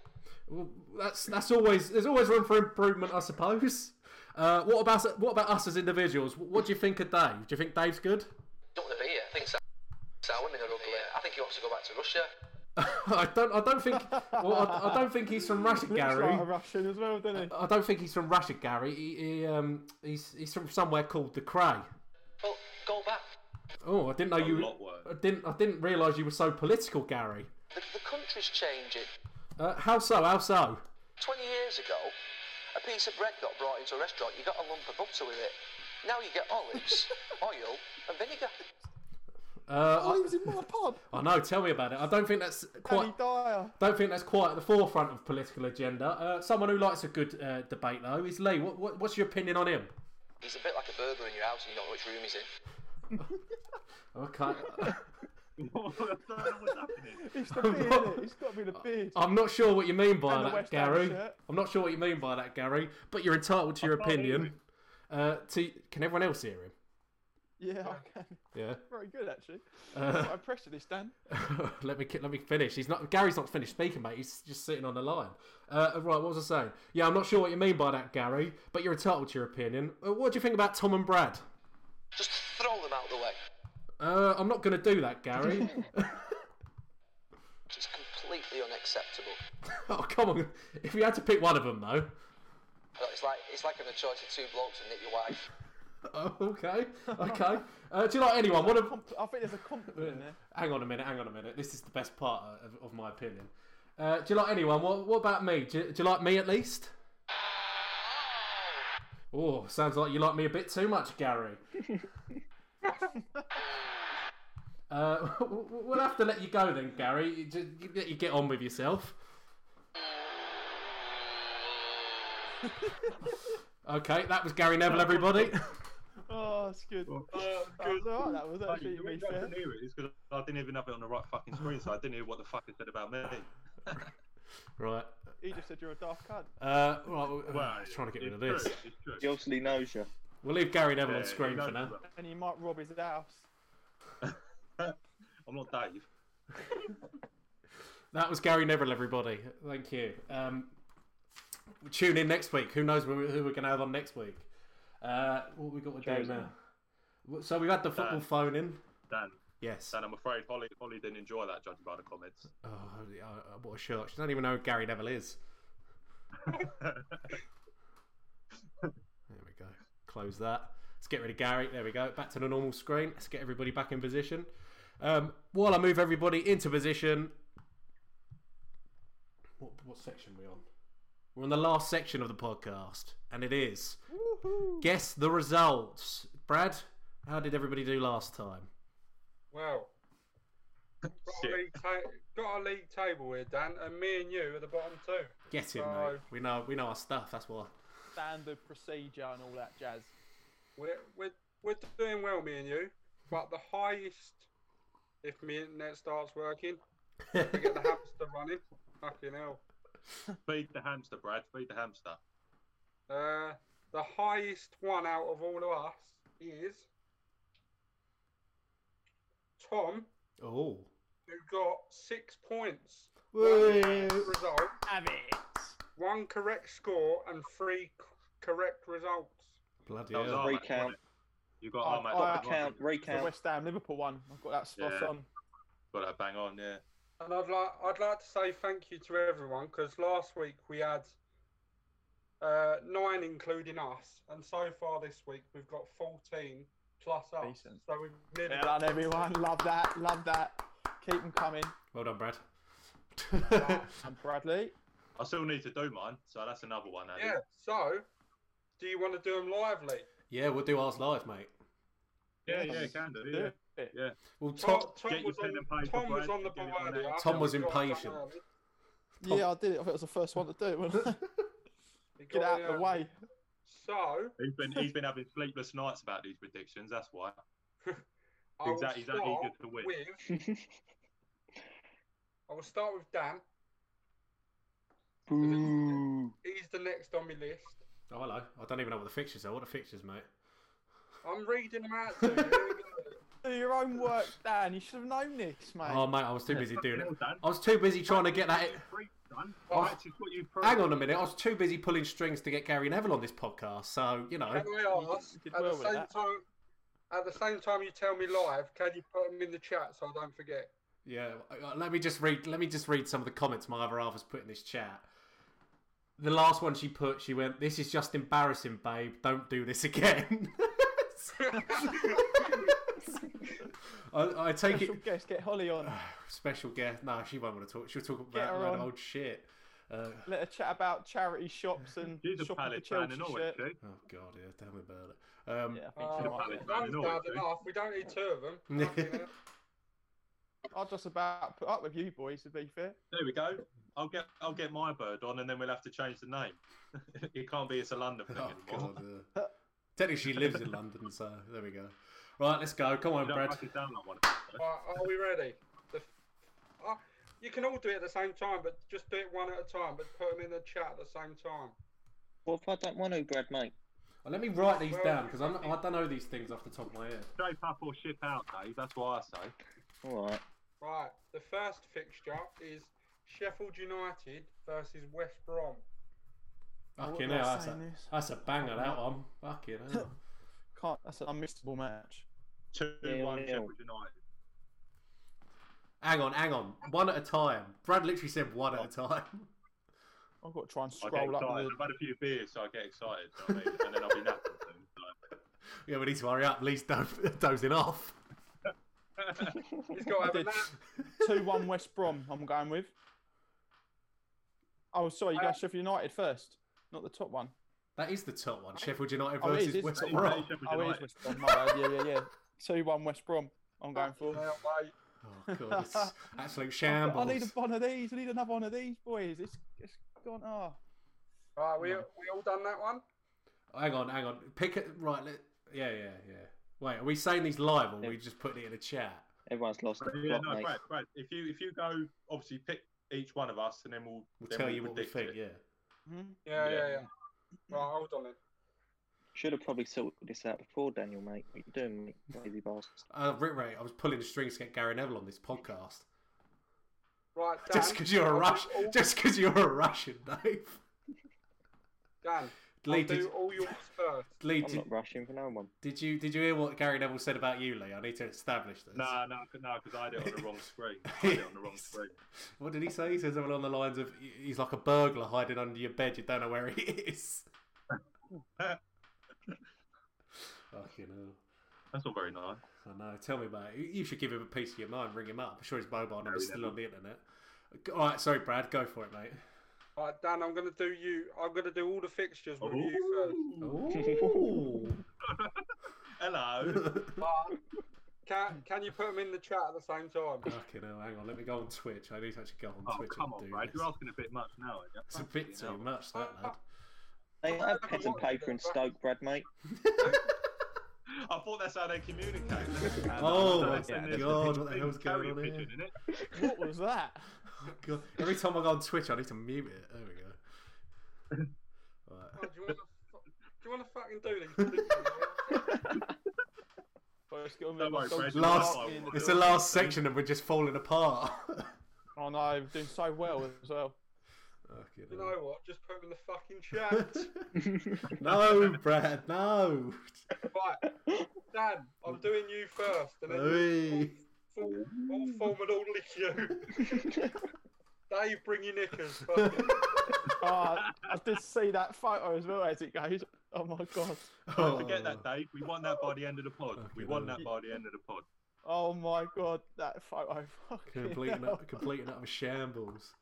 Speaker 3: Well, that's that's always there's always room for improvement, I suppose. Uh, what about what about us as individuals? What do you think of Dave? Do you think Dave's good? *laughs*
Speaker 9: Don't want to be here. I think so. So women are ugly. I think he wants to go back to Russia.
Speaker 3: I don't I don't think well, I, I don't think he's from Russia, Gary. Uh,
Speaker 6: Looks like a Russian as well, doesn't he?
Speaker 3: I don't think he's from Russia, Gary. He, he um, he's he's from somewhere called the Cray.
Speaker 9: Well, go back.
Speaker 3: Oh, I didn't know
Speaker 5: A
Speaker 3: you.
Speaker 5: lot worse.
Speaker 3: *laughs* I didn't I didn't realise you were so political, Gary.
Speaker 9: The, the country's changing.
Speaker 3: Uh, how so? How so?
Speaker 9: 20 years ago, a piece of bread got brought into a restaurant. You got a lump of butter with it. Now you get
Speaker 4: *laughs*
Speaker 9: olives, oil, and vinegar.
Speaker 3: Uh,
Speaker 6: Oh, he was in my pub.
Speaker 3: *laughs* I, I know. Tell me about it. I don't think that's quite.
Speaker 6: Danny
Speaker 3: *laughs*
Speaker 6: Dyer.
Speaker 3: Don't think that's quite at the forefront of political agenda. Uh, someone who likes a good uh, debate though is Lee. What, what what's your opinion on him?
Speaker 9: He's a bit like a burglar in your house and you don't know which room he's in.
Speaker 3: Okay.
Speaker 5: What's *laughs* happening?
Speaker 6: It's the beard, innit? It's got to be
Speaker 3: *laughs* Uh,
Speaker 6: the beard.
Speaker 3: *laughs* I'm not sure what you mean by
Speaker 6: And the
Speaker 3: that,
Speaker 6: West Ham
Speaker 3: Gary.
Speaker 6: shirt.
Speaker 3: I'm not sure what you mean by that, Gary. But you're entitled to your
Speaker 5: can't hear
Speaker 3: opinion.
Speaker 5: him.
Speaker 3: Uh, to can everyone else hear him?
Speaker 6: Yeah,
Speaker 3: uh.
Speaker 6: okay.
Speaker 3: Yeah.
Speaker 6: Very good,
Speaker 3: *laughs*
Speaker 6: actually.
Speaker 3: Uh,
Speaker 6: Quite impressed with this, Dan.
Speaker 3: let me ki- let me finish. He's not Gary's not finished speaking, mate. He's just sitting on the line. Uh, right, what was I saying? Yeah, I'm not sure what you mean by that, Gary. But you're entitled to your opinion. Uh, what do you think about Tom and Brad?
Speaker 9: Just throw them out of the way.
Speaker 3: Uh, I'm not going to do that,
Speaker 6: *laughs*
Speaker 3: Gary.
Speaker 9: It's completely unacceptable.
Speaker 3: *laughs* oh come on! If you had to pick one of them, though.
Speaker 9: It's like it's like having a choice of two blokes and nip your wife.
Speaker 3: Oh, *laughs* okay, okay. *laughs* Uh, do you like anyone? One of
Speaker 6: Comp- I think there's a compliment in there.
Speaker 3: Hang on a minute. Hang on a minute. This is the best part of, of my opinion. Uh, do you like anyone? What What about me? Do, you- do you like me at least? Oh, sounds like you like me a bit too much, Gary. uh, w- w- we'll have to let you go then, Gary. You ju- you Let you get on with yourself. okay, that was Gary Neville, *laughs* everybody.
Speaker 6: *laughs* Oh, that's good.
Speaker 5: Oh,
Speaker 6: That was alright, that was
Speaker 5: Mate,
Speaker 6: actually,
Speaker 5: you
Speaker 6: to be
Speaker 5: ain't got
Speaker 6: fair.
Speaker 5: to hear it. It's 'cause I didn't even have it on the right fucking screen, so I didn't hear what the fuck it said about me.
Speaker 3: right.
Speaker 6: He just said you're a daft cunt.
Speaker 3: Uh, well, uh,
Speaker 5: Well,
Speaker 3: trying to get rid of
Speaker 5: it's
Speaker 3: this.
Speaker 5: true, it's true.
Speaker 4: He obviously knows you.
Speaker 3: We'll leave Gary Neville
Speaker 5: Yeah,
Speaker 3: on screen
Speaker 5: no
Speaker 3: for now.
Speaker 5: problem.
Speaker 6: And he might rob his house.
Speaker 5: I'm not Dave.
Speaker 3: That was Gary Neville, everybody. Thank you. Um, tune in next week. Who knows who we- who we're going to have on next week? Uh, what we got to do
Speaker 4: Chosen.
Speaker 3: now? So we've had the football
Speaker 5: Dan.
Speaker 3: phone in.
Speaker 5: Dan.
Speaker 3: Yes.
Speaker 5: Dan, I'm afraid Holly, Holly didn't enjoy that, judging by
Speaker 3: *laughs*
Speaker 5: the comments.
Speaker 3: Oh, yeah, uh, what a shock! She doesn't even know who Gary Neville is. There we go. Close that. Let's get rid of Gary. There we go. Back to the normal screen. Let's get everybody back in position. Um, while I move everybody into position, what, what section are we on? We're on the last section of the podcast, and it is guess the results. Brad, how did everybody do last time?
Speaker 7: Well, got a,
Speaker 5: Shit.
Speaker 7: league ta- got a league table here, Dan, and me and you are the bottom two.
Speaker 3: Get him, mate.
Speaker 7: Five.
Speaker 3: We know we know our stuff. That's
Speaker 5: *laughs*
Speaker 3: why.
Speaker 6: Standard procedure and all that jazz.
Speaker 7: We're, we're, we're doing well, me and you, but the highest, if my internet starts working, we get the hamster running. Fucking hell.
Speaker 5: Feed the hamster, Brad. Feed the hamster.
Speaker 7: Uh, the highest one out of all of us is Tom,
Speaker 3: oh.
Speaker 7: who got six points.
Speaker 3: Woo.
Speaker 7: Result. Have it. One correct score and three c- correct results.
Speaker 3: Bloody
Speaker 5: That was
Speaker 3: hell.
Speaker 5: our match,
Speaker 4: Recount.
Speaker 5: wasn't it? You got
Speaker 6: Oh,
Speaker 5: our match.
Speaker 6: oh,
Speaker 5: right?
Speaker 4: Recount,
Speaker 6: The
Speaker 4: recount.
Speaker 6: West Ham Liverpool one. I've got that spot
Speaker 5: Yeah.
Speaker 6: on.
Speaker 5: Got that bang on, yeah.
Speaker 7: And I'd like I'd like to say thank you to everyone because last week we had Uh, nine including us, and so far this week we've got 14 plus us.
Speaker 6: Decent.
Speaker 7: So we've nearly
Speaker 6: Well done, everyone. Love that. Love that. Keep them coming.
Speaker 3: Well done, Brad.
Speaker 6: And Bradley.
Speaker 5: I still need to do mine, so that's another one. Andy.
Speaker 7: Yeah. So, do you want to do them lively?
Speaker 3: *laughs* yeah, we'll do ours live, mate.
Speaker 5: yeah, yeah, you can do. Yeah.
Speaker 6: Do it.
Speaker 3: Well,
Speaker 7: Tom,
Speaker 3: Tom,
Speaker 7: Tom
Speaker 5: get your
Speaker 7: was,
Speaker 5: pen and
Speaker 7: on,
Speaker 5: paper,
Speaker 7: Tom was
Speaker 5: Brad,
Speaker 7: on the
Speaker 5: get it
Speaker 7: ball
Speaker 5: on
Speaker 7: earlier.
Speaker 5: there.
Speaker 3: Tom was
Speaker 7: He got it done
Speaker 3: impatient.
Speaker 7: early.
Speaker 6: Yeah, I did it. I think I was the first one to do it. Wasn't I?
Speaker 5: *laughs*
Speaker 7: He
Speaker 6: Get
Speaker 5: Oh,
Speaker 7: got
Speaker 6: out
Speaker 7: it
Speaker 6: of the
Speaker 7: early.
Speaker 6: way.
Speaker 7: So,
Speaker 5: He's been he's been having sleepless nights about these predictions. That's why.
Speaker 7: I will
Speaker 5: He's that, he's that
Speaker 7: start
Speaker 5: eager to win.
Speaker 7: with. I will start with Dan.
Speaker 4: Boo.
Speaker 7: He's the next on my list.
Speaker 3: oh hello. I don't even know what the fixtures are. What are fixtures, mate?
Speaker 7: I'm reading them out to you. Here we go.
Speaker 6: Do your own work, Dan. You should have known this, mate.
Speaker 3: Oh mate, I was too busy doing
Speaker 6: *laughs*
Speaker 3: it.
Speaker 5: Well done.
Speaker 3: I was too busy trying to get that.
Speaker 5: Preach, son.
Speaker 7: Oh.
Speaker 5: Practice what you preach.
Speaker 3: Hang on a minute, I was too busy pulling strings to get Gary Neville on this podcast. So you know,
Speaker 7: Can I
Speaker 6: You
Speaker 7: ask,
Speaker 6: did- you did
Speaker 7: at
Speaker 6: well
Speaker 7: the
Speaker 6: with
Speaker 7: same
Speaker 6: that.
Speaker 7: time, at the same time you tell me live, can you put them in the chat so I don't
Speaker 5: *laughs*
Speaker 7: forget? *laughs*
Speaker 3: Yeah, uh, let me just read. Let me just read some of the comments my other half has put in this chat. The last one she put, she went, "This is just embarrassing, babe. Don't do this again." *laughs* I, I take it
Speaker 6: Special guest, get Holly
Speaker 3: *sighs*
Speaker 6: on.
Speaker 3: special guest. No, she won't want to talk. She'll talk
Speaker 6: Get
Speaker 3: about
Speaker 6: her
Speaker 3: a load of
Speaker 6: on.
Speaker 3: old shit. Uh,
Speaker 6: Let her chat about charity shops and
Speaker 5: She's a
Speaker 6: shopping for
Speaker 5: pallet fan
Speaker 6: Chelsea
Speaker 5: and all,
Speaker 6: shit.
Speaker 5: isn't
Speaker 3: oh god, yeah, tell me about it. Um,
Speaker 6: Yeah, I think
Speaker 7: Oh,
Speaker 6: she
Speaker 5: the
Speaker 6: might.
Speaker 5: pallet
Speaker 6: be.
Speaker 5: fan
Speaker 7: One's
Speaker 5: and all,
Speaker 7: bad
Speaker 5: isn't she?
Speaker 7: enough. We don't need two of them. Fucking hell.
Speaker 6: I'll just about put up with you boys, to be fair.
Speaker 5: There we go. I'll get I'll get my bird on, and then we'll have to change the name. *laughs* it can't be it's a London thing
Speaker 3: *laughs* Oh
Speaker 5: anymore.
Speaker 3: god. yeah. Technically, she lives in London, so there we go. Right, let's go. Come on,
Speaker 5: Don't
Speaker 3: Brad.
Speaker 5: write it down like one.
Speaker 7: Right, are we ready? The, uh, you can all do it at the same time, but just do it one at a time, but put them in the chat at the same time.
Speaker 4: What if I don't want to, Brad, mate?
Speaker 3: Well, let me write these
Speaker 7: Well,
Speaker 3: down because I don't know these things off the top of my head.
Speaker 5: Shape up or ship out, Dave. That's what I say.
Speaker 4: All right.
Speaker 7: Right, the first fixture is Sheffield United versus West Brom.
Speaker 6: Oh, I
Speaker 3: Fucking
Speaker 6: wouldn't
Speaker 3: hell,
Speaker 6: like
Speaker 3: that's
Speaker 6: saying
Speaker 3: a,
Speaker 6: this.
Speaker 3: that's a banger, that one. Fucking hell.
Speaker 6: *laughs* Can't. That's an unmissable match.
Speaker 5: Two
Speaker 4: Yeah,
Speaker 5: one
Speaker 4: yeah.
Speaker 5: Sheffield United.
Speaker 3: hang on, hang on. One at a time. Brad literally said one at a time. *laughs*
Speaker 6: I've got to try and
Speaker 5: I get
Speaker 6: scroll up.
Speaker 5: excited.
Speaker 6: The...
Speaker 5: I've had a few beers, so I get excited. you know what I mean? and then I'll be napping soon.
Speaker 3: yeah, we need to hurry up. Lee's do- *laughs* dozing off.
Speaker 5: So. *laughs*
Speaker 7: He's got to
Speaker 6: I
Speaker 7: have a nap.
Speaker 6: *laughs* Two one West Brom. I'm going with. Oh, sorry, you
Speaker 7: Uh,
Speaker 6: got Sheffield United first, not the top one.
Speaker 3: That is the top one. Sheffield United
Speaker 6: Oh, it
Speaker 3: versus
Speaker 6: is,
Speaker 3: West
Speaker 6: isn't it?
Speaker 3: Brom.
Speaker 5: Sheffield
Speaker 6: Oh, it is
Speaker 5: United.
Speaker 6: West Brom. My bad. Yeah, yeah, yeah. *laughs* Two one West Brom. I'm going for.
Speaker 7: Fucking hell, mate.
Speaker 3: Oh, God,
Speaker 6: *laughs*
Speaker 3: it's absolute
Speaker 6: I've
Speaker 3: shambles.
Speaker 6: got- I need a- one of these. I need another one of these, boys. It's it's gone. Oh,
Speaker 7: Right, we, we all done that one?
Speaker 3: Hang on, hang on. Pick it. Right, let- yeah, yeah, yeah. Wait, are we saying these live or are we just putting it in a chat?
Speaker 4: Everyone's lost the
Speaker 5: But Oh, yeah,
Speaker 4: plot,
Speaker 5: no,
Speaker 4: mate.
Speaker 5: Brad, Brad. If you if you go, obviously pick each one of us, and then we'll
Speaker 3: We'll
Speaker 5: then
Speaker 3: tell
Speaker 5: we'll
Speaker 3: you what we
Speaker 5: predict
Speaker 3: think,
Speaker 5: it.
Speaker 3: yeah.
Speaker 6: Mhm.
Speaker 7: Yeah, yeah,
Speaker 5: Yeah.
Speaker 7: yeah. Right, hold on then.
Speaker 4: Should have probably sorted this out before, Daniel, mate. What you doing, mate? Lazy bastard.
Speaker 3: Uh, Rick Ray, I was pulling the strings to get Gary Neville on this podcast.
Speaker 7: Right, Dan.
Speaker 3: *laughs* Just because you're a
Speaker 7: I'll do
Speaker 3: Russian,
Speaker 7: all-
Speaker 3: just because you're a Russian, Dave.
Speaker 7: Dan, I'll
Speaker 3: Lee, did,
Speaker 7: do all yours first.
Speaker 3: Lee,
Speaker 4: I'm
Speaker 3: did,
Speaker 4: not rushing for no one.
Speaker 3: did you did you hear what Gary Neville said about you, Lee? I need to establish this.
Speaker 5: No, no, c- no, because I had it on the
Speaker 3: *laughs*
Speaker 5: wrong screen. I had it on the wrong screen.
Speaker 3: What did he say? He says something along the lines of, "He's like a burglar hiding under your bed. You don't know where he
Speaker 7: *laughs*
Speaker 3: is." Fucking hell!
Speaker 5: That's not very nice.
Speaker 3: I know. Tell me about it. You- You should give him a piece of your mind. Ring him up. I'm sure his mobile number's still
Speaker 5: Neville.
Speaker 3: on the internet. All right, sorry, Brad. Go for it, mate.
Speaker 7: Right, Dan, I'm going to do you. I'm going to do all the fixtures with you first.
Speaker 3: *laughs* Ooh. *laughs*
Speaker 5: Hello.
Speaker 3: Fucking
Speaker 7: But can can you put them in the chat at the same time?
Speaker 3: hell! Hang on. Let me go on Twitch. I need to actually go on
Speaker 5: Oh,
Speaker 3: Twitch
Speaker 5: come
Speaker 3: and
Speaker 5: on,
Speaker 3: do
Speaker 5: Brad.
Speaker 3: this.
Speaker 5: You're asking a bit much now. aren't you?
Speaker 3: It's a
Speaker 5: Fucking
Speaker 3: bit
Speaker 5: hell.
Speaker 3: too much, that lad.
Speaker 4: They have pen and paper and Stoke, Brad, mate.
Speaker 5: *laughs* I thought that's how they *laughs* communicate.
Speaker 3: Oh,
Speaker 5: uh, So
Speaker 3: my
Speaker 5: they send their
Speaker 3: God, what the
Speaker 5: pictures,
Speaker 3: hell's going
Speaker 5: carrier
Speaker 3: on here?
Speaker 5: pigeon, innit?
Speaker 6: what was that? *laughs*
Speaker 3: Oh, *laughs* God. Every time I go on Twitch, I need to mute it. There we go.
Speaker 7: Oh,
Speaker 5: *laughs*
Speaker 3: Right.
Speaker 7: do you want to? Do you want to fucking do these?
Speaker 6: Well, let's get on
Speaker 5: Don't
Speaker 6: with
Speaker 5: worry,
Speaker 6: it.
Speaker 5: Fred.
Speaker 3: Last-
Speaker 6: in the
Speaker 3: It's the last section and we're just falling apart. *laughs*
Speaker 6: Oh no, we're doing so well as well. *laughs*
Speaker 3: Fucking
Speaker 7: You
Speaker 3: hell.
Speaker 7: know what? Just put them in the fucking
Speaker 3: *laughs*
Speaker 7: chat.
Speaker 3: no, Brad, no.
Speaker 7: right, Dan, I'm doing you first, and then
Speaker 3: Oi.
Speaker 7: all, all form and all lick you. Dave, bring your knickers. fucking.
Speaker 6: Oh, I did see that photo as well as it goes. Oh my god.
Speaker 5: Don't forget that, Dave. We want that by the end of the pod. We
Speaker 3: Oh. Fucking
Speaker 5: want
Speaker 3: hell.
Speaker 5: that by the end of the pod.
Speaker 6: Oh my god, that photo. *laughs* Fucking
Speaker 3: Complete
Speaker 7: *laughs*
Speaker 3: and,
Speaker 6: hell.
Speaker 3: ut- complete and utter shambles.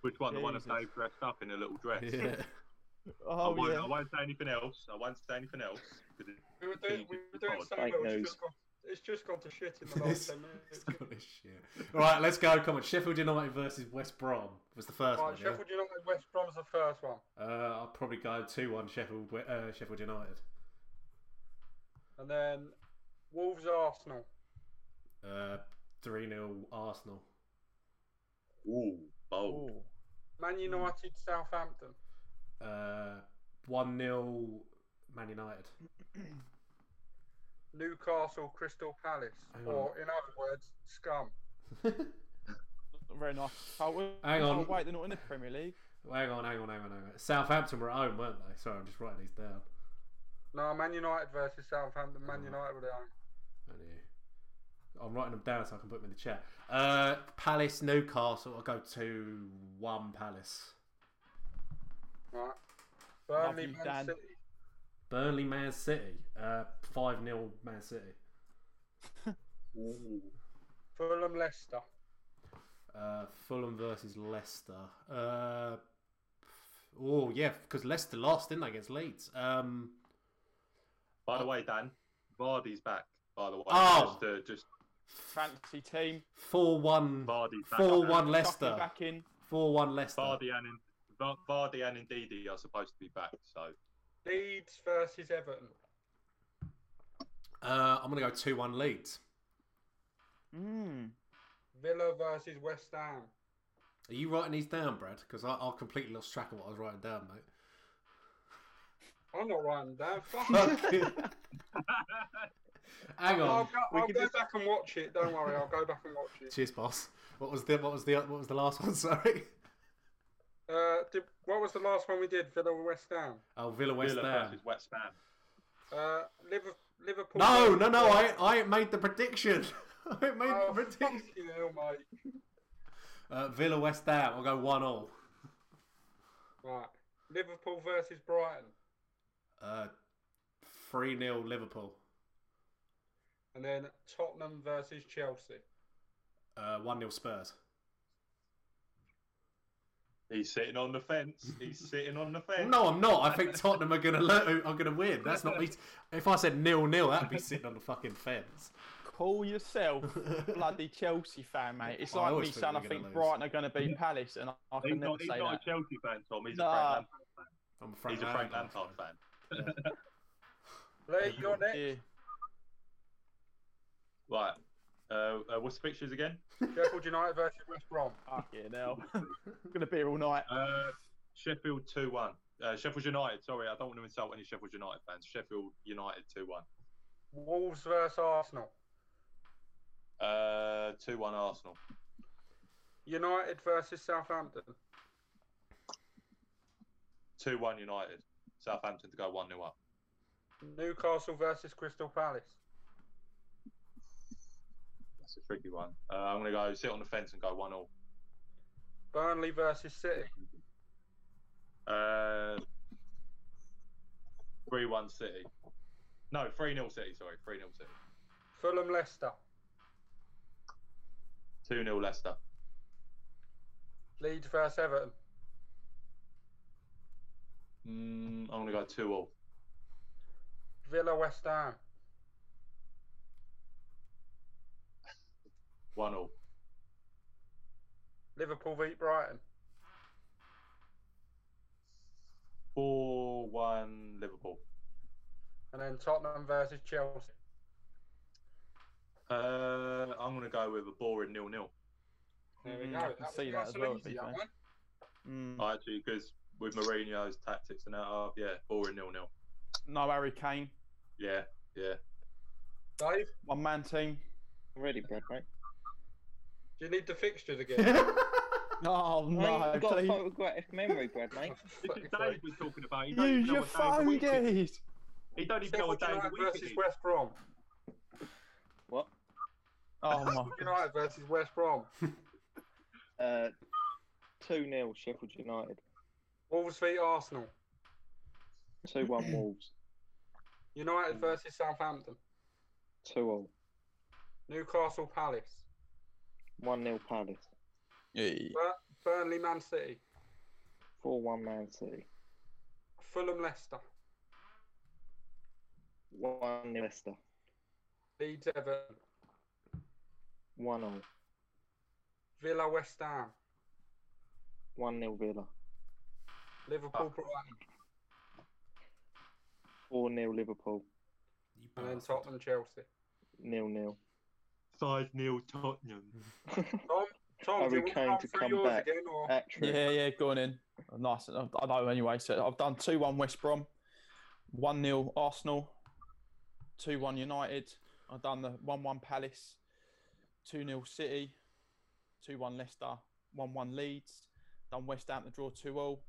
Speaker 5: Which one? The one of
Speaker 6: Jesus.
Speaker 5: Dave dressed up in a little dress.
Speaker 3: Yeah.
Speaker 5: *laughs*
Speaker 3: *laughs*
Speaker 5: I,
Speaker 6: Oh
Speaker 5: won't,
Speaker 6: yeah.
Speaker 5: I won't say anything else. I won't say anything else. 'cause it-
Speaker 7: We were doing, we were doing so well.
Speaker 4: Fake
Speaker 7: It's
Speaker 4: news.
Speaker 7: just, gone, it's just gone to shit in the
Speaker 3: It's-
Speaker 7: last ten minutes.
Speaker 3: it's gone to shit. All right, let's go. Come on. Sheffield United versus West Brom was the first
Speaker 7: Right,
Speaker 3: one. yeah?
Speaker 7: Sheffield United, West Brom's the first one,
Speaker 3: Uh, I'll probably go 2 1 Sheffield, uh, Sheffield United.
Speaker 7: and then Wolves, Arsenal.
Speaker 3: Uh, 3 0 Arsenal.
Speaker 5: Ooh, bold.
Speaker 6: Ooh.
Speaker 7: Man United, Southampton.
Speaker 3: Uh, 1 0 Man United. *laughs*
Speaker 7: Newcastle, Crystal Palace,
Speaker 3: Hang on.
Speaker 7: or in other words, scum.
Speaker 6: Very nice. Oh, we-
Speaker 3: Hang
Speaker 6: oh,
Speaker 3: on.
Speaker 6: Wait, they're not in the Premier League.
Speaker 3: hang on, hang on, hang on, hang on. Southampton were at home, weren't they? Sorry, I'm just writing these down.
Speaker 7: No, Man United versus Southampton. Man
Speaker 3: Oh.
Speaker 7: United were down.
Speaker 3: I knew. I'm writing them down so I can put them in the chat. Uh, Palace, Newcastle. I'll go 2 1 Palace.
Speaker 7: Right.
Speaker 6: Love
Speaker 7: Burnley,
Speaker 6: you,
Speaker 7: Man
Speaker 6: Dan.
Speaker 7: City.
Speaker 3: Burnley, Man City. Uh, 5 0 Man City.
Speaker 5: Ooh.
Speaker 7: Fulham, Leicester.
Speaker 3: Uh, Fulham versus Leicester. Uh, oh yeah, because Leicester lost, didn't they, against Leeds? Um,
Speaker 5: By the way, Dan, Vardy's back. By the way,
Speaker 3: Oh.
Speaker 5: just, uh, just
Speaker 6: Fancy team.
Speaker 3: four one,
Speaker 5: Vardy's back.
Speaker 3: four
Speaker 5: Dan.
Speaker 3: one
Speaker 6: Ducky
Speaker 3: Leicester,
Speaker 6: back in.
Speaker 3: four one Leicester.
Speaker 5: Vardy and Va- Vardy and Ndidi are supposed to be back. So
Speaker 7: Leeds versus Everton.
Speaker 3: Uh, I'm gonna go two one Leeds.
Speaker 6: Mm.
Speaker 7: Villa versus West Ham.
Speaker 3: Are you writing these down, Brad? Because I, I completely lost track of what I was writing down, mate.
Speaker 7: I'm not writing down.
Speaker 5: *laughs*
Speaker 7: Fuck.
Speaker 3: Fuck. Hang
Speaker 7: I'll
Speaker 3: on.
Speaker 5: Oh,
Speaker 7: go,
Speaker 6: We
Speaker 7: I'll
Speaker 6: can
Speaker 7: go
Speaker 6: just-
Speaker 7: back and watch it. Don't worry, I'll go back and
Speaker 3: *laughs*
Speaker 7: watch it.
Speaker 3: Cheers, boss. What was the what was the what was the last one? *laughs* Sorry.
Speaker 7: Uh, did, what was the last one we did? Villa or West Ham.
Speaker 3: Oh, Villa West
Speaker 5: Villa
Speaker 3: Ham.
Speaker 5: versus West Ham.
Speaker 7: Uh, Liver- Liverpool.
Speaker 3: No,
Speaker 7: versus-
Speaker 3: no, no. I I ain't made the prediction. *laughs* I ain't made
Speaker 7: Oh,
Speaker 3: the
Speaker 7: fuck
Speaker 3: prediction.
Speaker 7: you, mate.
Speaker 3: Uh, Villa West Ham. I'll go one all.
Speaker 7: Right. Liverpool versus Brighton,
Speaker 3: Uh, three 0 Liverpool.
Speaker 7: and then Tottenham versus Chelsea.
Speaker 3: Uh, one 0 Spurs.
Speaker 5: He's sitting on the fence. He's sitting on the fence.
Speaker 3: No, I'm not. I think Tottenham are gonna *laughs* lo- are gonna win. That's not me. If I said nil nil, that'd be sitting on the fucking
Speaker 5: *laughs*
Speaker 3: fence. *laughs*
Speaker 6: Call yourself bloody Chelsea fan, mate. It's
Speaker 3: I
Speaker 6: like
Speaker 3: always think
Speaker 6: me saying
Speaker 3: we're
Speaker 6: I
Speaker 3: gonna
Speaker 6: think
Speaker 3: lose.
Speaker 6: Brighton are going to beat Palace, and I, I
Speaker 5: He's
Speaker 6: can never
Speaker 5: not, he's
Speaker 6: say
Speaker 5: not
Speaker 6: that.
Speaker 5: a Chelsea fan, Tom. He's
Speaker 6: Nah.
Speaker 5: a Frank Lampard fan.
Speaker 3: I'm a Frank
Speaker 5: he's a Frank
Speaker 3: Lampard fan.
Speaker 5: Lampard fan.
Speaker 7: Lee,
Speaker 6: *laughs*
Speaker 7: you're next.
Speaker 6: Yeah.
Speaker 5: Right. Uh, uh, what's the pictures again?
Speaker 7: Sheffield United versus West Brom.
Speaker 6: Fucking hell. *laughs* Gonna be here all night.
Speaker 5: Uh, Sheffield 2 1. Uh, Sheffield United, sorry, I don't want to insult any Sheffield United fans. Sheffield United 2 1.
Speaker 7: Wolves versus Arsenal.
Speaker 5: Uh, 2 1 Arsenal.
Speaker 7: United versus Southampton.
Speaker 5: 2 1 United. Southampton to go 1 0 up.
Speaker 7: Newcastle versus Crystal Palace.
Speaker 5: That's a tricky one. Uh, I'm going to go sit on the fence and go 1 0.
Speaker 7: Burnley versus City.
Speaker 5: Uh, 3 1 City. No, 3 0 City, sorry. 3 0 City.
Speaker 7: Fulham Leicester.
Speaker 5: 2 0 Leicester.
Speaker 7: Leeds versus Everton.
Speaker 5: Mm, I'm going to go 2 0.
Speaker 7: Villa West Ham.
Speaker 5: 1 0.
Speaker 7: Liverpool beat Brighton.
Speaker 5: 4 1 Liverpool.
Speaker 7: And then Tottenham versus Chelsea.
Speaker 5: Uh, I'm going to go with a boring nil nil.
Speaker 7: There we
Speaker 6: Mm,
Speaker 7: go.
Speaker 6: I can
Speaker 7: That-
Speaker 6: see that
Speaker 7: that's
Speaker 6: as
Speaker 7: an
Speaker 6: well, to
Speaker 7: easy
Speaker 6: be fair.
Speaker 7: one.
Speaker 6: Mm.
Speaker 5: Actually, because with Mourinho's tactics and that, uh, yeah, boring nil nil.
Speaker 6: No Harry Kane.
Speaker 5: Yeah, yeah.
Speaker 7: Dave,
Speaker 6: One man team.
Speaker 4: Ready, Brad, mate.
Speaker 7: do you need the
Speaker 6: *laughs*
Speaker 7: fixtures again?
Speaker 6: Oh
Speaker 4: Mate,
Speaker 6: no,
Speaker 4: I've got a
Speaker 6: please.
Speaker 4: photographic memory, Brad, mate.
Speaker 5: This is Dave we're talking about. He don't even
Speaker 6: Use
Speaker 5: know
Speaker 6: your
Speaker 5: what day of the
Speaker 6: phone,
Speaker 5: week it is.
Speaker 6: guys.
Speaker 5: He don't even know
Speaker 7: Sheffield
Speaker 5: what day of the
Speaker 7: United
Speaker 5: week it
Speaker 7: versus
Speaker 5: is.
Speaker 7: West Brom.
Speaker 4: What?
Speaker 6: Oh my.
Speaker 7: Sheffield United versus West Brom.
Speaker 4: Uh, 2 0 Sheffield United.
Speaker 7: Wolves v Arsenal.
Speaker 4: Two one Wolves.
Speaker 7: United versus Southampton.
Speaker 4: Two all.
Speaker 7: Newcastle Palace.
Speaker 4: One 0 Palace.
Speaker 10: Hey.
Speaker 7: Bur- Burnley Man City.
Speaker 4: Four one Man City.
Speaker 7: Fulham Leicester.
Speaker 4: One 0 Leicester.
Speaker 7: Leeds Everton.
Speaker 4: One all.
Speaker 7: Villa West Ham.
Speaker 4: One 0 Villa.
Speaker 7: Liverpool Brighton.
Speaker 4: Four 0 Liverpool.
Speaker 3: You
Speaker 7: And then
Speaker 3: bastard.
Speaker 7: Tottenham Chelsea.
Speaker 4: Nil nil.
Speaker 10: Five 0 Tottenham.
Speaker 7: Tom, Tom
Speaker 4: Are
Speaker 7: do
Speaker 4: we
Speaker 7: you want
Speaker 4: keen
Speaker 7: to
Speaker 4: to
Speaker 7: come through
Speaker 4: come
Speaker 7: yours
Speaker 4: back? Uh,
Speaker 7: again? Or...
Speaker 4: Actually,
Speaker 6: Yeah, yeah, going in. Nice. I I know anyway. So I've done 2 1 West Brom, 1 0 Arsenal, 2 1 United. I've done the 1 1 Palace, 2 0 City, 2 1 Leicester, 1 1 Leeds. Done West Ham to draw 2 all.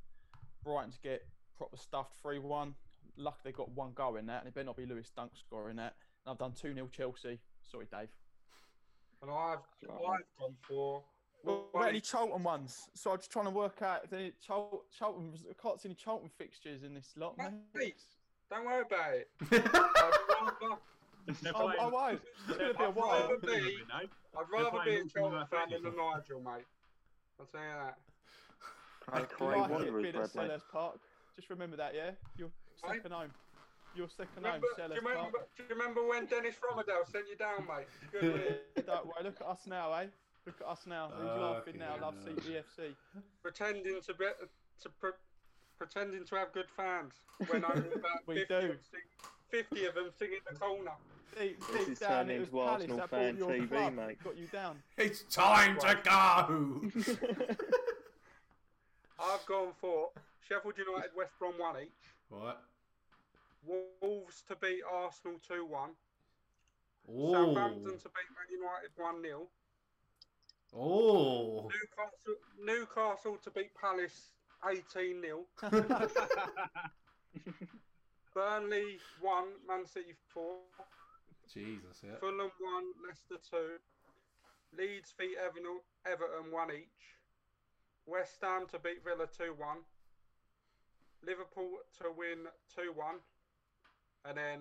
Speaker 6: Brighton to get proper stuffed 3 1. Lucky they got one goal in that, and it better not be Lewis Dunk scoring that. And I've done 2 0 Chelsea. Sorry, Dave.
Speaker 7: And I've, I've
Speaker 4: Right.
Speaker 7: gone for.
Speaker 6: Well,
Speaker 7: Well,
Speaker 6: well, any Charlton ones? So I'm just trying to work out if any Chol- Charlton. I can't see any Charlton fixtures in this lot. mate.
Speaker 7: Mate, don't worry about it. I'd rather,
Speaker 3: That's
Speaker 10: They're
Speaker 6: Oh, I won't. It's gonna be a
Speaker 7: I'd
Speaker 6: while.
Speaker 7: rather be, I'd rather be a
Speaker 10: playing Wolves in
Speaker 7: Chelsea
Speaker 10: the
Speaker 7: fan
Speaker 10: league.
Speaker 7: than a Nigel, mate. I'll tell you that.
Speaker 4: I
Speaker 6: You like
Speaker 4: Cray
Speaker 6: it
Speaker 4: Wanderers,
Speaker 6: being at
Speaker 4: Bradley.
Speaker 6: Sellers Park. Just remember that, yeah. Your
Speaker 7: Right.
Speaker 6: second home. Your second
Speaker 7: Remember,
Speaker 6: home,
Speaker 7: do,
Speaker 6: Sellers
Speaker 7: you remember,
Speaker 6: Park.
Speaker 7: do you remember when Dennis Romadale sent you down, mate? Good
Speaker 6: *laughs*
Speaker 7: man.
Speaker 6: Don't worry. Look at us now, eh? Look at us now. Who's
Speaker 4: Ah,
Speaker 6: laughing now?
Speaker 3: Fucking
Speaker 6: Love
Speaker 3: hell.
Speaker 6: CBFC.
Speaker 7: pretending to be, to pre, pretending to have good fans when
Speaker 6: *laughs*
Speaker 7: I was about
Speaker 6: We
Speaker 7: 50, of
Speaker 6: do.
Speaker 7: them sing- 50 of them singing the corner.
Speaker 6: Deep,
Speaker 4: This
Speaker 6: deep
Speaker 4: is
Speaker 6: down,
Speaker 4: turning
Speaker 6: it was
Speaker 4: into
Speaker 6: Palace
Speaker 4: Arsenal
Speaker 6: that
Speaker 4: fan
Speaker 6: brought your
Speaker 4: TV,
Speaker 6: club,
Speaker 4: mate.
Speaker 6: Got
Speaker 4: *laughs*
Speaker 6: you down.
Speaker 3: *laughs* It's time to go.
Speaker 7: I've gone for Sheffield United, West Brom 1 each,
Speaker 3: What?
Speaker 7: Wolves to beat Arsenal 2 1, Southampton
Speaker 3: Oh.
Speaker 7: to beat Man United 1 0,
Speaker 3: Oh.
Speaker 7: Newcastle, Newcastle to beat Palace 18 0, Burnley 1, Man City 4.
Speaker 3: Jesus, yeah.
Speaker 7: Fulham one, Leicester two, Leeds v Everton, Everton one each, West Ham to beat Villa two one, Liverpool to win two one, and then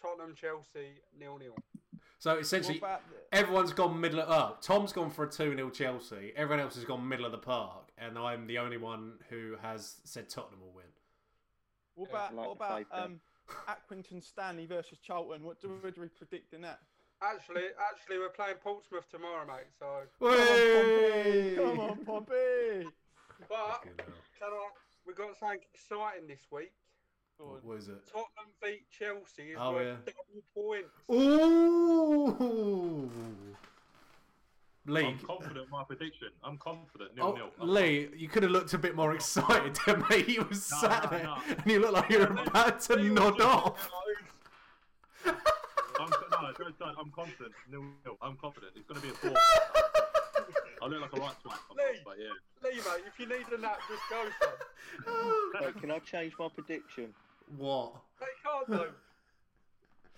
Speaker 7: Tottenham Chelsea nil nil.
Speaker 3: So
Speaker 6: What
Speaker 3: essentially,
Speaker 6: about the-
Speaker 3: everyone's gone middle of up. Tom's gone for a 2 0 Chelsea. Everyone else has gone middle of the park. And I'm the only one who has said Tottenham will win.
Speaker 6: What
Speaker 4: Yeah,
Speaker 6: about
Speaker 4: like
Speaker 6: what
Speaker 4: the
Speaker 6: about
Speaker 4: faith there.
Speaker 6: um, Accrington Stanley versus Charlton? What do, what do we predict in that?
Speaker 7: Actually, actually, we're playing Portsmouth tomorrow, mate. So,
Speaker 3: Whey!
Speaker 6: Come on, Pompey!
Speaker 7: but
Speaker 3: Fucking hell.
Speaker 7: can I? We got something exciting this week.
Speaker 6: Go on.
Speaker 3: What is it?
Speaker 7: Tottenham beat Chelsea is
Speaker 3: Oh,
Speaker 7: worth
Speaker 3: yeah.
Speaker 7: double points.
Speaker 3: Ooh! Lee,
Speaker 5: I'm confident in my prediction. I'm confident. Nil
Speaker 3: oh,
Speaker 5: nil.
Speaker 3: Lee, you could have looked a bit more excited there, mate. You was
Speaker 5: No,
Speaker 3: sat
Speaker 5: no,
Speaker 3: there
Speaker 5: no.
Speaker 3: and you looked like you were about to nod off. *laughs*
Speaker 5: I'm, no, don't, don't, I'm confident. Nil nil. I'm confident. It's going to be a four. I look like a right twat, sometimes, but yeah.
Speaker 7: Lee, mate, if you need a nap, just go. Son.
Speaker 4: Right, can I change my prediction?
Speaker 3: what?
Speaker 7: They can't though.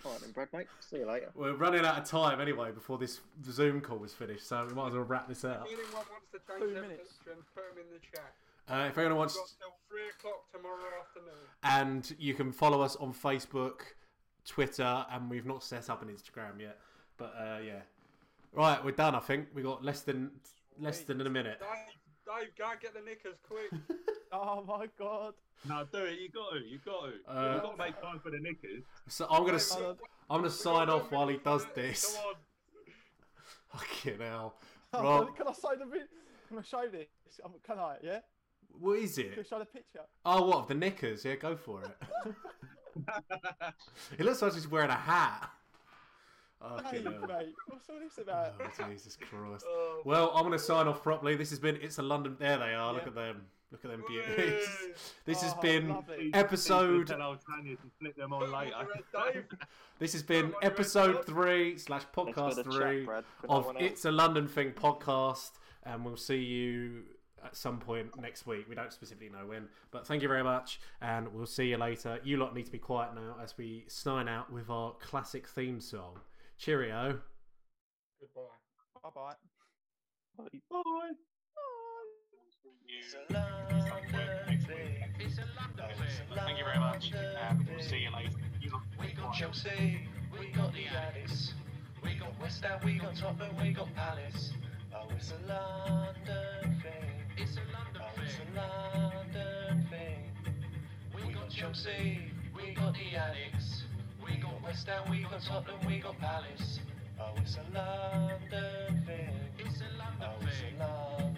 Speaker 4: All right, then, Brad, mate. See you later.
Speaker 3: We're running out of time anyway before this Zoom call was finished, so we might as well wrap this up.
Speaker 7: If anyone wants to
Speaker 6: Two
Speaker 7: change their
Speaker 6: minutes.
Speaker 7: prediction, put them in the chat.
Speaker 3: Uh, if anyone
Speaker 7: We've got
Speaker 3: wants,
Speaker 7: till three o'clock tomorrow afternoon.
Speaker 3: and you can follow us on Facebook, Twitter, and we've not set up an Instagram yet. But uh, yeah, right, we're done. I think we got less than less than a minute.
Speaker 7: Dave, Dave, go and get the knickers
Speaker 3: *laughs*
Speaker 7: quick.
Speaker 6: Oh my god!
Speaker 5: No, do it. You got to. You got to.
Speaker 3: Uh,
Speaker 5: You've got to make time for the knickers.
Speaker 3: So I'm gonna s-
Speaker 6: Oh,
Speaker 3: I'm
Speaker 6: no.
Speaker 3: gonna sign off while he does this. *laughs*
Speaker 5: Come on.
Speaker 3: Fucking hell!
Speaker 6: Oh,
Speaker 3: Right.
Speaker 6: can I say the vid- Can I show this? Um, Can I? Yeah.
Speaker 3: What is
Speaker 6: Can I
Speaker 3: it?
Speaker 6: show the picture?
Speaker 3: Oh, what of the knickers? Yeah, go for it. *laughs* it looks like he's wearing a hat.
Speaker 6: Hey,
Speaker 3: Fucking
Speaker 6: *laughs*
Speaker 3: hell.
Speaker 6: mate, what's all this about?
Speaker 3: Oh, Jesus Christ.
Speaker 7: Oh,
Speaker 3: Well, I'm going to sign off properly. This has been It's a London. There they are. Look
Speaker 6: Yeah.
Speaker 3: at them. Look at them beauties. *laughs*
Speaker 7: Hey.
Speaker 3: This has
Speaker 6: Oh,
Speaker 3: been
Speaker 6: lovely.
Speaker 3: episode.
Speaker 5: Tell old Tanya to flip them
Speaker 7: put
Speaker 5: on
Speaker 7: them in
Speaker 5: later.
Speaker 7: the
Speaker 3: *laughs*
Speaker 5: *laughs*
Speaker 7: red, Dave,
Speaker 3: This has been
Speaker 7: Put 'em on your
Speaker 3: episode
Speaker 7: headset.
Speaker 3: three slash
Speaker 4: That's where
Speaker 3: podcast
Speaker 4: the
Speaker 3: three
Speaker 4: chat, Brad. for no
Speaker 3: of
Speaker 4: one eh? else.
Speaker 3: It's a London Thing podcast, and we'll see you at some point next week. We don't specifically know when, but thank you very much, and we'll see you later. You lot need to be quiet now as we sign out with our classic theme song. Cheerio.
Speaker 7: Goodbye.
Speaker 6: Bye bye.
Speaker 8: You
Speaker 9: It's a London thing. It's a London thing.
Speaker 3: Thank you very much. Um, we'll see you later. You look
Speaker 6: We got Chelsea, we got the Addis, we got West Ham, we got Tottenham, we got Palace. Oh, it's a London thing.
Speaker 9: It's a London
Speaker 6: Oh, it's
Speaker 9: thing.
Speaker 6: a London thing. We got Chelsea, we got the Addis, we got West Ham, we got Tottenham, we got Palace. Oh, it's a London thing.
Speaker 9: It's a
Speaker 6: Oh,
Speaker 9: London
Speaker 6: it's
Speaker 9: thing.
Speaker 6: a London